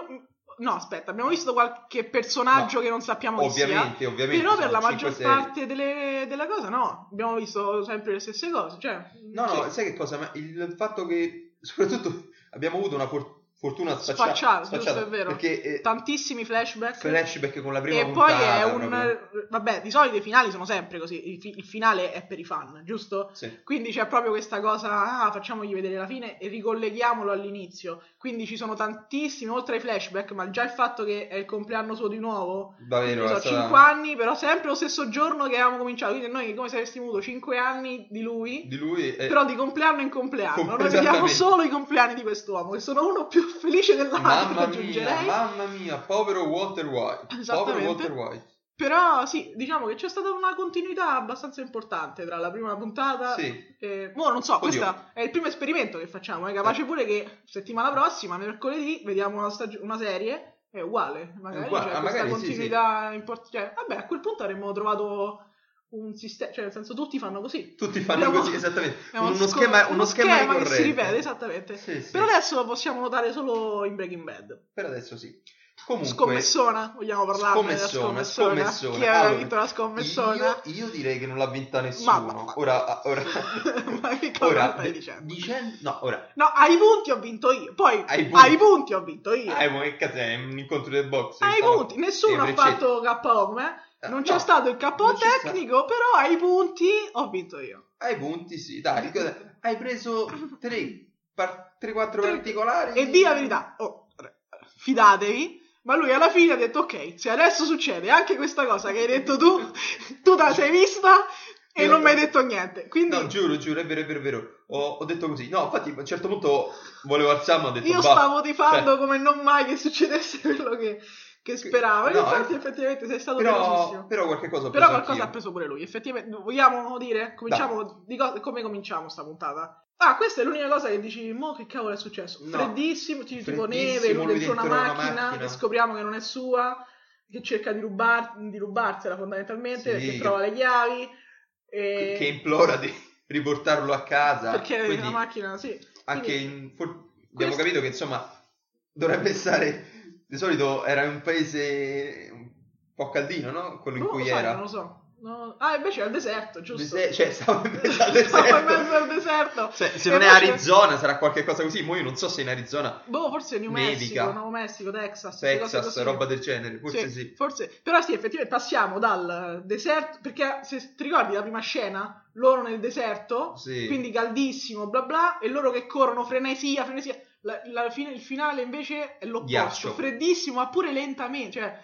B: No, aspetta, abbiamo visto qualche personaggio
A: No,
B: Diciamo che non sappiamo chi sia.
A: ovviamente, ovviamente.
B: Però per
A: sono
B: la
A: cinque
B: maggior
A: serie.
B: parte delle, della cosa no, abbiamo visto sempre le stesse cose, cioè...
A: No, no,
B: sì.
A: sai che cosa? Ma il fatto che soprattutto abbiamo avuto una for- fortuna spacciata,
B: Spacciata, giusto, è vero.
A: Perché eh,
B: tantissimi flashback.
A: flashback con la prima
B: e poi
A: puntata.
B: è un.
A: proprio.
B: Vabbè, di solito i finali sono sempre così. Il, fi- il finale è per i fan, giusto?
A: Sì.
B: Quindi c'è proprio questa cosa, ah, facciamogli vedere la fine e ricolleghiamolo all'inizio. Quindi ci sono tantissimi, oltre ai flashback, ma già il fatto che è il compleanno suo di nuovo,
A: Davvero,
B: non so,
A: è stata-
B: 5 anni, però sempre lo stesso giorno che avevamo cominciato. Quindi noi come se avessimo avuto 5 anni di lui,
A: di lui è...
B: però di compleanno in compleanno. Noi vediamo
A: Completamente.
B: solo i compleanni di quest'uomo, che sono uno più felice dell'altro,
A: Mamma mia,
B: aggiungerei.
A: mamma mia, povero Walter White. Povero
B: Esattamente.
A: Walter White.
B: Però sì, diciamo che c'è stata una continuità abbastanza importante tra la prima puntata
A: Sì.
B: e... Mo Eh, boh, non so,
A: Oddio.
B: questo è il primo esperimento che facciamo, è capace
A: Eh.
B: pure che settimana prossima, mercoledì, vediamo una, stag- una serie, è uguale, magari
A: È uguale,
B: c'è
A: ah,
B: questa
A: magari sì,
B: continuità importante. Cioè, vabbè, a quel punto avremmo trovato un sistema, cioè nel senso tutti fanno così.
A: Tutti fanno
B: Abbiamo-
A: così, esattamente.
B: È
A: Uno,
B: sco-
A: schema, uno schema,
B: che si
A: ricorrente.
B: ripete, esattamente.
A: Sì, sì.
B: Per adesso possiamo notare solo in Breaking Bad.
A: Per adesso sì. Comunque,
B: scommessona, vogliamo parlarne
A: scommessona,
B: della scommessona?
A: scommessona.
B: Chi aveva
A: Allora,
B: vinto la scommessona?
A: Io, io direi che non l'ha vinta
B: Ma-
A: nessuno.
B: ma- ma-
A: Ora, ah, ora,
B: ma che cosa
A: ora
B: stai dicendo?
A: dicendo- no, ora,
B: No, ai punti ho vinto io. Poi ai
A: Ai punti.
B: punti, ho vinto io.
A: Ah, ma che cazzo è? Un incontro del box? Eh,
B: Ai punti, nessuno ha fatto KO come me. Non c'è stato il KO
A: non c'è stato.
B: tecnico, però ai punti ho vinto io.
A: Ai punti, sì, dai. cosa- Hai preso 3, 4
B: Tre.
A: particolari.
B: E di la verità, oh, re- fidatevi. Ma lui alla fine ha detto: Ok, se adesso succede anche questa cosa che hai detto tu, tu te la sei vista e
A: Io-
B: non mi hai detto niente. Quindi
A: No, giuro, giuro, è vero, è vero, è vero. Ho, ho detto così. No, infatti, a un certo punto volevo alzarmi, ho detto
B: io
A: "Bah".
B: stavo tifando
A: cioè.
B: come non mai che succedesse quello che, che speravo. E
A: No,
B: infatti,
A: eh.
B: effettivamente, sei stato velocissimo.
A: Però, però qualche cosa ho
B: Però
A: preso
B: qualcosa ha
A: anch'io.
B: preso pure lui, effettivamente. Vogliamo dire? Cominciamo di co- come cominciamo sta puntata? Ah, questa è l'unica cosa che dici, mo che cavolo è successo?
A: No.
B: Freddissimo, ti- tipo
A: Freddissimo,
B: neve, lui
A: lui
B: dentro una
A: dentro una
B: macchina,
A: macchina.
B: che scopriamo che non è sua, che cerca di, rubar- di rubarsela fondamentalmente,
A: Sì,
B: perché
A: che-
B: trova le chiavi, e-
A: Che che implora di riportarlo a casa.
B: perché
A: Quindi,
B: la macchina, sì.
A: anche
B: quindi-
A: in- for- abbiamo
B: Questo-
A: capito che insomma dovrebbe stare. Di solito era un paese un po' caldino, no? Quello in
B: Non
A: cui
B: lo so,
A: era.
B: non lo so. No- Ah, invece è al deserto, giusto?
A: Dese- cioè, stavo in mezzo
B: Stavo
A: al deserto.
B: in mezzo al deserto.
A: Cioè, se
B: E
A: non è
B: invece-
A: Arizona, sarà qualche cosa così. Mo' io non so se in Arizona,
B: Boh, forse New
A: Nevica.
B: Mexico, Nuovo Messico, Texas, queste cose
A: Texas,
B: così.
A: roba del genere. Forse sì.
B: Cioè, Forse, però sì, effettivamente passiamo dal deserto, perché se ti ricordi la prima scena, loro nel deserto,
A: Sì.
B: quindi caldissimo, bla bla, e loro che corrono, frenesia, frenesia. La, la fine- il finale invece è l'opposto,
A: Ghiaccio.
B: freddissimo, ma pure lentamente, cioè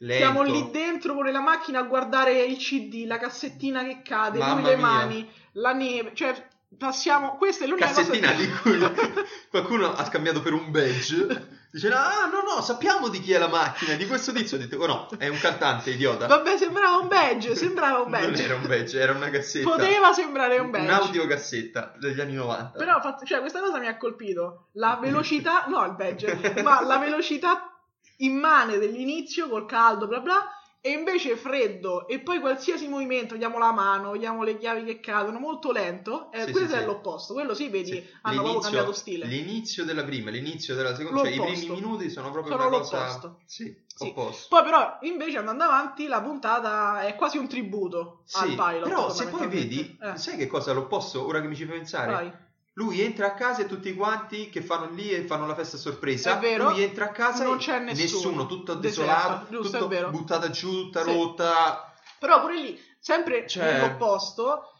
A: Lento.
B: siamo lì dentro con la macchina a guardare il CD, la cassettina che cade,
A: Mamma
B: lui le
A: mia.
B: mani, la neve, cioè passiamo, questa è l'unica
A: Cassettina
B: cosa
A: di cui qualcuno ha scambiato per un badge. Dice, ah, no, no, sappiamo di chi è la macchina, di questo tizio. Ho detto, oh no, è un cantante, idiota.
B: Vabbè, sembrava un badge, sembrava un
A: Non
B: badge.
A: era un badge, era una cassetta.
B: Poteva sembrare un badge.
A: Un'audiocassetta degli anni 90.
B: Però fatto- cioè, questa cosa mi ha colpito. La velocità, no il badge, ma la velocità immane dell'inizio col caldo, bla bla, e invece freddo. E poi qualsiasi movimento, vediamo la mano, vediamo le chiavi che cadono, molto lento. Eh,
A: Sì,
B: questo
A: sì,
B: è
A: sì.
B: l'opposto. Quello sì, vedi,
A: Sì,
B: hanno proprio
A: l'inizio-
B: cambiato stile.
A: L'inizio della prima, l'inizio della seconda, cioè i
B: L'opposto.
A: primi minuti sono proprio
B: Sono
A: una cosa...
B: l'opposto.
A: Sì,
B: Sì.
A: opposto.
B: Poi però, invece, andando avanti, la puntata è quasi un tributo al
A: Sì,
B: pilot.
A: però se poi vedi,
B: fondamentalmente. Eh,
A: sai che cosa è l'opposto, ora che mi ci fai pensare?
B: vai.
A: Lui entra a casa e tutti quanti che fanno lì e fanno la festa a sorpresa.
B: È vero.
A: Lui entra a casa
B: Non
A: e
B: c'è nessuno.
A: tutto
B: Deserto,
A: desolato,
B: giusto,
A: tutto
B: è vero.
A: buttata giù, tutta
B: Sì.
A: rotta.
B: Però pure lì, sempre
A: Cioè-
B: nell'opposto,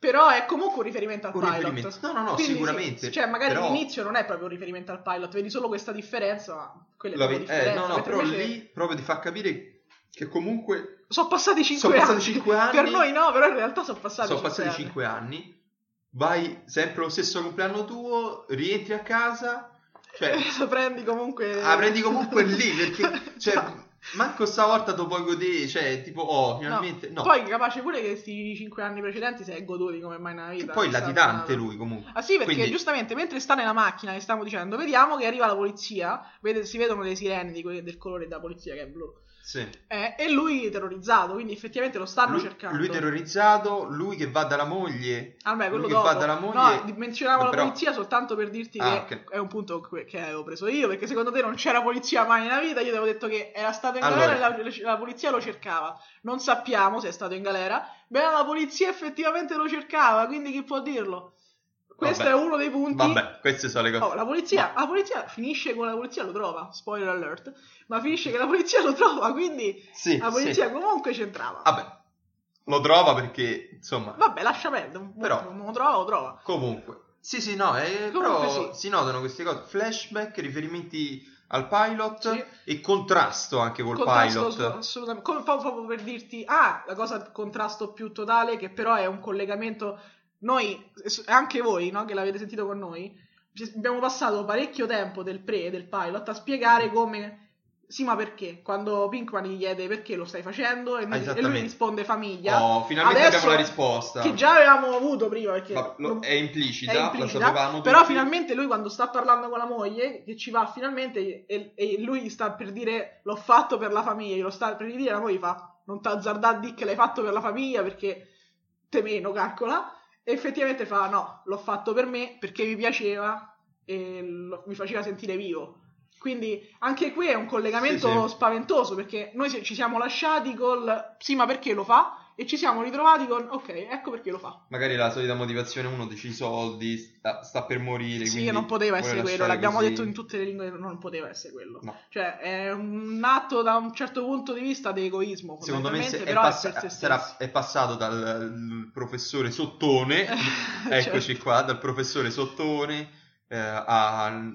B: però è comunque un riferimento al
A: Un
B: pilot.
A: riferimento. No, no, no,
B: Quindi
A: sicuramente.
B: sì, cioè, magari
A: Però-
B: l'inizio non è proprio un riferimento al pilot, vedi solo questa differenza, ma quella è
A: La
B: proprio
A: ve- eh,
B: differenza.
A: no, no,
B: mentre
A: però
B: invece
A: lì proprio ti fa capire che comunque
B: sono passati 5
A: sono
B: anni.
A: passati 5 anni.
B: Per noi no, però in realtà sono passati
A: sono
B: 5
A: passati
B: anni.
A: 5 anni. Vai sempre lo stesso compleanno tuo, rientri a casa, cioè
B: Lo prendi comunque...
A: la Ah, prendi comunque lì perché cioè, manco stavolta tu puoi godere, cioè tipo oh, finalmente no.
B: Poi capace pure che questi 5 anni precedenti si è goduti come mai nella
A: E
B: vita.
A: poi
B: non sa-
A: latitante lui comunque.
B: Ah sì, perché
A: Quindi-
B: giustamente mentre sta nella macchina, che stiamo dicendo, vediamo che arriva la polizia, vede- si vedono le sirene di quelle del colore della polizia che è blu.
A: Sì.
B: Eh, e lui terrorizzato, quindi effettivamente lo stanno
A: lui,
B: cercando.
A: lui terrorizzato, lui che va dalla moglie.
B: Ah, beh, quello
A: lui che
B: dopo.
A: va dalla
B: No,
A: moglie.
B: di- menzionavo
A: Beh,
B: la
A: però-
B: polizia soltanto per dirti
A: Ah,
B: che
A: ok.
B: è un punto que- che avevo preso io, perché secondo te non c'era polizia mai nella vita, io ti avevo detto che era stato in
A: Allora.
B: galera e la, la polizia lo cercava. Non sappiamo se è stato in galera, beh, la polizia effettivamente lo cercava, quindi chi può dirlo? Questo
A: Vabbè.
B: è uno dei punti.
A: Vabbè, queste sono le cose.
B: Oh, la polizia, la polizia finisce con la polizia lo trova, spoiler alert, ma finisce che la polizia lo trova, quindi
A: Sì,
B: la
A: sì. Ah.
B: polizia comunque c'entrava.
A: Vabbè. Lo trova perché, insomma,
B: Vabbè, lascia perdere,
A: Però-
B: non lo trova, lo trova.
A: comunque. Sì, sì, no, eh,
B: Comunque
A: però
B: sì.
A: si notano queste cose, flashback, riferimenti al pilot
B: Sì.
A: e contrasto anche col
B: Contrasto
A: pilot.
B: ass- assolutamente. Come fa proprio per dirti, ah, la cosa contrasto più totale, che però è un collegamento. Noi, e anche voi, no, che l'avete sentito con noi, ci- abbiamo passato parecchio tempo del pre e del pilot a spiegare
A: Mm.
B: come. Sì, ma perché? Quando Pinkman gli chiede perché lo stai facendo e,
A: Ah,
B: noi- e lui
A: esattamente.
B: risponde famiglia,
A: Oh, finalmente
B: Adesso-
A: abbiamo la risposta.
B: che già avevamo avuto prima perché
A: Ma lo-
B: non-
A: è implicita,
B: è
A: la
B: implicita,
A: sapevamo tutti.
B: però finalmente lui quando sta parlando con la moglie che ci va finalmente e, e lui sta per dire l'ho fatto per la famiglia lo sta per dire la moglie fa non t'azzardà di che l'hai fatto per la famiglia perché te meno calcola e effettivamente fa no l'ho fatto per me perché mi piaceva e lo- mi faceva sentire vivo quindi anche qui è un collegamento
A: Sì, sì.
B: spaventoso perché noi ci- ci siamo lasciati col sì ma perché lo fa e ci siamo ritrovati con ok ecco perché lo fa
A: Magari la solita motivazione, uno dice i soldi, sta, sta per morire.
B: Sì,
A: quindi
B: non poteva
A: vuole
B: essere quello,
A: lasciare
B: l'abbiamo
A: così.
B: detto in tutte le lingue, non poteva essere quello.
A: No.
B: Cioè, è un atto da un certo punto di vista di egoismo,
A: Secondo me se-
B: fondamentalmente,
A: è,
B: però
A: passa- eh,
B: è per se
A: sarà-
B: stesso.
A: è passato dal mm, professore Sottone, eccoci
B: Cioè,
A: qua, dal professore Sottone eh, a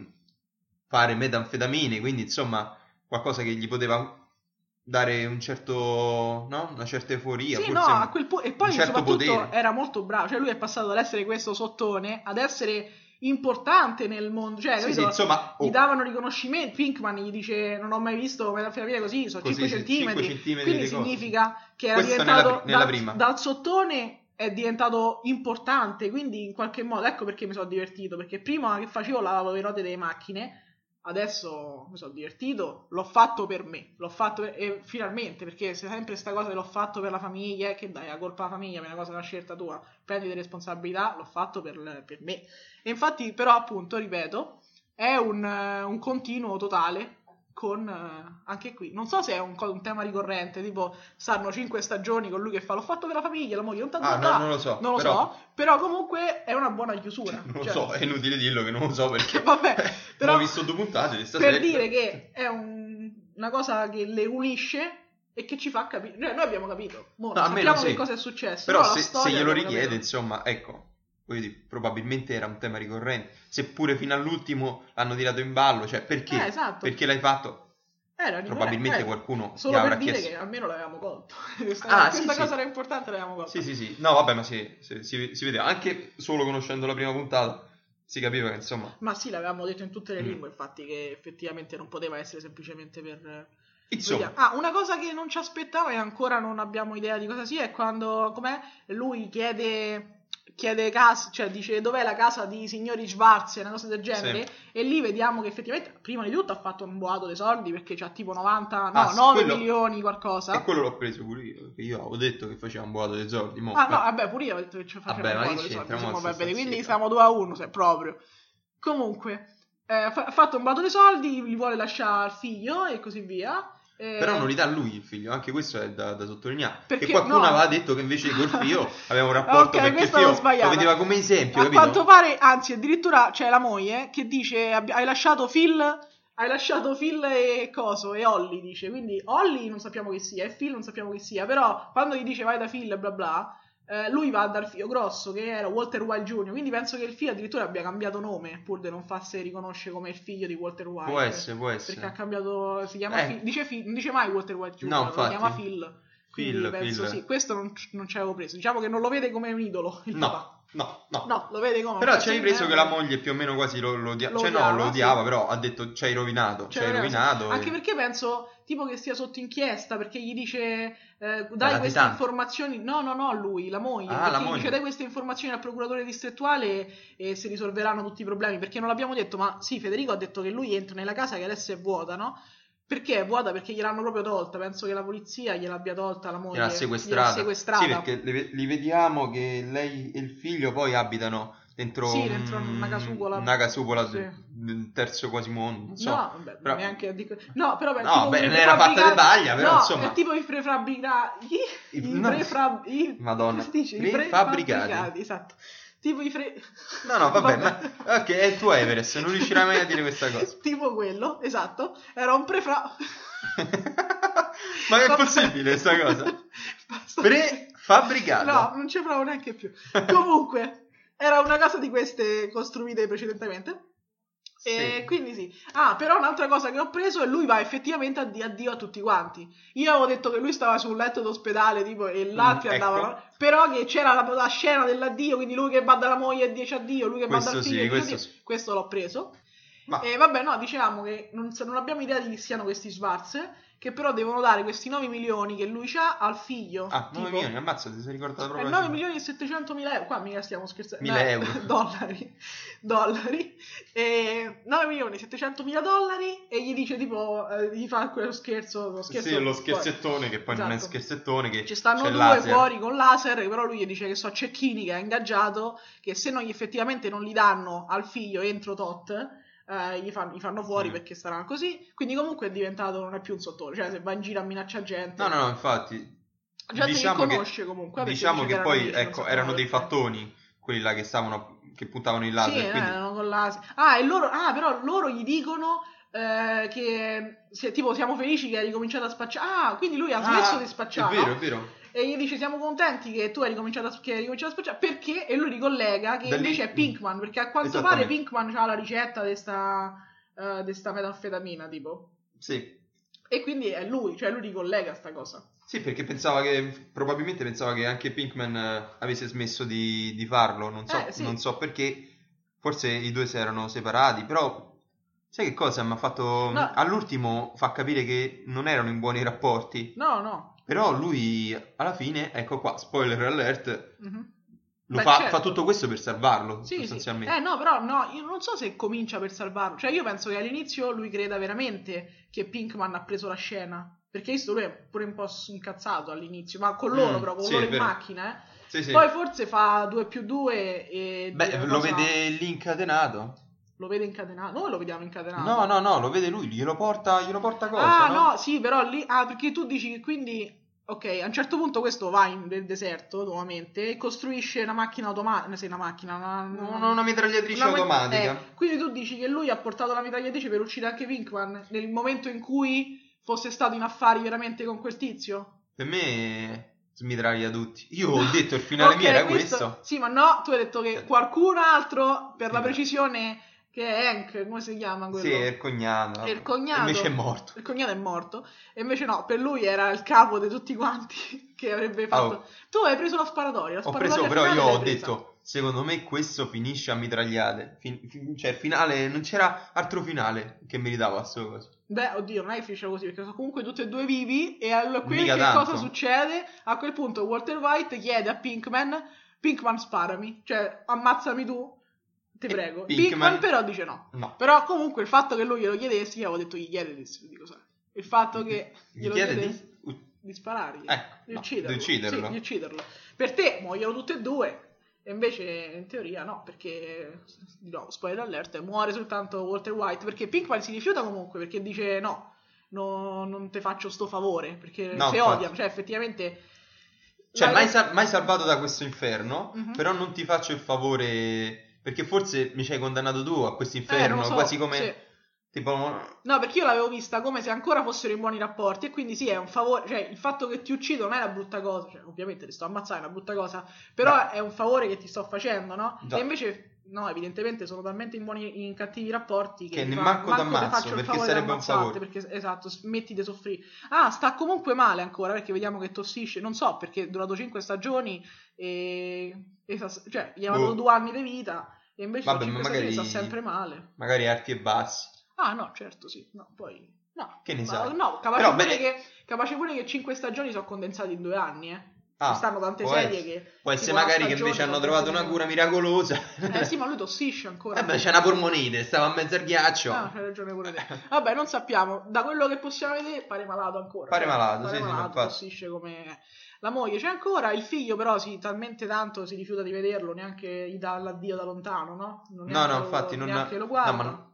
A: fare metanfetamine, quindi insomma qualcosa che gli poteva dare un certo, no? una certa euforia.
B: Sì,
A: forse
B: no,
A: un-
B: a quel punto e poi
A: un certo
B: soprattutto
A: potere.
B: era molto bravo, cioè lui è passato dall'essere questo sottone ad essere importante nel mondo, cioè,
A: Sì,
B: capito?
A: sì, insomma,
B: Gli
A: oh,
B: davano riconoscimento, Pinkman gli dice non ho mai visto metanfetamina così, sono
A: così,
B: 5
A: sì,
B: centimetri,
A: 5 centimetri
B: Quindi
A: di cose.
B: significa che era
A: Questo
B: diventato
A: nella pri- nella
B: dal,
A: prima.
B: dal sottone è diventato importante, quindi in qualche modo ecco perché mi sono divertito, perché prima che facevo lavavo le ruote delle macchine, adesso mi sono divertito, l'ho fatto per me, l'ho fatto per- e finalmente, perché se sempre sta cosa che l'ho fatto per la famiglia, eh, che dai, la colpa alla famiglia, ma è una cosa, è una scelta tua, prendi le responsabilità, l'ho fatto per, per me. E infatti però appunto, ripeto, è un, eh, un continuo totale con eh, anche qui non so se è un, co- un tema ricorrente tipo stanno cinque stagioni con lui che fa l'ho fatto per la famiglia la moglie non tanto
A: Ah,
B: non
A: no,
B: fa".
A: non lo so,
B: non lo
A: però,
B: so però comunque è una buona chiusura
A: Non lo
B: cioè-
A: so, è inutile dirlo che non lo so perché
B: vabbè però
A: ho visto due puntate di stasera.
B: per dire che è un- una cosa che le unisce e che ci fa capire noi, noi abbiamo capito Mo,
A: No,
B: non
A: a me non
B: sappiamo che
A: sì.
B: cosa è successo
A: Però
B: Cioè, la
A: se, se
B: storia
A: glielo
B: l'abbiamo
A: richiede,
B: capito.
A: insomma, ecco, voglio dire, probabilmente era un tema ricorrente, seppure fino all'ultimo l'hanno tirato in ballo, cioè perché?
B: Eh, esatto
A: Perché l'hai fatto?
B: Era ricorrente,
A: Probabilmente
B: eh.
A: qualcuno gli
B: solo
A: avrà
B: per dire
A: chiesto.
B: che almeno l'avevamo colto questa,
A: Ah, sì,
B: questa
A: sì.
B: cosa era importante l'avevamo colta
A: Sì, sì, sì. No, vabbè, ma sì, sì, si, si vedeva. Anche solo conoscendo la prima puntata Si capiva che insomma.
B: Ma sì, l'avevamo detto in tutte le
A: Mm.
B: lingue, infatti, che effettivamente non poteva essere semplicemente per... eh,
A: Insomma,
B: Ah, una cosa che non ci aspettava e ancora non abbiamo idea di cosa sia è quando, com'è, lui chiede, chiede casa, cioè dice dov'è la casa di signori Schwarz, una cosa del genere, e lì vediamo che effettivamente, prima di tutto ha fatto un boato dei soldi perché c'ha tipo 90, no,
A: Ah, sì,
B: 9
A: quello-
B: milioni qualcosa.
A: e quello l'ho preso pure io. Perché io avevo detto che faceva un boato dei soldi. mo-
B: Ah no, vabbè, pure io ho detto che ci facciamo
A: Vabbè, ma
B: un
A: che
B: po' di
A: c'entra?
B: soldi,
A: Mo'
B: insomma,
A: sta
B: vabbè, quindi
A: zitta.
B: siamo 2 a 1 se proprio. Comunque, eh, fa- ha fatto un bato dei soldi, li vuole lasciare al figlio e così via. eh,
A: Però non li dà lui il figlio, anche questo è da, da sottolineare. Perché
B: Perché
A: qualcuno
B: no.
A: aveva detto che invece col figlio aveva un rapporto
B: Ok,
A: perché il
B: questa l'ho
A: figlio
B: sbagliata.
A: lo vedeva come esempio,
B: a
A: capito?
B: quanto pare, anzi, addirittura c'è la moglie che dice "Abbi- hai lasciato Phil, hai lasciato Phil e coso e Holly dice, quindi Holly non sappiamo che sia e Phil non sappiamo che sia, però quando gli dice vai da Phil e bla bla, eh, lui va dal figlio grosso che era Walter Wilde Jr., quindi penso che il figlio addirittura abbia cambiato nome pur di non farsi riconoscere come il figlio di Walter Wilde.
A: Può essere, può
B: Perché ha
A: essere.
B: cambiato, si chiama
A: Eh.
B: Phil- dice Phil- non dice mai Walter Wilde Jr.,
A: No,
B: lo
A: infatti.
B: chiama Phil. Quindi
A: Phil,
B: penso
A: Phil.
B: sì, questo non, non ci avevo preso. Diciamo che non lo vede come un idolo. Il papà.
A: No, no, no.
B: No, lo vede come.
A: Però
B: un eh.
A: ci
B: pezzo
A: hai
B: di
A: preso che
B: merda.
A: la moglie più o meno quasi lo, lo odia-
B: Lo
A: cioè
B: odiava,
A: no, lo
B: sì.
A: odiava, però ha detto ci hai rovinato, ci
B: Cioè,
A: hai
B: ragazzi,
A: rovinato.
B: Anche
A: e-
B: perché penso tipo che sia sotto inchiesta perché gli dice eh, dai
A: Dalla
B: queste
A: Titan.
B: informazioni. No, no, no, lui, la moglie.
A: Ah,
B: perché
A: la
B: gli
A: moglie.
B: dice dai queste informazioni al procuratore distrettuale e si risolveranno tutti i problemi. Perché non l'abbiamo detto, ma sì, Federico ha detto che lui entra nella casa che adesso è vuota, no? Perché è vuota? Perché gliel'hanno proprio tolta. Penso che la polizia gliel'abbia tolta la moglie.
A: Gliel'ha sequestrata.
B: gliel'ha sequestrata.
A: Sì, perché le- li vediamo che lei e il figlio poi abitano dentro,
B: Sì, dentro
A: un-
B: una casupola.
A: Una casupola
B: Sì.
A: del- del terzo quasi mondo, non so.
B: No, vabbè,
A: però-
B: neanche dico... No, però beh,
A: No,
B: tipo
A: beh,
B: i
A: ne era fatta
B: prefabbricati-
A: di paglia, però,
B: no,
A: insomma.
B: È tipo i prefabbricati. I,
A: I- no.
B: prefab- i-
A: Madonna.
B: si dice? I
A: Prefabbricati.
B: Esatto. Tipo i fre...
A: No, no, vabbè, ma ok, è il tuo Everest, non riuscirai mai a dire questa cosa.
B: tipo quello, esatto. Era un prefra...
A: ma è
B: Vabbè.
A: possibile questa cosa?
B: Basta.
A: Prefabbricato.
B: No, non ci provo neanche più. Comunque, era una casa di queste costruite precedentemente. E
A: Sì.
B: quindi sì. Ah, però un'altra cosa che ho preso è lui va effettivamente a di- addio a tutti quanti. Io avevo detto che lui stava sul letto d'ospedale, tipo, e l'altro
A: Mm, ecco.
B: andavano. Però che c'era la, la scena dell'addio, quindi lui che va dalla moglie e dice addio, lui che va
A: questo
B: dal figlio.
A: sì,
B: e dice
A: questo
B: addio.
A: sì.
B: Questo l'ho preso.
A: Ma
B: E vabbè, no, diciamo che non, sa- non abbiamo idea di chi siano questi Schwarz, che però devono dare questi 9 milioni che lui ha al figlio.
A: ah, 9
B: tipo-
A: milioni, ammazza, ti sei ricordato
B: eh,
A: proprio.
B: 9
A: così.
B: milioni e 700 mila euro, qua mica stiamo scherzando.
A: Mila
B: eh,
A: euro.
B: dollari. dollari. E 9 milioni e 700 mila dollari e gli dice tipo, eh, gli fa quello scherzo. Lo scherzo
A: Sì, lo
B: fuori.
A: scherzettone che poi non è
B: Esatto.
A: scherzettone che
B: Ci stanno
A: c'è
B: due
A: laser.
B: fuori con laser, però lui gli dice che so Cecchini che ha ingaggiato, che se non gli effettivamente non li danno al figlio entro tot, eh, gli, fan- gli fanno fuori
A: Mm.
B: perché saranno così. Quindi comunque è diventato, non è più un sottolo, cioè se va in giro a minaccia gente.
A: No, no, no, infatti
B: Gente
A: diciamo
B: che
A: che-
B: conosce comunque. perché
A: diciamo
B: dice
A: che
B: erano
A: poi
B: amici, non
A: ecco,
B: sapevano
A: erano dei
B: perché.
A: fattoni quelli là che stavano che puntavano il laser,
B: Sì,
A: quindi
B: erano con l'ASI. Ah, e loro, ah, però loro gli dicono eh, che se- tipo siamo felici che hai ricominciato a spacciare. Ah, quindi lui ha smesso
A: Ah,
B: di spacciare.
A: È vero,
B: no?
A: è vero.
B: E gli dice siamo contenti che tu hai ricominciato a, che hai ricominciato a spacciare. Perché? E lui ricollega che
A: Da lì-
B: invece è Pinkman, perché a quanto pare
A: Mm. Esattamente.
B: Pinkman ha la ricetta di sta, eh, di sta metanfetamina, tipo.
A: Sì.
B: E quindi è lui, cioè lui ricollega sta cosa.
A: Sì, perché pensava che probabilmente pensava che anche Pinkman eh, avesse smesso di, di farlo, non so,
B: Eh, sì.
A: non so perché. Forse i due si erano separati, però sai che cosa mi ha fatto
B: No.
A: all'ultimo fa capire che non erano in buoni rapporti.
B: No, no.
A: Però lui alla fine, ecco qua, spoiler alert,
B: Mhm.
A: lo
B: Beh,
A: fa,
B: certo.
A: fa tutto questo per salvarlo,
B: Sì, sì.
A: sostanzialmente.
B: Eh no, però no, io non so se comincia per salvarlo. Cioè, io penso che all'inizio lui creda veramente che Pinkman ha preso la scena. Perché visto lui è pure un po' s- incazzato all'inizio, ma con loro
A: Mm,
B: proprio, con
A: sì,
B: loro
A: è
B: in
A: vero.
B: macchina. eh.
A: Sì, sì.
B: Poi forse fa 2 più 2 e...
A: Beh,
B: una
A: lo
B: cosa-
A: vede lì incatenato.
B: Lo vede incatenato. Noi lo vediamo incatenato.
A: No, cioè, no, no, lo vede lui, glielo porta, glielo porta cosa,
B: Ah, no? sì, però lì... Ah, perché tu dici che quindi... Ok, a un certo punto questo va in, nel deserto nuovamente e costruisce una macchina automatica. Sì, una macchina, una,
A: Non ho una mitragliatrice
B: Una-
A: automatica.
B: eh, quindi tu dici che lui ha portato la mitragliatrice per uccidere anche Pinkman nel momento in cui fosse stato in affari veramente con quel tizio?
A: Per me smitraglia tutti. Io ho detto il finale
B: Ok,
A: mio era questo. Eh.
B: Sì, ma no, tu hai detto che qualcun altro, per la
A: Sì.
B: precisione, che è Hank, come si chiama quello?
A: Sì, è il cognato.
B: È il cognato.
A: Invece è morto.
B: Il cognato è morto. E invece no, per lui era il capo di tutti quanti che avrebbe fatto...
A: Oh.
B: Tu hai preso la sparatoria. La
A: Ho
B: sparatoria
A: preso, però
B: finale
A: io
B: l'hai
A: ho
B: presa.
A: detto Secondo me questo finisce a mitragliate. Fin- fin- cioè, il finale non c'era altro finale che meritava a sto coso.
B: Beh, oddio, non è che finisce così, perché sono comunque tutti e due vivi. E allora qui
A: Mica
B: che
A: tanto.
B: cosa succede? A quel punto Walter White chiede a Pinkman: Pinkman sparami, cioè ammazzami tu, ti
A: E
B: prego.
A: Eh, Pinkman-
B: Pinkman però dice no.
A: No.
B: Però comunque il fatto che lui glielo chiedesse, io avevo detto gli chiede di, di cosa. Il fatto che
A: Gli
B: glielo
A: chiede
B: chiedesse-
A: di... u-
B: di sparargli,
A: Ecco,
B: di
A: no,
B: ucciderlo.
A: di ucciderlo.
B: Sì, di ucciderlo. Per te muoiono tutti e due. E invece in teoria no, perché di nuovo, spoiler alert, muore soltanto Walter White perché Pinkman si rifiuta comunque perché dice no, no, non te faccio sto favore, perché
A: No,
B: se
A: infatti.
B: odiano, cioè effettivamente
A: Cioè,
B: la-
A: mai, sal- mai salvato da questo inferno,
B: Mhm.
A: però non ti faccio il favore... Perché forse mi ci hai condannato tu a questo
B: eh, non lo
A: inferno,
B: so,
A: quasi come...
B: sì.
A: Tipo...
B: No, perché io l'avevo vista come se ancora fossero in buoni rapporti e quindi sì, è un favore, cioè il fatto che ti uccido non è una brutta cosa, cioè ovviamente ti sto ammazzando, è una brutta cosa, però
A: Beh.
B: è un favore che ti sto facendo, no?
A: Già.
B: E invece no, evidentemente sono talmente in buoni in cattivi rapporti che,
A: Che
B: mi fa-
A: nemmanco
B: manco ti
A: t'ammazzo,
B: faccio il
A: perché
B: favore di
A: sarebbe un
B: ammazzarti,
A: favore.
B: perché esatto, smetti di soffrire. Ah, sta comunque male ancora perché vediamo che tossisce, non so, perché è durato 5 stagioni e, e sa- cioè gli avevano
A: Boh.
B: due anni di vita e invece
A: Vabbè,
B: dopo
A: ma
B: cinque stagioni
A: magari-
B: sta sempre male.
A: Magari alti e bassi.
B: Ah, no, certo, sì. No, poi. No,
A: Che ne
B: Ma-
A: sai?
B: no capace,
A: Esatto. Però,
B: pure
A: beh-
B: che, capace pure che 5 stagioni sono condensate in due anni, eh.
A: Ah,
B: Ci stanno tante
A: può
B: serie
A: essere.
B: che.
A: Può essere
B: tipo la
A: magari che
B: stagione
A: invece hanno
B: con-
A: trovato una cura miracolosa.
B: Eh sì, ma lui tossisce ancora.
A: Eh beh, c'è una polmonite, stava a mezzo al ghiaccio.
B: Ah, c'hai ragione pure te. Vabbè, non sappiamo. Da quello che possiamo vedere, pare malato ancora.
A: Pare malato,
B: pare
A: sì, sì,
B: malato,
A: infatti.
B: tossisce come. La moglie c'è ancora, il figlio però si talmente tanto si rifiuta di vederlo, neanche gli dà l'addio da lontano, no? Non
A: No,
B: neanche
A: no,
B: lo-
A: infatti non,
B: neanche lo
A: no,
B: guarda.
A: ma non-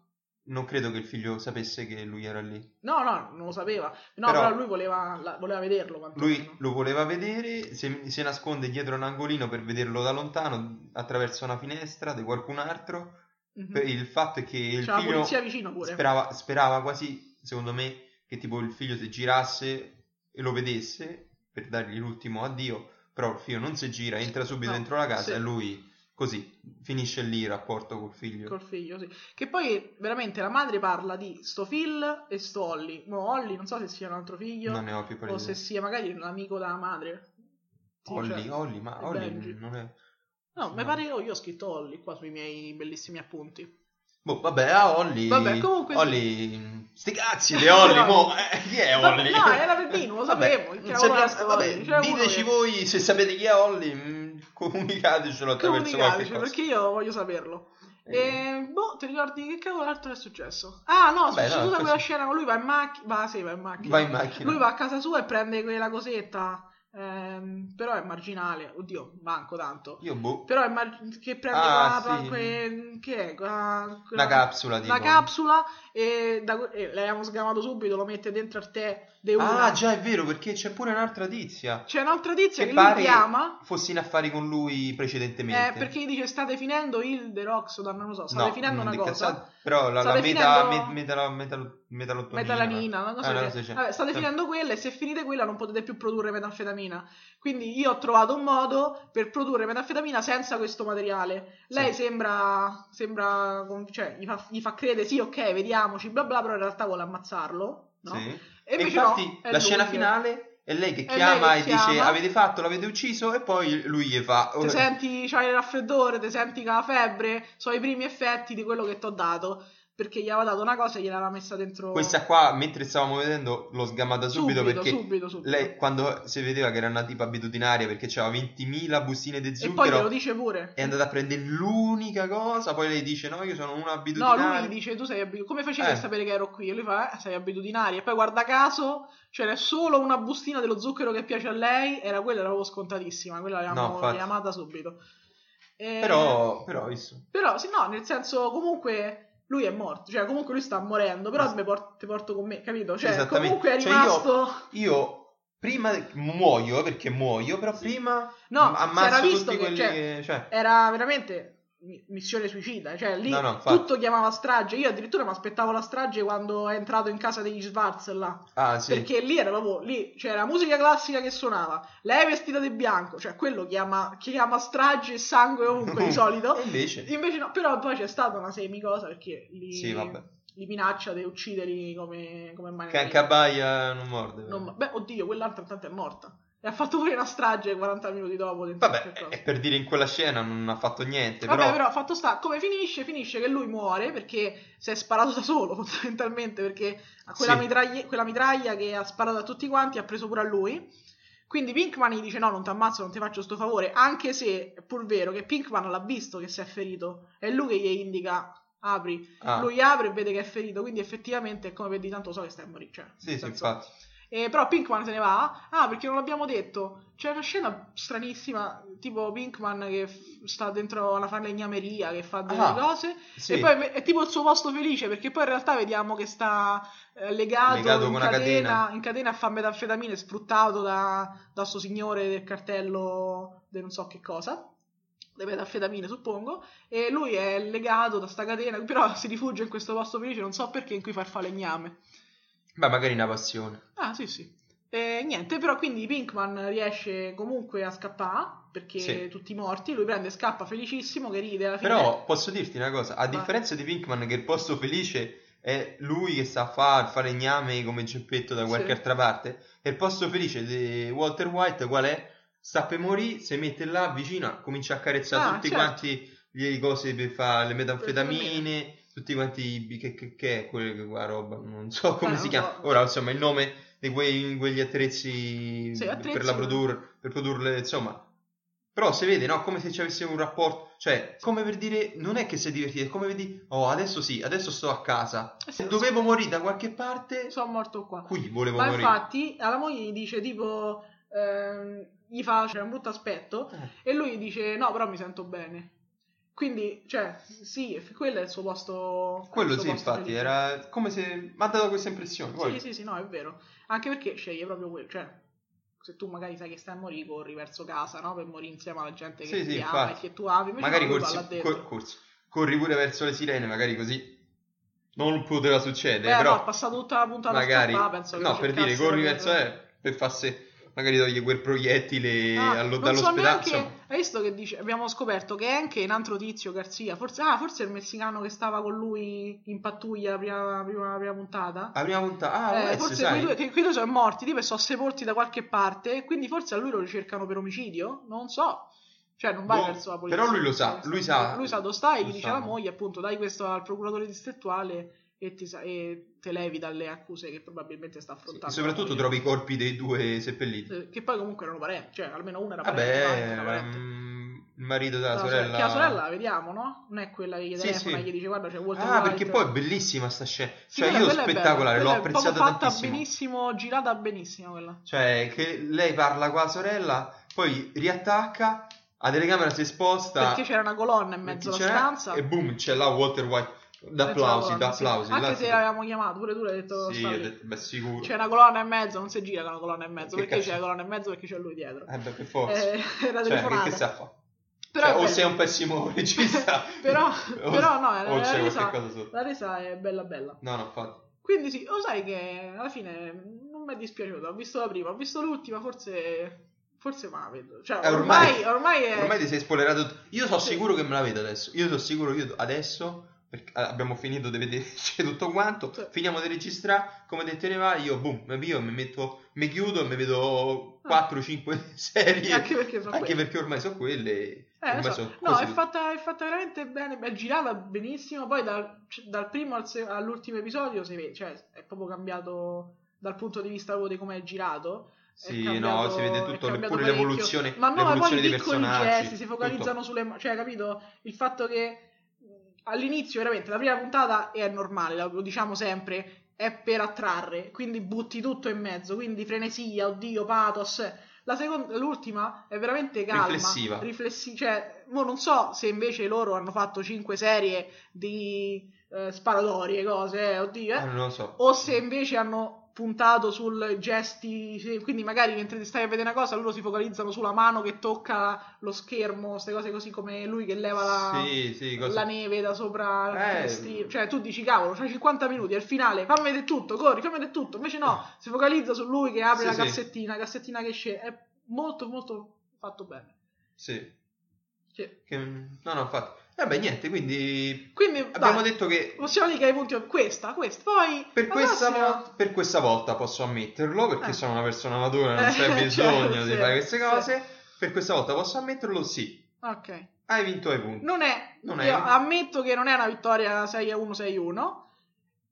A: non credo che il figlio sapesse che lui era lì.
B: No, no, non lo sapeva. No, però,
A: Però-
B: lui voleva, la- voleva vederlo. quantomeno.
A: Lui lo voleva vedere, se- si nasconde dietro un angolino per vederlo da lontano attraverso una finestra di qualcun altro.
B: Mhm.
A: Per- Il fatto è che il
B: C'è la
A: figlio
B: polizia vicino pure.
A: sperava, sperava quasi, secondo me, che tipo il figlio si girasse e lo vedesse per dargli l'ultimo addio, però il figlio non si gira, entra subito
B: No,
A: dentro la casa
B: sì.
A: e lui così finisce lì il rapporto col figlio.
B: Col figlio, sì. Che poi veramente la madre parla di sto Phil e sto Olly. Mo Olly non so se sia un altro figlio
A: Non ne ho più
B: o
A: parlato.
B: se sia magari un amico della madre. Sì,
A: Olli,
B: cioè-
A: Olli, ma
B: e
A: Olli
B: Benji.
A: non è...
B: No, mi pare io, io ho scritto Olly qua sui miei bellissimi appunti.
A: Boh, vabbè, ah, Olli...
B: Vabbè, comunque sì.
A: Olli... Sti cazzi di Olli,
B: No.
A: mo... eh, chi è
B: Vabbè,
A: Olli?
B: no, era Peppino, lo
A: Vabbè,
B: sapevo,
A: non
B: chiamavo
A: sappiamo-
B: questo
A: vabbè,
B: Olli, c'era uno
A: diteci
B: che-
A: voi se sapete chi è Olli, mm, comunicatecelo attraverso qualche
B: Comunicateci
A: cosa.
B: perché io voglio saperlo.
A: Eh,
B: E boh, ti ricordi che cavolo altro è successo? Ah, no,
A: Vabbè,
B: è
A: no,
B: tutta quella
A: questo-
B: scena con lui va in macchina. Va, sì, va in macchina.
A: Vai in macchina.
B: Lui va a casa sua e prende quella cosetta. ehm, però è marginale. Oddio, manco tanto.
A: Io boh,
B: Però è mar- che prende
A: Ah,
B: quella-
A: sì.
B: que- che è? Quella-
A: una
B: quella-
A: capsula tipo.
B: la capsula e, da, e le abbiamo sgamato subito, lo mette dentro al tè de una.
A: Ah, già è vero, perché c'è pure un'altra tizia.
B: C'è un'altra tizia
A: Che
B: che, lui
A: pare-
B: chiama
A: Fossi in affari con lui
B: eh,
A: precedentemente.
B: perché gli dice state definendo il Deroxodan, non lo so, state
A: No,
B: definendo una
A: non di
B: cosa.
A: cazzate, però la,
B: Sta
A: la meta,
B: definendo-
A: met- metalo- metalo- metalottonina.
B: Metalanina, una cosa
A: Ah,
B: del
A: no,
B: genere.
A: sì, c'è.
B: Vabbè, state
A: Sì.
B: finendo quella e se finite quella non potete più produrre metanfetamina. Quindi io ho trovato un modo per produrre metanfetamina senza questo materiale. Lei sembra, sembra con- cioè, gli fa, gli fa credere sì, ok, vediamoci, bla bla, però in realtà vuole ammazzarlo. No?
A: Sì.
B: E
A: E
B: invece
A: infatti
B: no, è
A: la
B: lui
A: scena
B: che-
A: finale è lei che
B: È
A: chiama
B: lei che
A: e dice
B: chiama. Cioè,
A: avete fatto, l'avete ucciso e poi lui gli fa "Oh,
B: Ti senti, c'hai il raffreddore, ti senti che ha la febbre, sono i primi effetti di quello che ti ho dato. Perché gli aveva dato una cosa e gliel'aveva messa dentro.
A: questa qua mentre stavamo vedendo l'ho sgamata subito, perché
B: subito, subito.
A: lei quando si vedeva che era una tipa abitudinaria perché aveva 20.000 bustine di
B: E poi glielo
A: zucchero
B: dice pure.
A: è andata a prendere l'unica cosa poi lei dice no io sono una
B: No,
A: abitudinaria
B: lui gli dice: Tu sei abitudinario. Come facevi a
A: Eh.
B: sapere che ero qui? E lui fa: eh, Sei abitudinario. E poi, guarda caso, c'era solo una bustina dello zucchero che piace a lei. Era quella, l'avevo scontatissima. Quella
A: No,
B: l'avevamo
A: infatti.
B: chiamata subito. E-
A: però, però isso.
B: però, sì, no, nel senso, comunque. Lui è morto, cioè comunque lui sta morendo, però
A: Esatto.
B: me por- ti porto con me, capito? Cioè,
A: Esattamente.
B: comunque è
A: Cioè, io-
B: rimasto...
A: io prima muoio eh, perché muoio però prima
B: No, si era
A: ammazzo
B: visto
A: tutti
B: che,
A: quelli
B: cioè,
A: che cioè,
B: era veramente mi- missione suicida, cioè lì
A: No, no, infatti.
B: tutto chiamava strage. Io addirittura mi aspettavo la strage quando è entrato in casa degli Schwarz là,
A: ah sì
B: perché lì era proprio lì, c'era la musica classica che suonava, lei vestita di bianco, cioè quello chiama, chi chiama strage e sangue ovunque di solito.
A: E invece
B: Invece no, però poi c'è stata una semicosa perché li,
A: Sì, vabbè.
B: li minaccia di ucciderli come, come mai.
A: Che anche a Baia non morde.
B: Non- beh, oddio, quell'altra intanto è morta. E ha fatto pure una strage 40 minuti dopo. dentro
A: Vabbè, eh,
B: qualche cosa.
A: è per dire in quella scena non ha fatto niente,
B: Vabbè,
A: però...
B: però fatto sta, come finisce? Finisce che lui muore perché si è sparato da solo, fondamentalmente, perché a quella,
A: Sì.
B: mitraglie- quella mitraglia che ha sparato a tutti quanti ha preso pure a lui. Quindi Pinkman gli dice no, non ti ammazzo, non ti faccio sto favore, anche se è pur vero che Pinkman l'ha visto che si è ferito, è lui che gli indica apri,
A: Ah,
B: lui apre e vede che è ferito, quindi effettivamente è come per dire tanto so che stai a morire, cioè,
A: Sì,
B: nel
A: sì,
B: senso-
A: infatti.
B: eh, però Pinkman se ne va. Ah, perché non l'abbiamo detto. C'è una scena stranissima, tipo Pinkman che f- sta dentro una falegnameria, che fa delle
A: Ah,
B: cose.
A: Sì,
B: E poi me- è tipo il suo posto felice, perché poi in realtà vediamo che sta eh, legato,
A: Legato
B: in,
A: con una
B: catena,
A: catena.
B: in catena a fa metanfetamine, sfruttato da, da sto signore del cartello di non so che cosa. Le metanfetamine, suppongo. E lui è legato da sta catena, però si rifugia in questo posto felice, non so perché, in cui far falegname.
A: beh, magari una passione.
B: Ah, sì, sì. E niente, però quindi Pinkman riesce comunque a scappare perché
A: Sì.
B: tutti morti. Lui prende e scappa felicissimo che ride alla fine.
A: Però posso dirti una cosa, a
B: Vai.
A: differenza di Pinkman che il posto felice è lui che sta a fare il falegname come Geppetto da qualche
B: Sì.
A: altra parte, e il posto felice di Walter White qual è? Sta per morire, si mette là vicino, comincia a carezzare
B: Ah,
A: tutti
B: certo.
A: quanti le cose per fare le metanfetamine,
B: Metanfetamine.
A: tutti quanti i bi- che, che, che è quella, quella roba, non so come
B: Ah,
A: si
B: non
A: chiama.
B: so.
A: Ora insomma il nome di quei, quegli attrezzi,
B: Sì, attrezzi, eh.
A: per, la
B: ma-
A: produr- per produrle, insomma, però si vede, no? Come se ci avessimo un rapporto. Cioè, come per dire, non è che sei divertito, è come per dire, oh, adesso sì, adesso sto a casa.
B: Eh sì,
A: Se dovevo morire da qualche parte,
B: sono morto qua.
A: qui volevo
B: Ma
A: morire.
B: infatti alla moglie gli dice tipo ehm, gli fa c'è un brutto aspetto
A: Eh.
B: e lui gli dice no, però mi sento bene. Quindi, cioè, sì, f- quello è il suo posto.
A: Quello
B: il suo
A: sì,
B: posto
A: infatti,
B: felice.
A: era come se... Mi ha dato questa impressione. Poi,
B: Sì, sì, sì, no, è vero. Anche perché sceglie proprio quello, cioè se tu magari sai che stai a morire, corri verso casa, no? Per morire insieme alla gente che
A: Sì,
B: ti
A: sì,
B: ama
A: infatti.
B: e che tu ami, ah, invece
A: magari
B: no, lui va
A: corsi,
B: là dentro.
A: cor- corsi. corri pure verso le sirene, magari così non poteva succedere,
B: Beh,
A: eh, però
B: Eh, no, è passata tutta la puntata
A: magari...
B: a scappare, penso che
A: no, per dire,
B: cercassero
A: corri
B: di-
A: verso... Eh, per farsi... Magari toglie quel proiettile
B: Ah,
A: eh, allo-
B: non so
A: dall'ospedale.
B: neanche,
A: insomma.
B: hai visto che dice, abbiamo scoperto che è anche un altro tizio Garzia, forse, ah, forse è il messicano che stava con lui in pattuglia la prima, prima- prima puntata.
A: La prima puntata... Ah,
B: Eh,
A: può essere,
B: forse
A: sai.
B: quei due, che quei due sono morti, tipo e sono sepolti da qualche parte, quindi forse a lui lo ricercano per omicidio, non so. Cioè, non vai
A: Boh,
B: verso la polizia.
A: però lui lo sa, lui sa-
B: Lui sa dove stai,
A: lo
B: gli dice
A: sa.
B: alla moglie, appunto, dai questo al procuratore distrettuale e, ti sa- e te levi dalle accuse che probabilmente sta affrontando.
A: E soprattutto
B: la moglie.
A: trovi i corpi dei due seppelliti.
B: Eh, Che poi comunque erano parenti, cioè almeno una era parente. l'altra
A: Vabbè,
B: era parente.
A: ehm, il marito della
B: La sorella-
A: sorella.
B: Che la sorella la vediamo, no? Non è quella che gli
A: Sì,
B: telefona e
A: sì.
B: gli dice guarda c'è Walter
A: Ah,
B: White.
A: perché poi è bellissima sta scena.
B: Sì,
A: cioè,
B: quella-
A: io
B: quella è bella,
A: spettacolare l'ho
B: quella è
A: apprezzata
B: proprio fatta
A: tantissimo.
B: benissimo, girata benissimo quella.
A: Cioè, che lei parla con la sorella, poi riattacca, la telecamera si sposta.
B: Perché c'era una colonna in mezzo alla
A: c'era-
B: stanza.
A: E boom, c'è là Walter White.
B: Mezzo
A: D'applausi,
B: alla colonna, sì.
A: d'applausi. là
B: Anche
A: si-
B: se l'avevamo chiamato, pure tu l'hai detto.
A: Sì,
B: stavi-
A: ho detto, beh, sicuro.
B: C'è una colonna in mezzo, non si gira con una colonna in mezzo.
A: Che
B: perché
A: cazzo?
B: c'è la colonna in mezzo? Perché c'è lui dietro.
A: Eh, beh, per forza.
B: Eh, era
A: cioè, che-
B: telefonata.
A: che sa fa?
B: Però
A: Cioè,
B: è
A: o
B: bello.
A: sei un pessimo regista.
B: Però-
A: o-
B: però no, eh, era-
A: o
B: era
A: c'è
B: resa-
A: qualche cosa sotto.
B: La resa è bella bella.
A: No, no, infatti.
B: Quindi sì, lo sai che alla fine non mi è dispiaciuto. Ho visto la prima, ho visto l'ultima, forse. Forse me la vedo. Cioè,
A: Eh,
B: ormai, ormai è.
A: Ormai ti sei spoilerato. tutto. Io sono
B: Sì.
A: sicuro che me la vedo adesso. Io sono sicuro io adesso. Perché eh, abbiamo finito di vederci tutto quanto.
B: Sì.
A: Finiamo di registrare. Come te ne va, io boom, mi avvio, mi metto. Mi chiudo e mi vedo 4-5 serie. Anche,
B: Ah. Anche perché sono quelle.
A: perché ormai sono quelle.
B: Eh, lo
A: ormai
B: so.
A: sono
B: No,
A: cose-
B: è fatta, è fatta veramente bene, è girata benissimo. Poi dal, c- dal primo al se- all'ultimo episodio si vede, cioè è proprio cambiato dal punto di vista proprio di come è girato. È
A: Sì,
B: cambiato-
A: no, si vede
B: è
A: tutto.
B: cambiato
A: Pure
B: parecchio.
A: l'evoluzione,
B: Ma no, ma poi
A: l'evoluzione
B: i
A: dei
B: piccoli
A: personaggi.
B: gesti si
A: tutto.
B: focalizzano sulle. ma- Cioè, capito? Il fatto che mh, all'inizio, veramente, la prima puntata è normale, lo diciamo sempre. È per attrarre, quindi butti tutto in mezzo. Quindi frenesia, oddio, pathos. La seconda, l'ultima è veramente calma,
A: Riflessiva.
B: riflessi- cioè, mo non so se invece loro hanno fatto 5 serie di eh, sparatorie, cose, eh, oddio, eh,
A: Ah, non lo so.
B: o se invece hanno puntato sul gesti, se- quindi magari mentre ti stai a vedere una cosa loro si focalizzano sulla mano che tocca lo schermo, queste cose così come lui che leva la,
A: Sì, sì, cosa-
B: la neve da sopra il
A: Eh.
B: finestrino. Cioè, tu dici, cavolo, c'hai 50 minuti al finale, fammi vedere tutto, corri, fammi vedere tutto. Invece no, si focalizza su lui che apre
A: Sì,
B: la
A: sì.
B: cassettina, cassettina che esce. È molto, molto fatto bene.
A: Sì.
B: Sì.
A: Che- no, no, infatti. Vabbè, niente, quindi
B: Quindi
A: abbiamo
B: dai,
A: detto che
B: possiamo dire che hai punti questa, questa, poi
A: per
B: la
A: questa,
B: prossima-
A: vo- per questa volta posso ammetterlo, perché
B: Eh.
A: sono una persona matura, non
B: Eh,
A: c'è
B: certo,
A: bisogno di
B: sì,
A: fare queste
B: sì.
A: cose. Per questa volta posso ammetterlo, sì.
B: Ok.
A: Hai vinto ai punti.
B: Non è,
A: Non
B: io
A: è.
B: ammetto che non è una vittoria 6 a 1 6 a 1,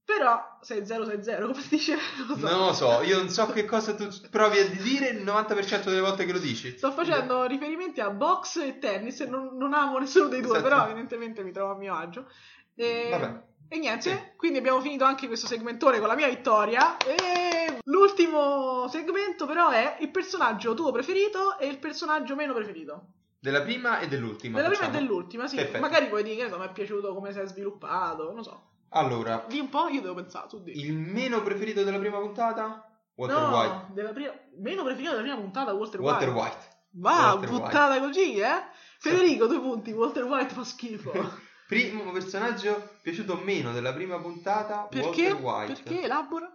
B: però 6 0 6 0 come si dice, lo so.
A: Non lo so, io non so che cosa tu provi a dire il 90% delle volte che lo dici.
B: Sto facendo riferimenti a box e tennis, e non, non amo nessuno dei due,
A: Esatto.
B: però evidentemente mi trovo a mio agio. E,
A: Vabbè.
B: e niente,
A: Sì.
B: quindi abbiamo finito anche questo segmentone con la mia vittoria. E l'ultimo segmento però è il personaggio tuo preferito e il personaggio meno preferito.
A: Della prima e dell'ultima.
B: Della prima e
A: facciamo.
B: dell'ultima, sì.
A: Perfetto.
B: Magari puoi dire che ne so, mi è piaciuto come si è sviluppato, non so.
A: Allora,
B: Di un po' io devo pensare, tu dici.
A: il meno preferito della prima puntata? Walter
B: no,
A: White.
B: della prima- meno preferito della prima puntata Walter,
A: Walter
B: White.
A: White.
B: Va,
A: Walter White.
B: buttata così, eh? Federico, due punti, Walter White fa schifo.
A: Primo personaggio piaciuto meno della prima puntata?
B: Perché?
A: Walter White.
B: Perché? Elabora?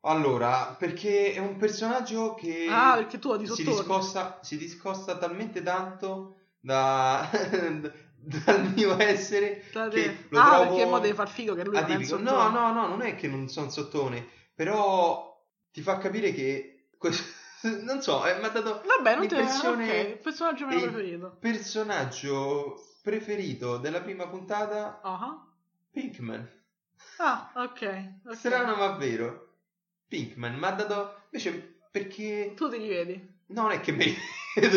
A: Allora, perché è un personaggio che
B: Ah, perché tu di
A: si,
B: sottorno.
A: discosta, si discosta talmente tanto da- dal mio essere
B: Tra te.
A: che lo
B: ah,
A: trovo
B: perché mo deve far figo che lui non è un
A: atipico. No,
B: sottone.
A: no, no, non è che non sono sottone, però ti fa capire che... que- non so, eh, mi ha dato
B: Vabbè, non te
A: L'impressione-
B: ok, il personaggio meno
A: e-
B: preferito.
A: personaggio preferito della prima puntata,
B: Ah,
A: Pinkman.
B: Ah, ok. ok.
A: Strano ma vero. Pinkman mi ha dato... Invece perché...
B: Tu ti rivedi.
A: No, non è che mi rivedo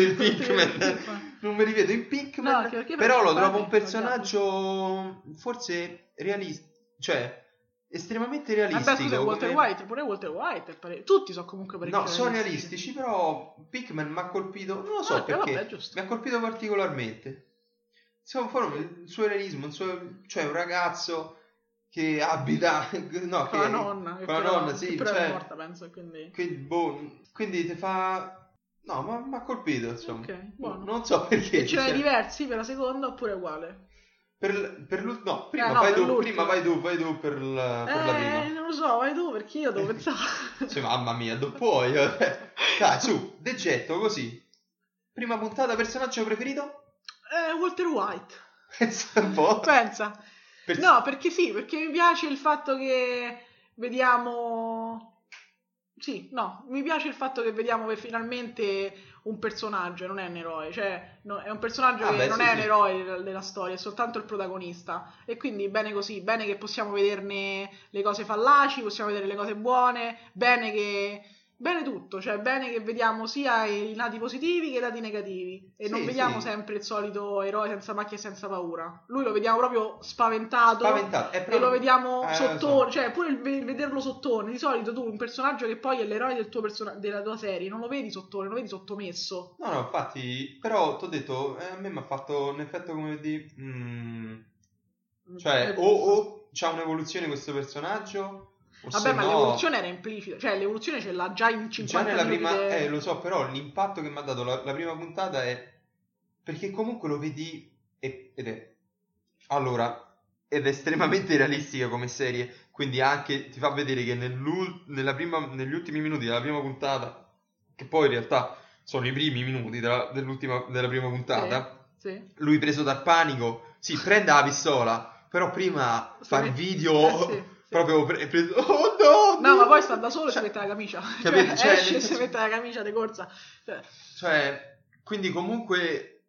A: in Pinkman. non mi rivedo in
B: No,
A: Pinkman.
B: anche perché
A: però lo
B: perché-
A: trovo un personaggio forse realista, cioè estremamente realistico.
B: Vabbè, scusa, Walter
A: come-
B: White, pure Walter White. è pare- Tutti sono comunque parecchio
A: No, sono realistici, però Pikmin mi ha colpito, non lo so
B: Ah, ok,
A: perché,
B: vabbè, giusto.
A: mi ha colpito particolarmente. Insomma, forse il suo realismo, il suo- cioè un ragazzo che abita, no, che,
B: Con la nonna. che
A: con la
B: però-
A: nonna, sì,
B: che però
A: cioè,
B: è morta, penso, quindi...
A: che boh, quindi ti fa, no, ma mi ha colpito, insomma.
B: Ok, buono.
A: Non so perché.
B: E ce n'hai
A: cioè,
B: diversi per la seconda oppure uguale?
A: per, l- per l'ult- no, prima,
B: Eh, no,
A: vai
B: per
A: tu,
B: l'ultima.
A: prima vai tu, vai tu per, la- Ah, per la prima.
B: Eh, non lo so, vai tu perché io devo pensare.
A: Cioè, mamma mia, non puoi. vabbè. Dai, su, degetto così. Prima puntata, personaggio preferito?
B: Eh, Walter White.
A: Pensa un po'.
B: Pensa.
A: Pers-
B: Cioè, No, perché sì, perché mi piace il fatto che vediamo... Sì, no, mi piace il fatto che vediamo che finalmente un personaggio, non è un eroe, cioè no, è un personaggio
A: Ah,
B: che
A: beh,
B: non
A: sì,
B: è
A: sì.
B: un eroe della- della storia, è soltanto il protagonista. E quindi bene così, bene che possiamo vederne le cose fallaci, possiamo vedere le cose buone, bene che... Bene tutto, cioè bene che vediamo sia i lati positivi che i lati negativi e
A: Sì,
B: non vediamo
A: sì.
B: sempre il solito eroe senza macchie e senza paura. Lui lo vediamo proprio spaventato,
A: Spaventato. È
B: e
A: proprio-
B: lo vediamo
A: Eh,
B: sottone,
A: so.
B: cioè pure il ve- vederlo sottone. Di solito tu, un personaggio che poi è l'eroe del tuo persona- della tua serie, non lo vedi sottone, lo vedi sottomesso.
A: No, no, infatti, però ti ho detto, eh, a me mi ha fatto un effetto come di... mm,
B: Eh,
A: cioè, o, o c'ha un'evoluzione questo personaggio, o
B: Vabbè,
A: se
B: ma
A: no-
B: l'evoluzione era implicita, cioè l'evoluzione ce l'ha già in 50
A: Già nella
B: minuti
A: prima,
B: de-
A: eh, lo so, però l'impatto che mi ha dato la, la prima puntata è perché comunque lo vedi e- ed è allora ed è estremamente realistica come serie, quindi anche ti fa vedere che nell'ul- nella prima- negli ultimi minuti della prima puntata, che poi in realtà sono i primi minuti della, dell'ultima- della prima puntata,
B: Sì.
A: lui preso dal panico, si prende la pistola, però prima
B: Sì.
A: fa il video
B: Eh, sì, sì.
A: proprio pre- preso, oh no,
B: No, ma poi sta da solo e
A: Cioè-
B: si mette la camicia.
A: Capito?
B: Cioè,
A: Cioè,
B: esce e
A: nel
B: si
A: senso-
B: mette la camicia di corsa. Cioè,
A: Cioè, quindi comunque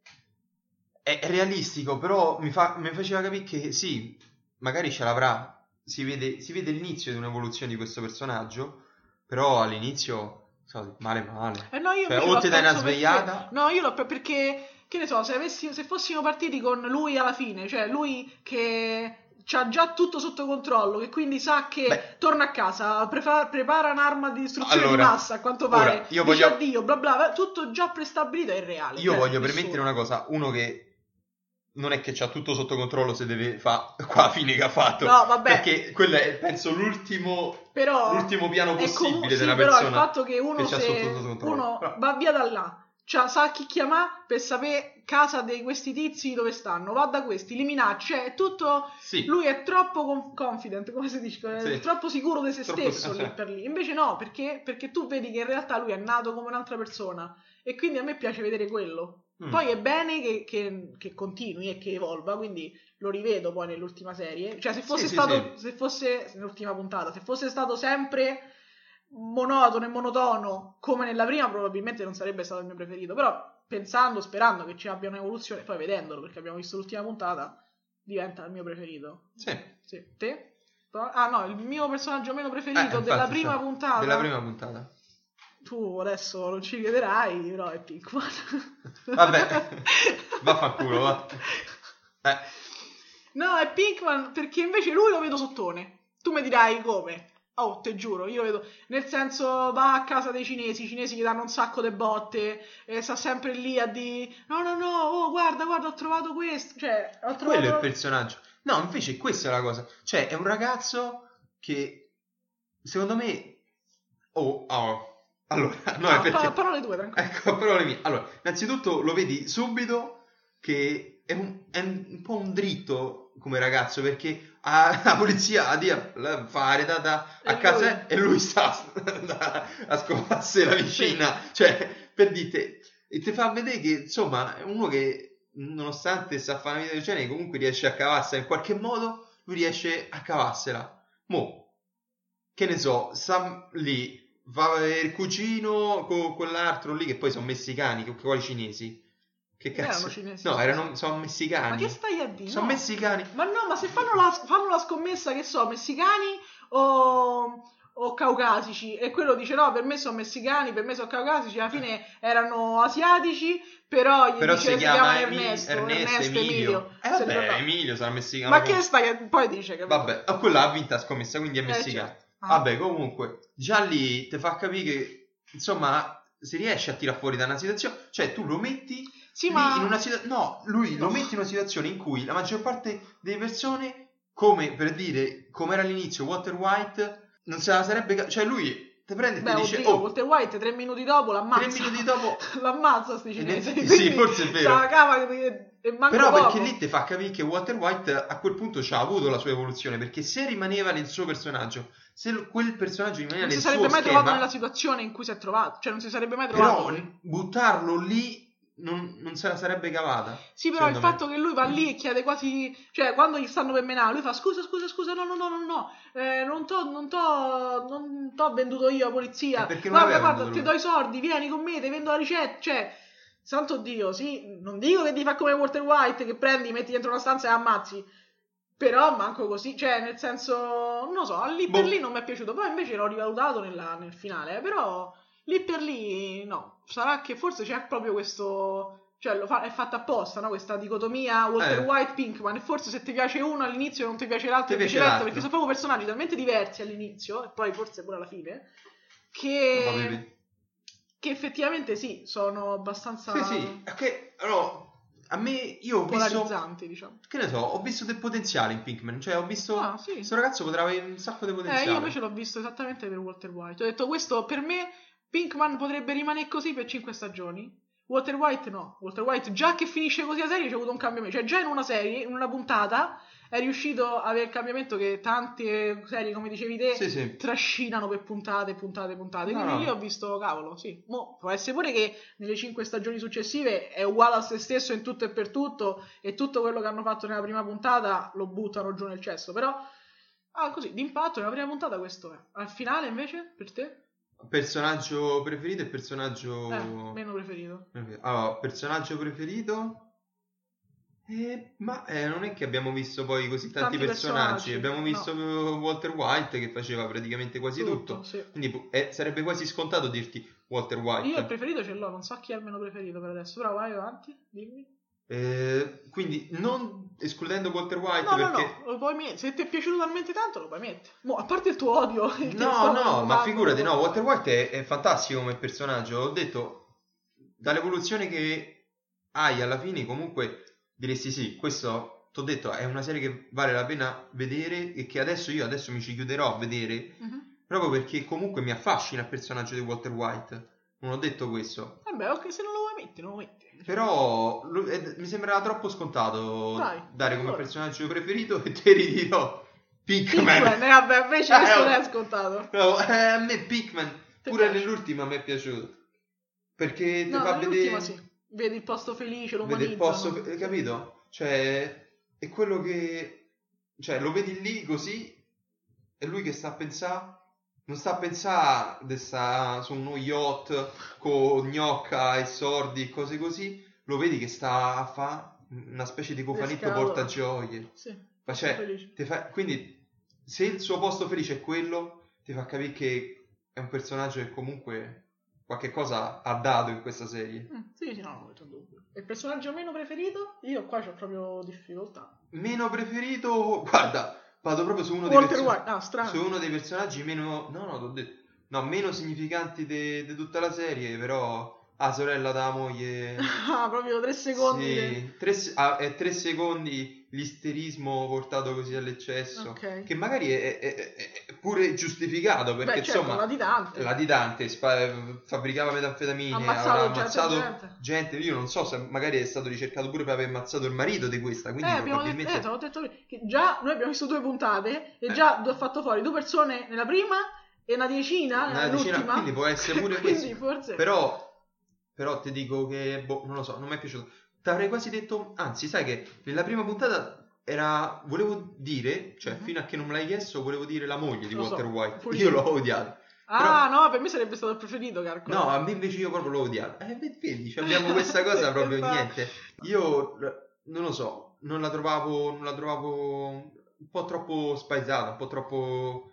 A: è, è realistico, però mi, fa- mi faceva capire che sì, magari ce l'avrà. Si vede, si vede l'inizio di un'evoluzione di questo personaggio, però all'inizio, so, male male.
B: Eh no, io
A: Cioè,
B: invece
A: o
B: lo
A: ti dai una
B: apprezzo
A: svegliata-
B: perché- No, io lo apprezzo perché, che ne so, se, avessi- se fossimo partiti con lui alla fine, cioè lui che ha già tutto sotto controllo, che quindi sa che
A: Beh.
B: torna a casa, prefa- prepara un'arma di distruzione
A: Allora,
B: di massa, a quanto
A: ora,
B: pare,
A: io
B: dice
A: voglio-
B: addio, bla bla, bla, tutto già prestabilito è irreale.
A: Io
B: cioè,
A: voglio
B: nessuno.
A: permettere una cosa, uno che non è che c'ha tutto sotto controllo se deve fa qua la fine che ha fatto.
B: No, vabbè.
A: Perché quello è, penso, l'ultimo,
B: Però...
A: l'ultimo piano
B: È
A: possibile
B: comu- sì,
A: della
B: però
A: persona.
B: il fatto che uno,
A: che c'ha
B: se
A: sotto- sotto controllo.
B: uno
A: Però-
B: va via da là, cioè, sa chi chiamare per sapere casa di questi tizi dove stanno, va da questi, li minaccia, cioè, è tutto
A: Sì.
B: lui è troppo con- confident, come si dice, È
A: Sì.
B: troppo sicuro di se
A: Troppo-
B: stesso
A: eh,
B: lì
A: sì.
B: per lì. Invece no, perché, perché tu vedi che in realtà lui è nato come un'altra persona e quindi a me piace vedere quello.
A: Mm.
B: Poi è bene che, che- che continui e che evolva, quindi lo rivedo poi nell'ultima serie. Cioè, se fosse
A: Sì, sì,
B: stato, se fosse, nell'ultima puntata, se fosse stato sempre monotono e monotono come nella prima, probabilmente non sarebbe stato il mio preferito. Però pensando, sperando che ci abbia un'evoluzione, poi vedendolo, perché abbiamo visto l'ultima puntata, diventa il mio preferito.
A: Sì.
B: Sì. Te? Ah no, il mio personaggio meno preferito
A: Eh, infatti,
B: della prima
A: sì.
B: puntata.
A: Della prima puntata.
B: Tu adesso non ci crederai, però è Pinkman.
A: Vabbè, vaffanculo, va. Eh,
B: No, è Pinkman perché invece lui lo vedo sottone. Tu mi dirai come? Oh, te giuro, io lo vedo. Nel senso, va a casa dei cinesi, i cinesi gli danno un sacco di botte, e sta sempre lì a di no, no, no, oh, guarda, guarda, ho trovato questo. Cioè, ho
A: quello è il
B: trovato.
A: personaggio. No, invece questa è la cosa. Cioè, è un ragazzo che, secondo me... Oh, oh. Allora, no, è
B: No,
A: perché...
B: Ah, pa- parole tue, tranquillo.
A: Ecco, parole mie. Allora, innanzitutto lo vedi subito che è un, è un po' un dritto come ragazzo perché ha la polizia a dire la- fare da, da- a
B: E
A: casa e lui sta da- a scopasse la vicina. Cioè, per dite, e ti fa vedere che insomma è uno che nonostante sa fare una vita del genere comunque riesce a cavarsela in qualche modo, lui riesce a cavarsela. Mo', che ne so, sta lì, va il cugino con quell'altro lì che poi sono messicani, con quei cinesi. Che
B: erano
A: cazzo?
B: cinesi.
A: no, erano, sono
B: Ma
A: messicani.
B: che stai a dire?
A: Eh, Sono
B: No.
A: messicani.
B: Ma no, ma se fanno la, fanno la scommessa che so, messicani o, o caucasici, e quello dice no, per me sono messicani, per me sono caucasici, alla fine erano asiatici, però gli
A: Però
B: dice,
A: si chiama Emi-
B: Ernesto,
A: Ernesto, Emilio. Eh
B: Se ne
A: vabbè,
B: parla.
A: Emilio sarà messicano.
B: ma che Eh, stai, a- poi dice che... Ah.
A: Vabbè, ah, quella ha vinto la scommessa, quindi è messicano. Vabbè, comunque, già lì ti fa capire che, insomma, si riesce a tirar fuori da una situazione. Cioè, tu lo metti
B: sì,
A: Lì
B: ma...
A: in una situa- no, lui lo
B: No.
A: mette in una situazione in cui la maggior parte delle persone, come per dire, come era all'inizio Walter White, non se la sarebbe... ca- Cioè lui ti prende e
B: Beh,
A: ti dice,
B: oddio,
A: oh,
B: Walter White tre minuti dopo
A: tre
B: l'ammazza.
A: minuti dopo...
B: l'ammazza sti
A: In
B: cinesi.
A: effetti
B: quindi
A: sì, forse è vero.
B: c'ha la cava che- e manco
A: Però
B: poco.
A: perché lì ti fa capire che Walter White a quel punto ci ha avuto la sua evoluzione, perché se rimaneva nel suo personaggio, se lo- quel personaggio rimaneva
B: Non
A: nel
B: si
A: suo
B: sarebbe mai
A: schema,
B: trovato nella situazione in cui si è trovato, cioè non si sarebbe mai trovato.
A: però buttarlo lì non, non se la sarebbe cavata.
B: Sì, però il
A: secondo me.
B: fatto che lui va lì e chiede quasi. Cioè, quando gli stanno per menare, lui fa: Scusa, scusa, scusa, no, no, no, no, no. eh, non t'ho, non t'ho, non t'ho venduto io, polizia.
A: Eh, perché non
B: Guarda,
A: aveva
B: guarda,
A: venduto
B: ti
A: lui."
B: do i soldi, vieni con me, ti vendo la ricetta. Cioè, santo Dio, sì, non dico che ti fa come Walter White che prendi, metti dentro una stanza e ammazzi. Però manco così, cioè, nel senso, non lo so, lì per
A: Boh.
B: lì non mi è piaciuto. Poi invece l'ho rivalutato nella- nel finale, eh, però lì per lì no. Sarà che forse c'è proprio questo cioè lo fa- è fatta apposta, no? Questa dicotomia Walter
A: Eh.
B: White Pinkman. E forse se ti piace uno all'inizio non ti piace l'altro,
A: Ti
B: e
A: piace
B: viceversa,
A: l'altro.
B: perché sono proprio personaggi talmente diversi all'inizio, e poi forse pure alla fine.
A: Non lo
B: Che,
A: vedi.
B: che effettivamente sì, sono abbastanza
A: Sì, sì, è che allora, a me io ho visto
B: polarizzanti, diciamo.
A: che ne so, ho visto del potenziale in Pinkman, cioè ho visto
B: Ah, sì.
A: questo ragazzo potrà avere un sacco di
B: Eh,
A: potenziale.
B: io invece l'ho visto esattamente per Walter White. Ho detto questo per me Pinkman potrebbe rimanere così per 5 stagioni. Walter White no, Walter White già che finisce così la serie c'è avuto un cambiamento, cioè già in una serie, in una puntata è riuscito a avere il cambiamento che tante serie come dicevi te
A: Sì, sì.
B: trascinano per puntate, puntate, puntate.
A: No,
B: Quindi
A: no.
B: lì ho visto cavolo, sì. Mo, può essere pure che nelle 5 stagioni successive è uguale a se stesso in tutto e per tutto e tutto quello che hanno fatto nella prima puntata lo buttano giù nel cesso, però Ah, così, d'impatto nella prima puntata questo è. Al finale invece, per te?
A: Personaggio preferito e personaggio
B: Eh, meno preferito.
A: Allora, personaggio preferito Eh, ma eh, non è che abbiamo visto poi così tanti,
B: Tanti
A: personaggi.
B: personaggi,
A: abbiamo visto Walter White che faceva praticamente quasi tutto.
B: sì.
A: Quindi pu- eh, sarebbe quasi scontato dirti Walter White.
B: Io il preferito ce l'ho, non so chi è il meno preferito per adesso, però vai avanti, dimmi.
A: Eh, quindi non escludendo Walter White
B: No, no,
A: perché
B: no, lo puoi met- se ti è piaciuto talmente tanto lo puoi mettere. Mo, a parte il tuo odio. che
A: No,
B: sto
A: no, ma
B: provando.
A: figurati, no, Walter White è, è fantastico come personaggio. Ho detto, dall'evoluzione che hai alla fine, comunque diresti sì, questo, t'ho detto, è una serie che vale la pena vedere e che adesso io adesso mi ci chiuderò a vedere,
B: Mhm.
A: proprio perché comunque mi affascina il personaggio di Walter White. Non ho detto questo.
B: Vabbè, ok, se non lo vuoi mettere, non lo metti.
A: Però lo- è- mi sembrava troppo scontato
B: Dai,
A: dare come
B: allora.
A: personaggio preferito e te ridirò
B: Pinkman,
A: Pinkman.
B: eh, vabbè, invece questo
A: Eh,
B: non è scontato.
A: No, eh, a me Pikman,
B: Ti
A: pure
B: piace?
A: nell'ultima mi è piaciuto. Perché ti
B: No,
A: fa
B: nell'ultima
A: vedere...
B: sì. Vede il posto felice, lo
A: Vede il
B: umanizzano.
A: posto, hai capito? Cioè, è quello che... Cioè, lo vedi lì così, è lui che sta a pensare... Non sta a pensare de sta su uno yacht con gnocca e sordi e cose così. Lo vedi che sta a fa una specie di cofanetto
B: scatole.
A: portagioie.
B: Sì,
A: Ma
B: posto
A: cioè,
B: felice.
A: ti fa- quindi, se il suo posto felice è quello, ti fa capire che è un personaggio che comunque qualche cosa ha dato in questa serie.
B: Mm, sì, sì, no, non ho detto dubbio. E il personaggio meno preferito? Io qua ho proprio difficoltà.
A: Meno preferito, guarda, vado proprio su uno, dei,
B: Walter
A: person-
B: White, ah, strano.
A: su uno dei personaggi meno, no, no, t'ho detto, no, meno significanti di tutta la serie, però ah, sorella da moglie.
B: Ah, proprio tre secondi. de-
A: Sì, tre, se- ah, è tre secondi l'isterismo portato così all'eccesso.
B: Ok.
A: Che magari è, è- è- è pure giustificato perché
B: Beh, certo,
A: insomma
B: la di Dante.
A: la di Dante spa- fabbricava metanfetamine,
B: Ha ammazzato cioè,
A: avrà
B: gente,
A: ammazzato
B: gente.
A: gente. Io non so se magari è stato ricercato pure per aver ammazzato il marito di questa,
B: Eh,
A: quindi
B: abbiamo detto,
A: probabilmente Eh.
B: eh, te l'ho detto io, che già noi abbiamo visto due puntate e già ho fatto fuori due persone nella prima e una diecina
A: Una
B: nell'ultima.
A: decina, quindi può essere pure
B: Quindi
A: questo.
B: forse...
A: Però, però ti dico che, boh, non lo so, non mi è piaciuto. Ti avrei quasi detto, anzi, sai che nella prima puntata era, volevo dire, cioè
B: Mhm.
A: fino a che non me l'hai chiesto, volevo dire la moglie di
B: Lo so,
A: Walter White.
B: pure
A: Io
B: io.
A: l'ho odiato.
B: Ah, no, per me sarebbe stato il preferito, Carco.
A: No, a me invece io proprio l'ho odiato. Eh, vedi, vedi, cioè abbiamo questa cosa proprio
B: Infatti.
A: niente. Io l- non lo so, non la trovavo, non la trovavo un po' troppo spaesata, un po' troppo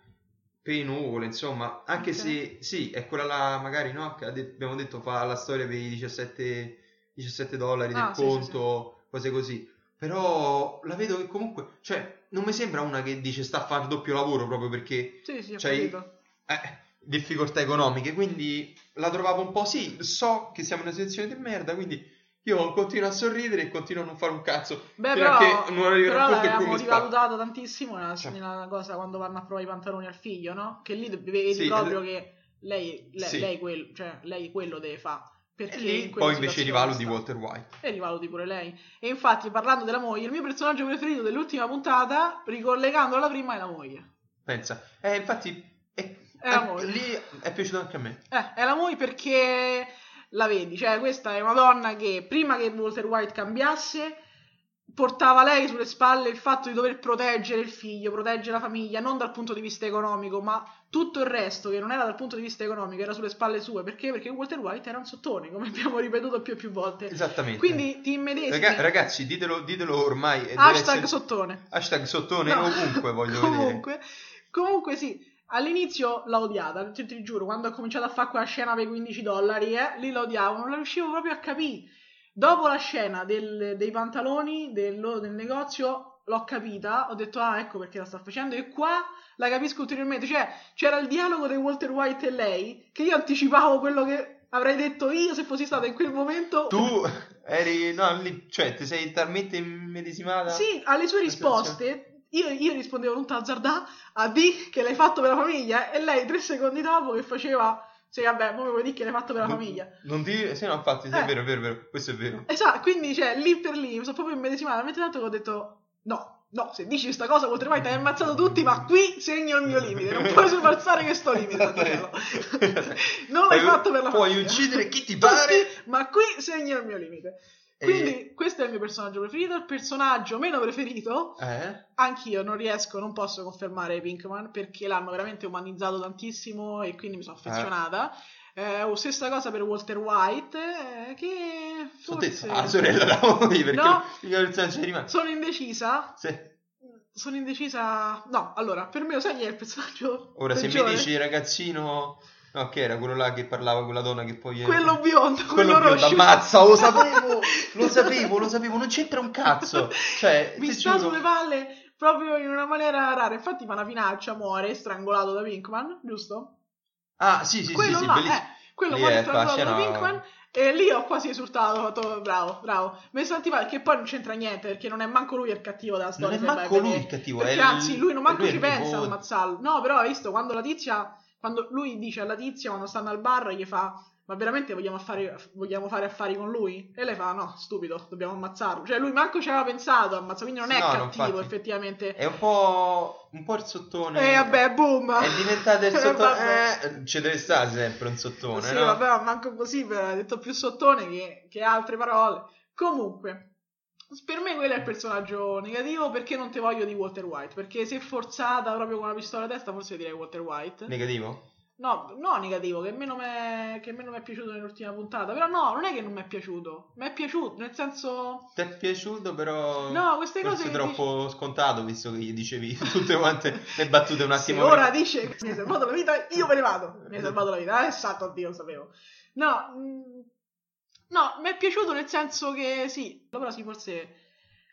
A: penuvole, insomma, anche
B: Ok.
A: se sì, è quella là magari, no, che ha de- abbiamo detto fa la storia per i 17, 17 dollari del
B: Ah, sì, sì,
A: conto, cose così. Però la vedo che comunque, cioè, non mi sembra una che dice sta a fare doppio lavoro proprio perché
B: Sì, sì, ho
A: Cioè,
B: capito.
A: eh, difficoltà economiche, quindi la trovavo un po' sì, so che siamo in una situazione di merda, quindi io continuo a sorridere e continuo a non fare un cazzo.
B: Beh, Eh,
A: fino
B: però,
A: a che non arriva
B: però
A: un punto in cui
B: l'avevamo
A: mi spacco.
B: rivalutata tantissimo nella,
A: Cioè.
B: nella cosa quando vanno a provare i pantaloni al figlio, no? Che lì vedi
A: Sì, eh,
B: proprio che lei, lei,
A: Sì.
B: lei quel- cioè, lei quello deve fare. Perché
A: E
B: in
A: lì
B: quella
A: poi invece
B: situazione
A: rivaluti
B: sta.
A: Walter White.
B: E rivaluti pure lei. E infatti, parlando della moglie, il mio personaggio preferito dell'ultima puntata, ricollegando alla prima, è la moglie.
A: Pensa, eh, infatti, è-
B: È la
A: eh,
B: moglie.
A: lì è piaciuto anche a me.
B: Eh, è la moglie perché la vedi, cioè questa è una donna che prima che Walter White cambiasse portava lei sulle spalle il fatto di dover proteggere il figlio, proteggere la famiglia, non dal punto di vista economico, ma tutto il resto che non era dal punto di vista economico era sulle spalle sue, perché? Perché Walter White era un sottone, come abbiamo ripetuto più e più volte.
A: Esattamente.
B: Quindi ti immedesimi.
A: Raga- ragazzi, ditelo, ditelo ormai. eh, deve
B: hashtag
A: essere-
B: sottone.
A: hashtag sottone
B: No.
A: ovunque, voglio vedere.
B: comunque, Comunque sì, all'inizio l'ho odiata, ti, ti giuro, quando ho cominciato a fare quella scena per 15 dollari, eh, lì la odiavo, non la riuscivo proprio a capire. Dopo la scena del- dei pantaloni del, loro- del negozio l'ho capita, ho detto ah ecco perché la sta facendo e qua la capisco ulteriormente, cioè c'era il dialogo di Walter White e lei che io anticipavo quello che avrei detto io se fossi stata in quel momento
A: Tu eri, no, lì, cioè, ti sei talmente immedesimata.
B: Sì, alle sue risposte io, io rispondevo non t'azzardà a D che l'hai fatto per la famiglia e lei tre secondi dopo che faceva sì vabbè mo mi vuoi dire che l'hai fatto per la
A: Non-
B: famiglia
A: Non dire, sì, no, infatti, sì,
B: Eh.
A: è vero, è vero, è vero, questo è vero.
B: esatto quindi cioè lì per lì mi sono proprio immedesimata mentre tanto che ho detto no no se dici questa cosa oltre mai ti hai ammazzato tutti ma qui segno il mio limite non puoi sorpassare questo limite santo cielo. non l'hai
A: Puoi-
B: fatto per la
A: Puoi
B: famiglia
A: uccidere chi ti
B: Tutti,
A: pare.
B: ma qui segno il mio limite
A: E-
B: quindi questo è il mio personaggio preferito il personaggio meno preferito
A: Eh?
B: Anch'io non riesco, non posso confermare Pinkman perché l'hanno veramente umanizzato tantissimo e quindi mi sono affezionata. Eh, oh, stessa cosa per Walter White, eh, che
A: Ho detto
B: forse
A: alla ah, sorella da voi perché
B: No.
A: io il senso è rimasto.
B: sono indecisa.
A: Sì.
B: Sono indecisa. No, allora, per me lo sai chi è il personaggio?
A: Ora, se mi
B: peggiore?
A: dici ragazzino, no, che era quello là che parlava con la donna che poi.
B: quello biondo, quello,
A: quello biondo,
B: rosso.
A: ammazza, lo sapevo, lo sapevo, lo sapevo, non c'entra un cazzo. Cioè,
B: mi
A: ti
B: sta
A: giuro.
B: sulle palle proprio in una maniera rara. Infatti, Manafinaccia muore strangolato da Pinkman, giusto?
A: Ah, sì, sì, sì,
B: quello
A: sì,
B: là,
A: bellissimo.
B: eh, quello
A: Lì
B: quando
A: è
B: è stato
A: fascino-
B: da Pinkman e lì ho quasi esultato, ho fatto bravo, bravo. Mi sono antipatico, che poi non c'entra niente perché non è manco lui il cattivo della
A: Non
B: storia.
A: è
B: se vai a
A: manco lui
B: vedere.
A: il cattivo, è
B: Perché
A: il-
B: anzi, lui non manco
A: è
B: ci
A: il
B: pensa ad
A: nipote.
B: ammazzarlo. No, però hai visto quando la tizia, quando lui dice alla tizia quando stanno al bar, gli fa ma veramente vogliamo, affari- vogliamo fare affari con lui? E lei fa, no, stupido, dobbiamo ammazzarlo. Cioè, lui manco ci aveva pensato, ammazza, quindi non è
A: No, no,
B: cattivo,
A: infatti. Eh,
B: effettivamente.
A: È un po'. un po' il sottone.
B: E Eh, vabbè, boom!
A: È diventato il sottone.
B: Vabbè.
A: Eh, ci deve stare sempre un sottone,
B: sì,
A: no?
B: vabbè, ma manco così, però, ha detto più sottone che, che altre parole. Comunque, per me quello è il personaggio negativo perché non te voglio di Walter White, perché se forzata proprio con una pistola a testa forse direi Walter White.
A: Negativo?
B: No, no negativo, che a me non m'è- che a me non mi è piaciuto nell'ultima puntata, però no, non è che non mi è piaciuto, mi è piaciuto, nel senso...
A: Ti è piaciuto, però.
B: No, queste cose... che
A: Forse
B: dici-
A: troppo scontato visto che gli dicevi tutte quante le battute un attimo.
B: Se ora dice che mi hai salvato la vita, io me ne vado. Mi hai salvato la vita, eh, santo addio, lo sapevo. No, mm, no, mi è piaciuto nel senso che sì, però sì, forse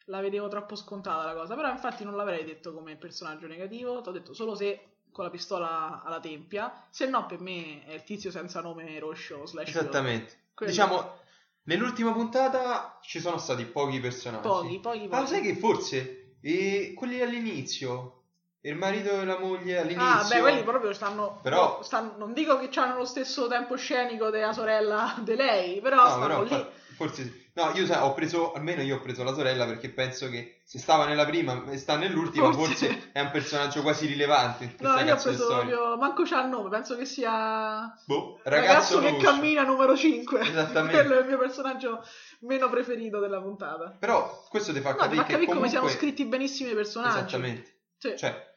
B: la vedevo troppo scontata la cosa, però infatti non l'avrei detto come personaggio negativo, ti ho detto solo se con la pistola alla tempia, se no per me è il tizio senza nome roscio slash Yoda.
A: Esattamente.
B: Quello.
A: Diciamo, nell'ultima puntata ci sono stati pochi personaggi.
B: Pochi, pochi,
A: Ma lo
B: pochi.
A: sai che forse eh, quelli all'inizio, il marito e la moglie all'inizio.
B: Ah, beh, quelli proprio stanno,
A: Però-
B: no, stanno- Non dico che hanno lo stesso tempo scenico della sorella di lei, però
A: No,
B: stanno
A: però
B: lì.
A: fa- forse no, io sai, ho preso almeno io ho preso la sorella perché penso che se stava nella prima e sta nell'ultima forse,
B: Forse.
A: è un personaggio quasi rilevante. in
B: No,
A: questa
B: io ho
A: cazzo di
B: preso
A: storia.
B: proprio. Manco c'ha il nome, penso che sia.
A: Boh,
B: Ragazzo,
A: ragazzo,
B: che
A: Lucio.
B: cammina numero 5.
A: Esattamente.
B: Quello è il mio personaggio meno preferito della puntata.
A: Però questo ti fa
B: No, ti
A: capire
B: fa
A: che
B: capire come
A: comunque... Esatto,
B: siano scritti benissimo i personaggi.
A: Esattamente.
B: Cioè,
A: Cioè,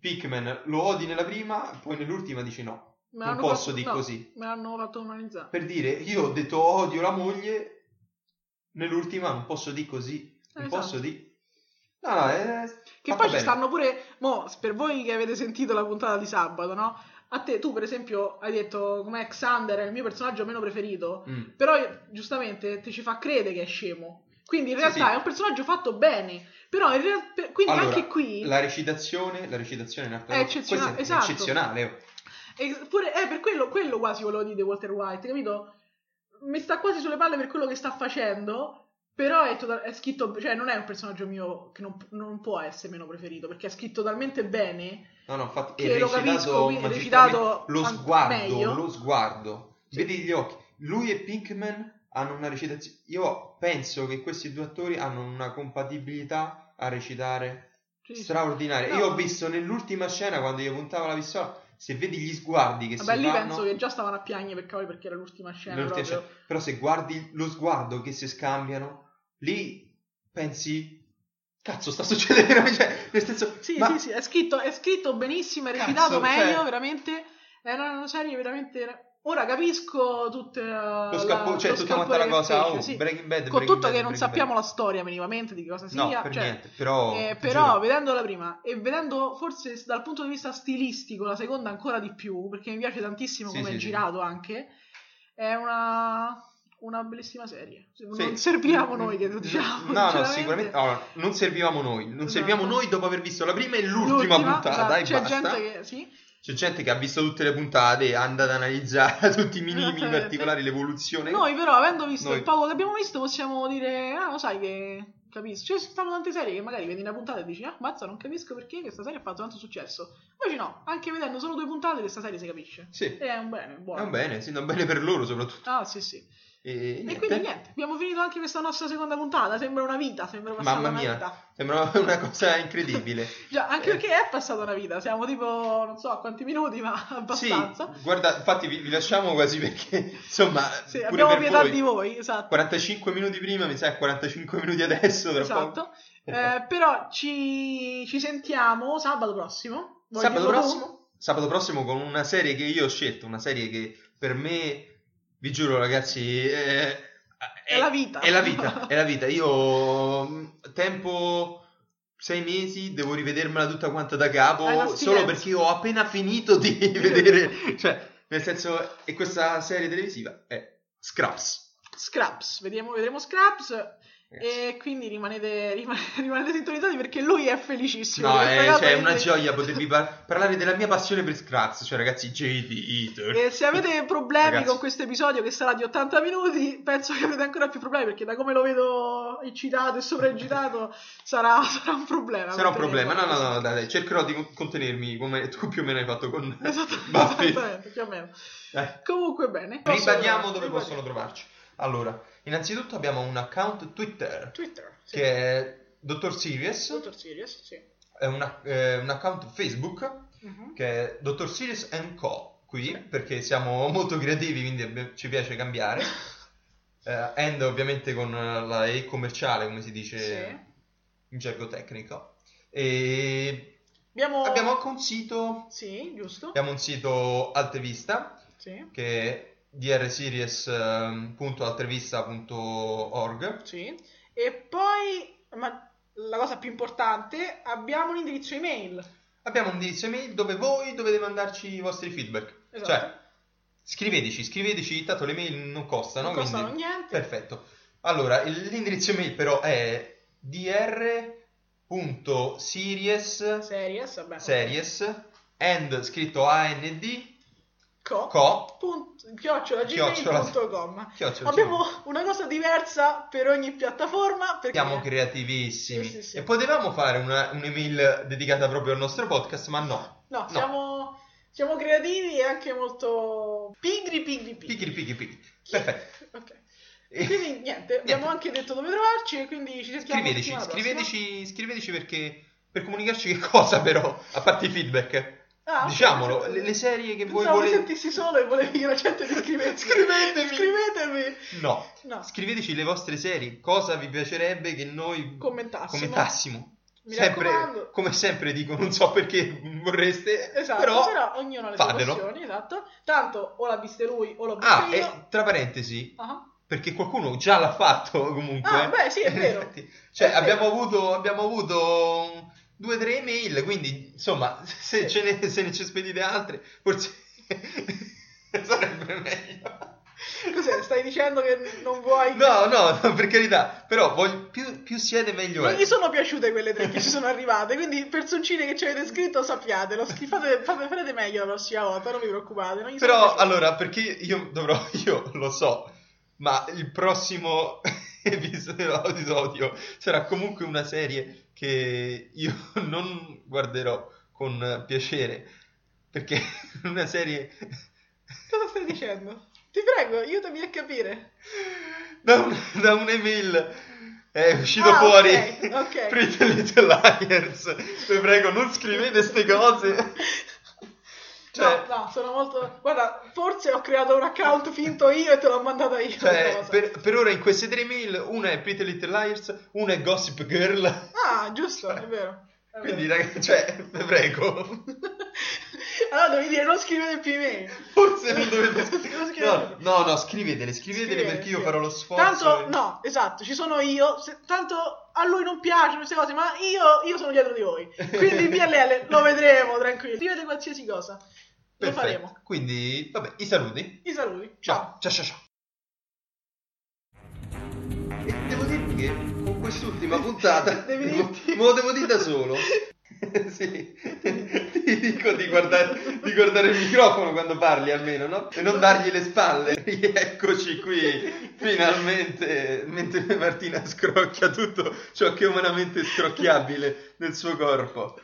A: Pikmin lo odi nella prima, poi nell'ultima dici no.
B: me
A: Non
B: l'hanno
A: posso
B: fatto-
A: dire
B: no,
A: così.
B: Me l'hanno fatto umanizzare.
A: Per dire, io ho detto odio la moglie, nell'ultima non posso dire così. Non
B: Esatto.
A: posso dire... No, no, è...
B: Che
A: fatta
B: poi
A: bene.
B: ci stanno pure, mo, per voi che avete sentito la puntata di sabato, no? A te, tu per esempio hai detto come Xander è il mio personaggio meno preferito,
A: Mm.
B: però io- giustamente te ci fa credere che è scemo. Quindi in
A: Sì,
B: realtà
A: sì.
B: è un personaggio fatto bene, però in real- per- quindi
A: Allora, eh.
B: anche qui...
A: La recitazione, la recitazione in
B: È
A: arte
B: eccezionale,
A: questa è
B: esatto.
A: eccezionale. oh.
B: E pure- eh, per quello, quello quasi volevo dire di Walter White, capito? Mi sta quasi sulle palle per quello che sta facendo, però è, total- è scritto, cioè non è un personaggio mio che non, non può essere meno preferito, perché è scritto talmente bene.
A: No, no, infatti
B: Che
A: è
B: lo
A: recitato,
B: capisco, quindi è
A: magistralmente.
B: recitato
A: lo
B: an-
A: sguardo,
B: meglio.
A: lo sguardo. Vedi gli occhi. Lui e Pinkman hanno una recitazione. Io penso che questi due attori hanno una compatibilità a recitare
B: Cioè,
A: straordinaria.
B: No.
A: Io ho visto nell'ultima scena quando gli puntava la pistola, se vedi gli sguardi che
B: Vabbè,
A: si
B: lì
A: fanno
B: penso che già stavano a piangere per cavolo perché era l'ultima scena.
A: nell'ultima
B: Cioè, proprio.
A: scena. Però se guardi lo sguardo che si scambiano, lì pensi cazzo sta succedendo, cioè, nel senso
B: Sì,
A: ma-
B: sì, sì, è scritto, è scritto benissimo, è
A: Cazzo,
B: recitato meglio,
A: cioè-
B: veramente. È una, una serie veramente. Ora capisco tutte.
A: lo scappo, cioè tutta quanta la cosa, oh, Breaking Bad,
B: Con tutto
A: Breaking Bad,
B: che non
A: Breaking
B: sappiamo
A: Bad.
B: la storia minimamente di che cosa sia.
A: No, per
B: cioè,
A: niente, però
B: eh,
A: ti
B: però
A: giuro,
B: vedendo la prima e vedendo forse s- dal punto di vista stilistico la seconda ancora di più, perché mi piace tantissimo
A: Sì,
B: come
A: sì,
B: è
A: sì.
B: girato anche, è una, una bellissima serie. Non
A: sì.
B: serviamo noi che lo
A: No,
B: diciamo.
A: No, no,
B: sinceramente.
A: sicuramente allora, non servivamo noi, non serviamo
B: Esatto.
A: noi dopo aver visto la prima e l'ultima, puntata,
B: esatto,
A: e
B: c'è
A: basta.
B: gente che sì,
A: C'è gente che ha visto tutte le puntate e anda ad analizzare tutti i minimi
B: Esattamente.
A: particolari, l'evoluzione.
B: Certo. Noi però avendo visto
A: Noi-
B: il poco che abbiamo visto possiamo dire ah lo sai che capisco. Cioè ci stanno tante serie che magari vedi una puntata e dici ah mazza non capisco perché questa serie ha fatto tanto successo. Invece no, anche vedendo solo due puntate questa serie si capisce.
A: Sì,
B: E è un bene,
A: è
B: buono.
A: un bene, sì, è un bene per loro soprattutto.
B: Ah, sì, sì.
A: E,
B: E quindi niente, abbiamo finito anche questa nostra seconda puntata. Sembra una vita, sembra passata
A: Mamma
B: una
A: mia.
B: vita.
A: Sembra una cosa incredibile.
B: Già, anche
A: Eh.
B: perché è passata una vita. Siamo tipo, non so a quanti minuti, ma abbastanza.
A: Sì, guarda, infatti vi, vi lasciamo quasi perché, insomma,
B: Sì,
A: pure
B: abbiamo
A: per
B: pietà
A: voi.
B: di voi, esatto.
A: 45 minuti prima, mi sa, 45 minuti adesso, tra poco.
B: Esatto. Eh, però ci, ci sentiamo sabato prossimo. Vuoi
A: Sabato
B: dirlo tu?
A: prossimo? Sabato prossimo con una serie che io ho scelto, una serie che per me, vi giuro ragazzi, è,
B: È la vita.
A: È la vita, è la vita. Io mh, tempo... Sei mesi, devo rivedermela tutta quanta da
B: Hai la
A: capo,
B: sfidenza.
A: solo perché ho appena finito di vedere, cioè, nel senso, e questa serie televisiva è Scraps.
B: Scraps, vediamo, vedremo Scraps. E quindi rimanete, rima- rimanete sintonizzati perché lui è felicissimo.
A: No,
B: Perché
A: è,
B: ragazzi,
A: cioè, è una
B: se-
A: gioia potervi par- parlare della mia passione per Scratch, cioè ragazzi, JD Eater.
B: E se avete problemi
A: Ragazzi.
B: con questo episodio che sarà di 80 minuti, penso che avrete ancora più problemi perché da come lo vedo eccitato e sovraeccitato sarà, sarà un problema.
A: Sarà un
B: Contenete.
A: problema, no, no, no, dai, dai, cercherò di contenermi come tu più o meno hai fatto con
B: Esattamente,
A: Buffy.
B: Esatto, esattamente, più o meno.
A: Eh.
B: Comunque bene.
A: Ribadiamo
B: Possono-
A: dove
B: ribadiamo.
A: possono trovarci. Allora, innanzitutto abbiamo un account Twitter
B: Twitter, sì.
A: che è Dottor Sirius,
B: Dottor Sirius, sì.
A: è una- eh, un account Facebook
B: Mhm.
A: che è Dottor Sirius Co. Qui perché siamo molto creativi, quindi abbi- ci piace cambiare. Eh, and ovviamente con eh, la E commerciale, come si dice
B: Sì.
A: in gergo tecnico. E
B: Abbiamo...
A: abbiamo anche un sito,
B: Sì, giusto.
A: abbiamo un sito Altevista
B: Sì.
A: che è ehm, drseries.altevista.org.
B: sì. E poi, ma la cosa più importante, abbiamo un indirizzo email.
A: Abbiamo un indirizzo email dove voi dovete mandarci i vostri feedback.
B: Esatto.
A: Cioè, scriveteci, scriveteci, tanto le mail non costano,
B: non costano
A: quindi
B: niente.
A: Perfetto. Allora, il- l'indirizzo email però è dr.series
B: Series, vabbè.
A: series and scritto and
B: Co.
A: co
B: Punt- chiocciola
A: Chiocciola.
B: gmail.com.
A: chiocciola.
B: Abbiamo una cosa diversa per ogni piattaforma. Perché...
A: siamo creativissimi.
B: Sì, sì, sì.
A: E potevamo fare una, un'email dedicata proprio al nostro podcast, ma no.
B: No, siamo, siamo creativi e anche molto pigri, pigri, pigri.
A: Picchi, picchi, picchi. Perfetto.
B: Ok.
A: E-
B: Quindi niente, abbiamo anche detto dove trovarci e quindi ci sentiamo
A: Scriveteci,
B: la settimana
A: scriveteci, scriveteci perché per comunicarci che cosa però, a parte i feedback.
B: prossima. Ah, ok,
A: Diciamolo,
B: pensavo-
A: le, le serie che voi
B: Pensavo che
A: volete...
B: sentissi solo e volevi che la gente ti scrivesse.
A: Scrivetemi!
B: Scrivetemi!
A: No.
B: No,
A: Scriveteci le vostre serie, cosa vi piacerebbe che noi
B: commentassimo.
A: commentassimo.
B: Mi
A: Sempre-
B: raccomando.
A: come sempre dico, non so perché vorreste,
B: Esatto, però,
A: però...
B: ognuno ha le
A: fatelo.
B: sue passioni, esatto. Tanto o l'ha viste lui o l'ho vista
A: Ah,
B: io.
A: e tra parentesi,
B: Ah.
A: perché qualcuno già l'ha fatto comunque.
B: Ah, beh, sì, è vero.
A: Infatti, cioè,
B: È vero.
A: abbiamo, Avuto, abbiamo avuto un- due o tre email, quindi insomma, se, ce ne, se ne ci spedite altre, forse sarebbe meglio.
B: Cos'è? Stai dicendo che non vuoi...
A: No, no, no, per carità, però voglio- più, più siete meglio
B: Non
A: è.
B: gli sono piaciute quelle tre che ci sono arrivate, quindi personcine che ci avete scritto sappiatelo, scri- fate, fate- farete meglio la prossima volta, non vi preoccupate. non gli sono
A: Però
B: piaciute.
A: allora, perché io dovrò, io lo so, ma il prossimo episodio sarà comunque una serie che io non guarderò con piacere, perché è una serie...
B: Cosa stai dicendo? Ti prego, aiutami a capire.
A: Da, un- da un'email è uscito
B: Ah,
A: fuori
B: ok, ok.
A: Pretty Little Liars, vi prego non scrivete ste cose. Cioè-
B: No, no, sono molto... Guarda, forse ho creato un account finto io e te l'ho mandata io. questa
A: Cioè,
B: cosa.
A: per, per ora in queste tre mail una è Pretty Little Liars, una è Gossip Girl.
B: Ah, giusto, è vero. è
A: Quindi,
B: vero.
A: ragazzi, cioè, vi prego,
B: allora devi dire non scrivete più email.
A: forse non dovete
B: Non
A: scrivere.
B: scrivete.
A: No, no, no, scrivetele, scrivetele perché io
B: sì.
A: farò lo sforzo.
B: Tanto, no, esatto, ci sono io. se- tanto a lui non piacciono queste cose, ma io, io sono dietro di voi. Quindi PLL lo vedremo, tranquillo. Scrivete qualsiasi cosa. Lo
A: Perfetto.
B: faremo.
A: Quindi, vabbè, i saluti.
B: I saluti. Ciao.
A: Ciao, ciao, ciao, ciao. E devo dirvi che con quest'ultima puntata,
B: Devi
A: me lo-
B: dirti.
A: me lo devo dire da solo. sì, ti dico di guardare, di guardare il microfono quando parli almeno, no? E non dargli le spalle. Rieccoci qui, finalmente, mentre Martina scrocchia tutto ciò che è umanamente scrocchiabile nel suo corpo.